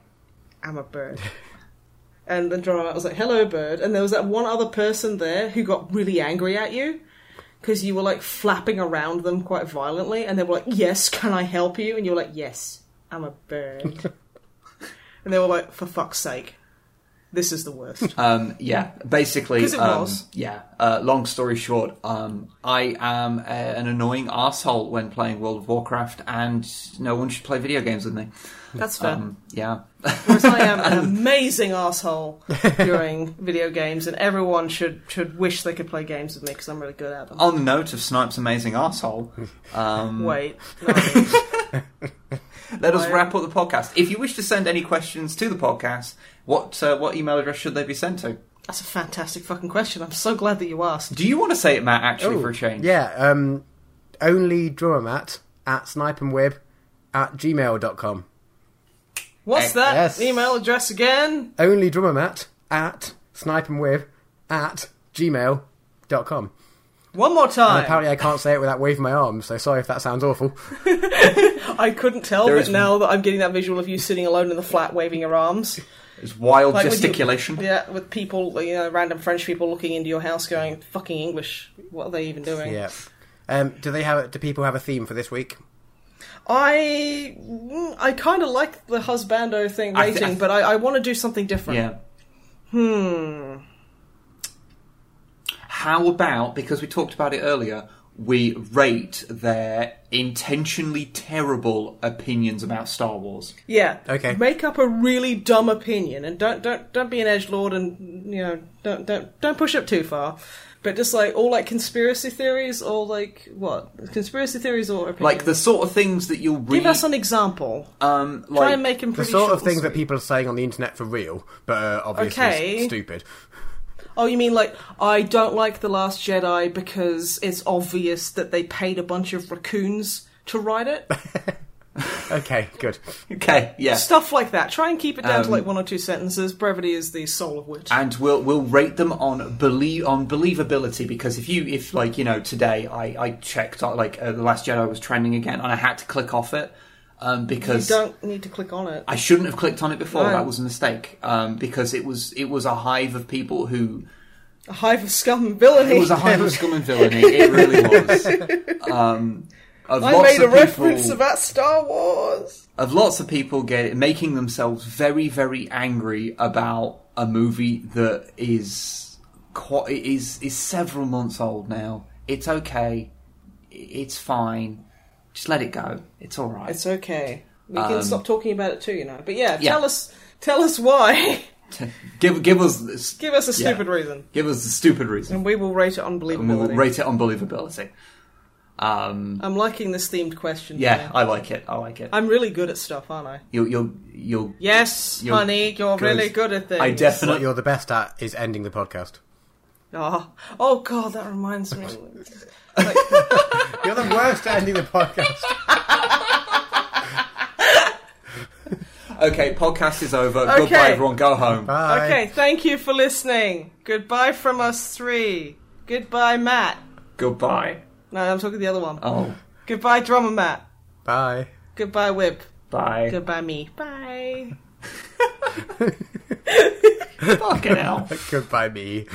I'm a bird," and the drama mat was like, "Hello, bird," and there was that one other person there who got really angry at you because you were like flapping around them quite violently, and they were like, "Yes, can I help you?" and you were like, "Yes, I'm a bird," and they were like, "For fuck's sake, this is the worst." Um, yeah, basically. 'Cause it um, was. Yeah. Uh, long story short, um, I am a, an annoying asshole when playing World of Warcraft, and no one should play video games with me. That's fair. Um, yeah. Whereas I am an amazing asshole during video games, and everyone should should wish they could play games with me because I'm really good at them. On the note of Snipe's amazing asshole, um, Wait, no, I mean, let us I- wrap up the podcast. If you wish to send any questions to the podcast, what uh, what email address should they be sent to? that's a fantastic fucking question. I'm so glad that you asked. Do you want to say it, Matt? Actually, Ooh, for a change. Oh, Yeah, um, only drummermat at snipeandwib at gmail.com. What's that Yes. email address again? Only drummer Matt at snipeandwib at gmail.com. One more And time. apparently I can't say it without waving my arms, so sorry if that sounds awful. I couldn't tell, There but is- now that I'm getting that visual of you sitting alone in the flat waving your arms. It's wild Like, would you- gesticulation. Yeah, with people, you know, random French people looking into your house going, fucking English. What are they even doing? Yeah. Um, do they have? Do people have a theme for this week? I mm, I kind of like the husbando thing I thi- I rating, thi- but I, I want to do something different. Yeah. Hmm. How about because we talked about it earlier, we rate their intentionally terrible opinions about Star Wars. Yeah. Okay. Make up a really dumb opinion, and don't don't don't be an edge lord, and you know don't don't don't push it too far. But just like all like conspiracy theories, or like what conspiracy theories or opinions. Like the sort of things that you'll read. give us an example. um, like Try and make them The pretty sort short of things and that sweet. people are saying on the internet for real, but uh, obviously Okay. stupid. Oh, you mean like I don't like the Last Jedi because it's obvious that they paid a bunch of raccoons to write it. Okay, good. okay, yeah. Stuff like that. Try and keep it down to Um, like one or two sentences. Brevity is the soul of wit. and we'll we'll rate them on believe on believability because if you if like you know today I I checked uh, like uh, the Last Jedi was trending again and I had to click off it um, you because don't need to click on it. I shouldn't have clicked on it before. No. That was a mistake um, because it was it was a hive of people who A hive of scum and villainy. it was a hive of scum and villainy. It really was. Um, of I lots made a of people, reference about Star Wars. of lots of people get making themselves very very angry about a movie that is quite is is several months old now. It's okay. It's fine. Just let it go. It's all right. It's okay. We can stop talking about it too, you know. But yeah, Um, Yeah. tell us, tell us why. give give us Give us a Yeah. stupid reason, give us the stupid reason. and we will rate it and we'll unbelievability. rate it on believability. Um, I'm liking this themed question. yeah, today. I like it. I like it. I'm really good at stuff, aren't I? You'll, you'll, you'll. Yes, You're honey, you're good. really good at things. I What definitely. you're the best at is ending the podcast. Oh, oh God, that reminds me. You're the worst at ending the podcast. Okay, podcast is over. Okay. Goodbye, everyone. Go home. Bye. okay, thank you for listening. Goodbye from us three. Goodbye, Matt. Goodbye. No, I'm talking the other one. Oh, Goodbye, drummer Matt. Bye. Goodbye, Whip. bye. Goodbye, me. Bye. Fucking hell. Goodbye, me.